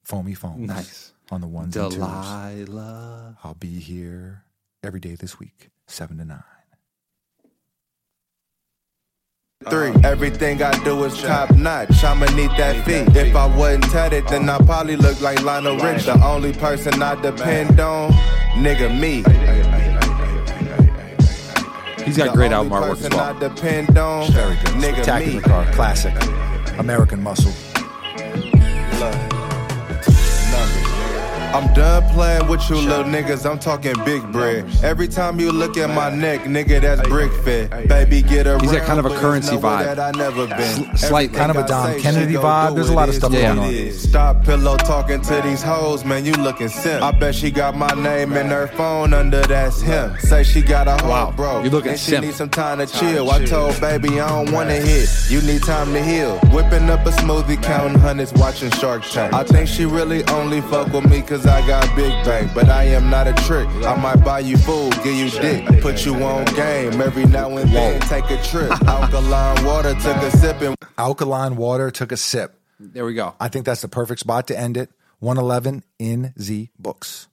[SPEAKER 1] Foamy Foams.
[SPEAKER 2] Nice.
[SPEAKER 1] On the ones and twos.
[SPEAKER 2] Delilah.
[SPEAKER 1] I'll be here every day this week, 7 to 9.
[SPEAKER 6] Three.
[SPEAKER 1] Uh-huh.
[SPEAKER 6] Everything I do is top notch. I'ma need that fee. If I wasn't tatted, then I probably look like Lionel Rich. The only person I depend on, nigga, me.
[SPEAKER 2] He's got
[SPEAKER 6] The
[SPEAKER 2] great album
[SPEAKER 6] only
[SPEAKER 2] artwork as
[SPEAKER 6] person I
[SPEAKER 2] well.
[SPEAKER 6] depend on,
[SPEAKER 1] Very good.
[SPEAKER 6] nigga,
[SPEAKER 1] Spectacular
[SPEAKER 6] me.
[SPEAKER 1] car. Classic. American Muscle.
[SPEAKER 6] Look. I'm done playing with you little niggas, I'm talking big bread. Every time you look at my neck, nigga, that's brick fit. Baby, get around.
[SPEAKER 2] He's got kind of a
[SPEAKER 6] but it's
[SPEAKER 2] currency
[SPEAKER 6] nowhere
[SPEAKER 2] vibe.
[SPEAKER 6] That I never been.
[SPEAKER 2] Sl- slight-
[SPEAKER 6] Everything
[SPEAKER 1] Kind of a
[SPEAKER 6] I
[SPEAKER 1] Dom
[SPEAKER 6] say,
[SPEAKER 1] Kennedy
[SPEAKER 6] she gon'
[SPEAKER 1] vibe.
[SPEAKER 6] do
[SPEAKER 1] There's a
[SPEAKER 6] it
[SPEAKER 1] lot of
[SPEAKER 6] is
[SPEAKER 1] stuff
[SPEAKER 6] what
[SPEAKER 2] going
[SPEAKER 6] it
[SPEAKER 2] on.
[SPEAKER 6] is. Stop pillow talking to these hoes, man, you looking simp. I bet she got my name in her phone under that's him. Say she got a
[SPEAKER 2] Wow.
[SPEAKER 6] whole bro.
[SPEAKER 2] You looking
[SPEAKER 6] and she
[SPEAKER 2] simp.
[SPEAKER 6] need some time to chill. I told baby I don't wanna hit. You need time to heal. Whipping up a smoothie, counting hundreds, watching Shark Tank. I think she really only fuck with me cause I got big bang. But I am not a trick. I might buy you food, give you dick, put you on game. Every now and then take a trip. Alkaline water, took a sip and
[SPEAKER 1] Alkaline water took a sip.
[SPEAKER 2] There we go.
[SPEAKER 1] I think that's the perfect spot to end it. 111 in Z Books.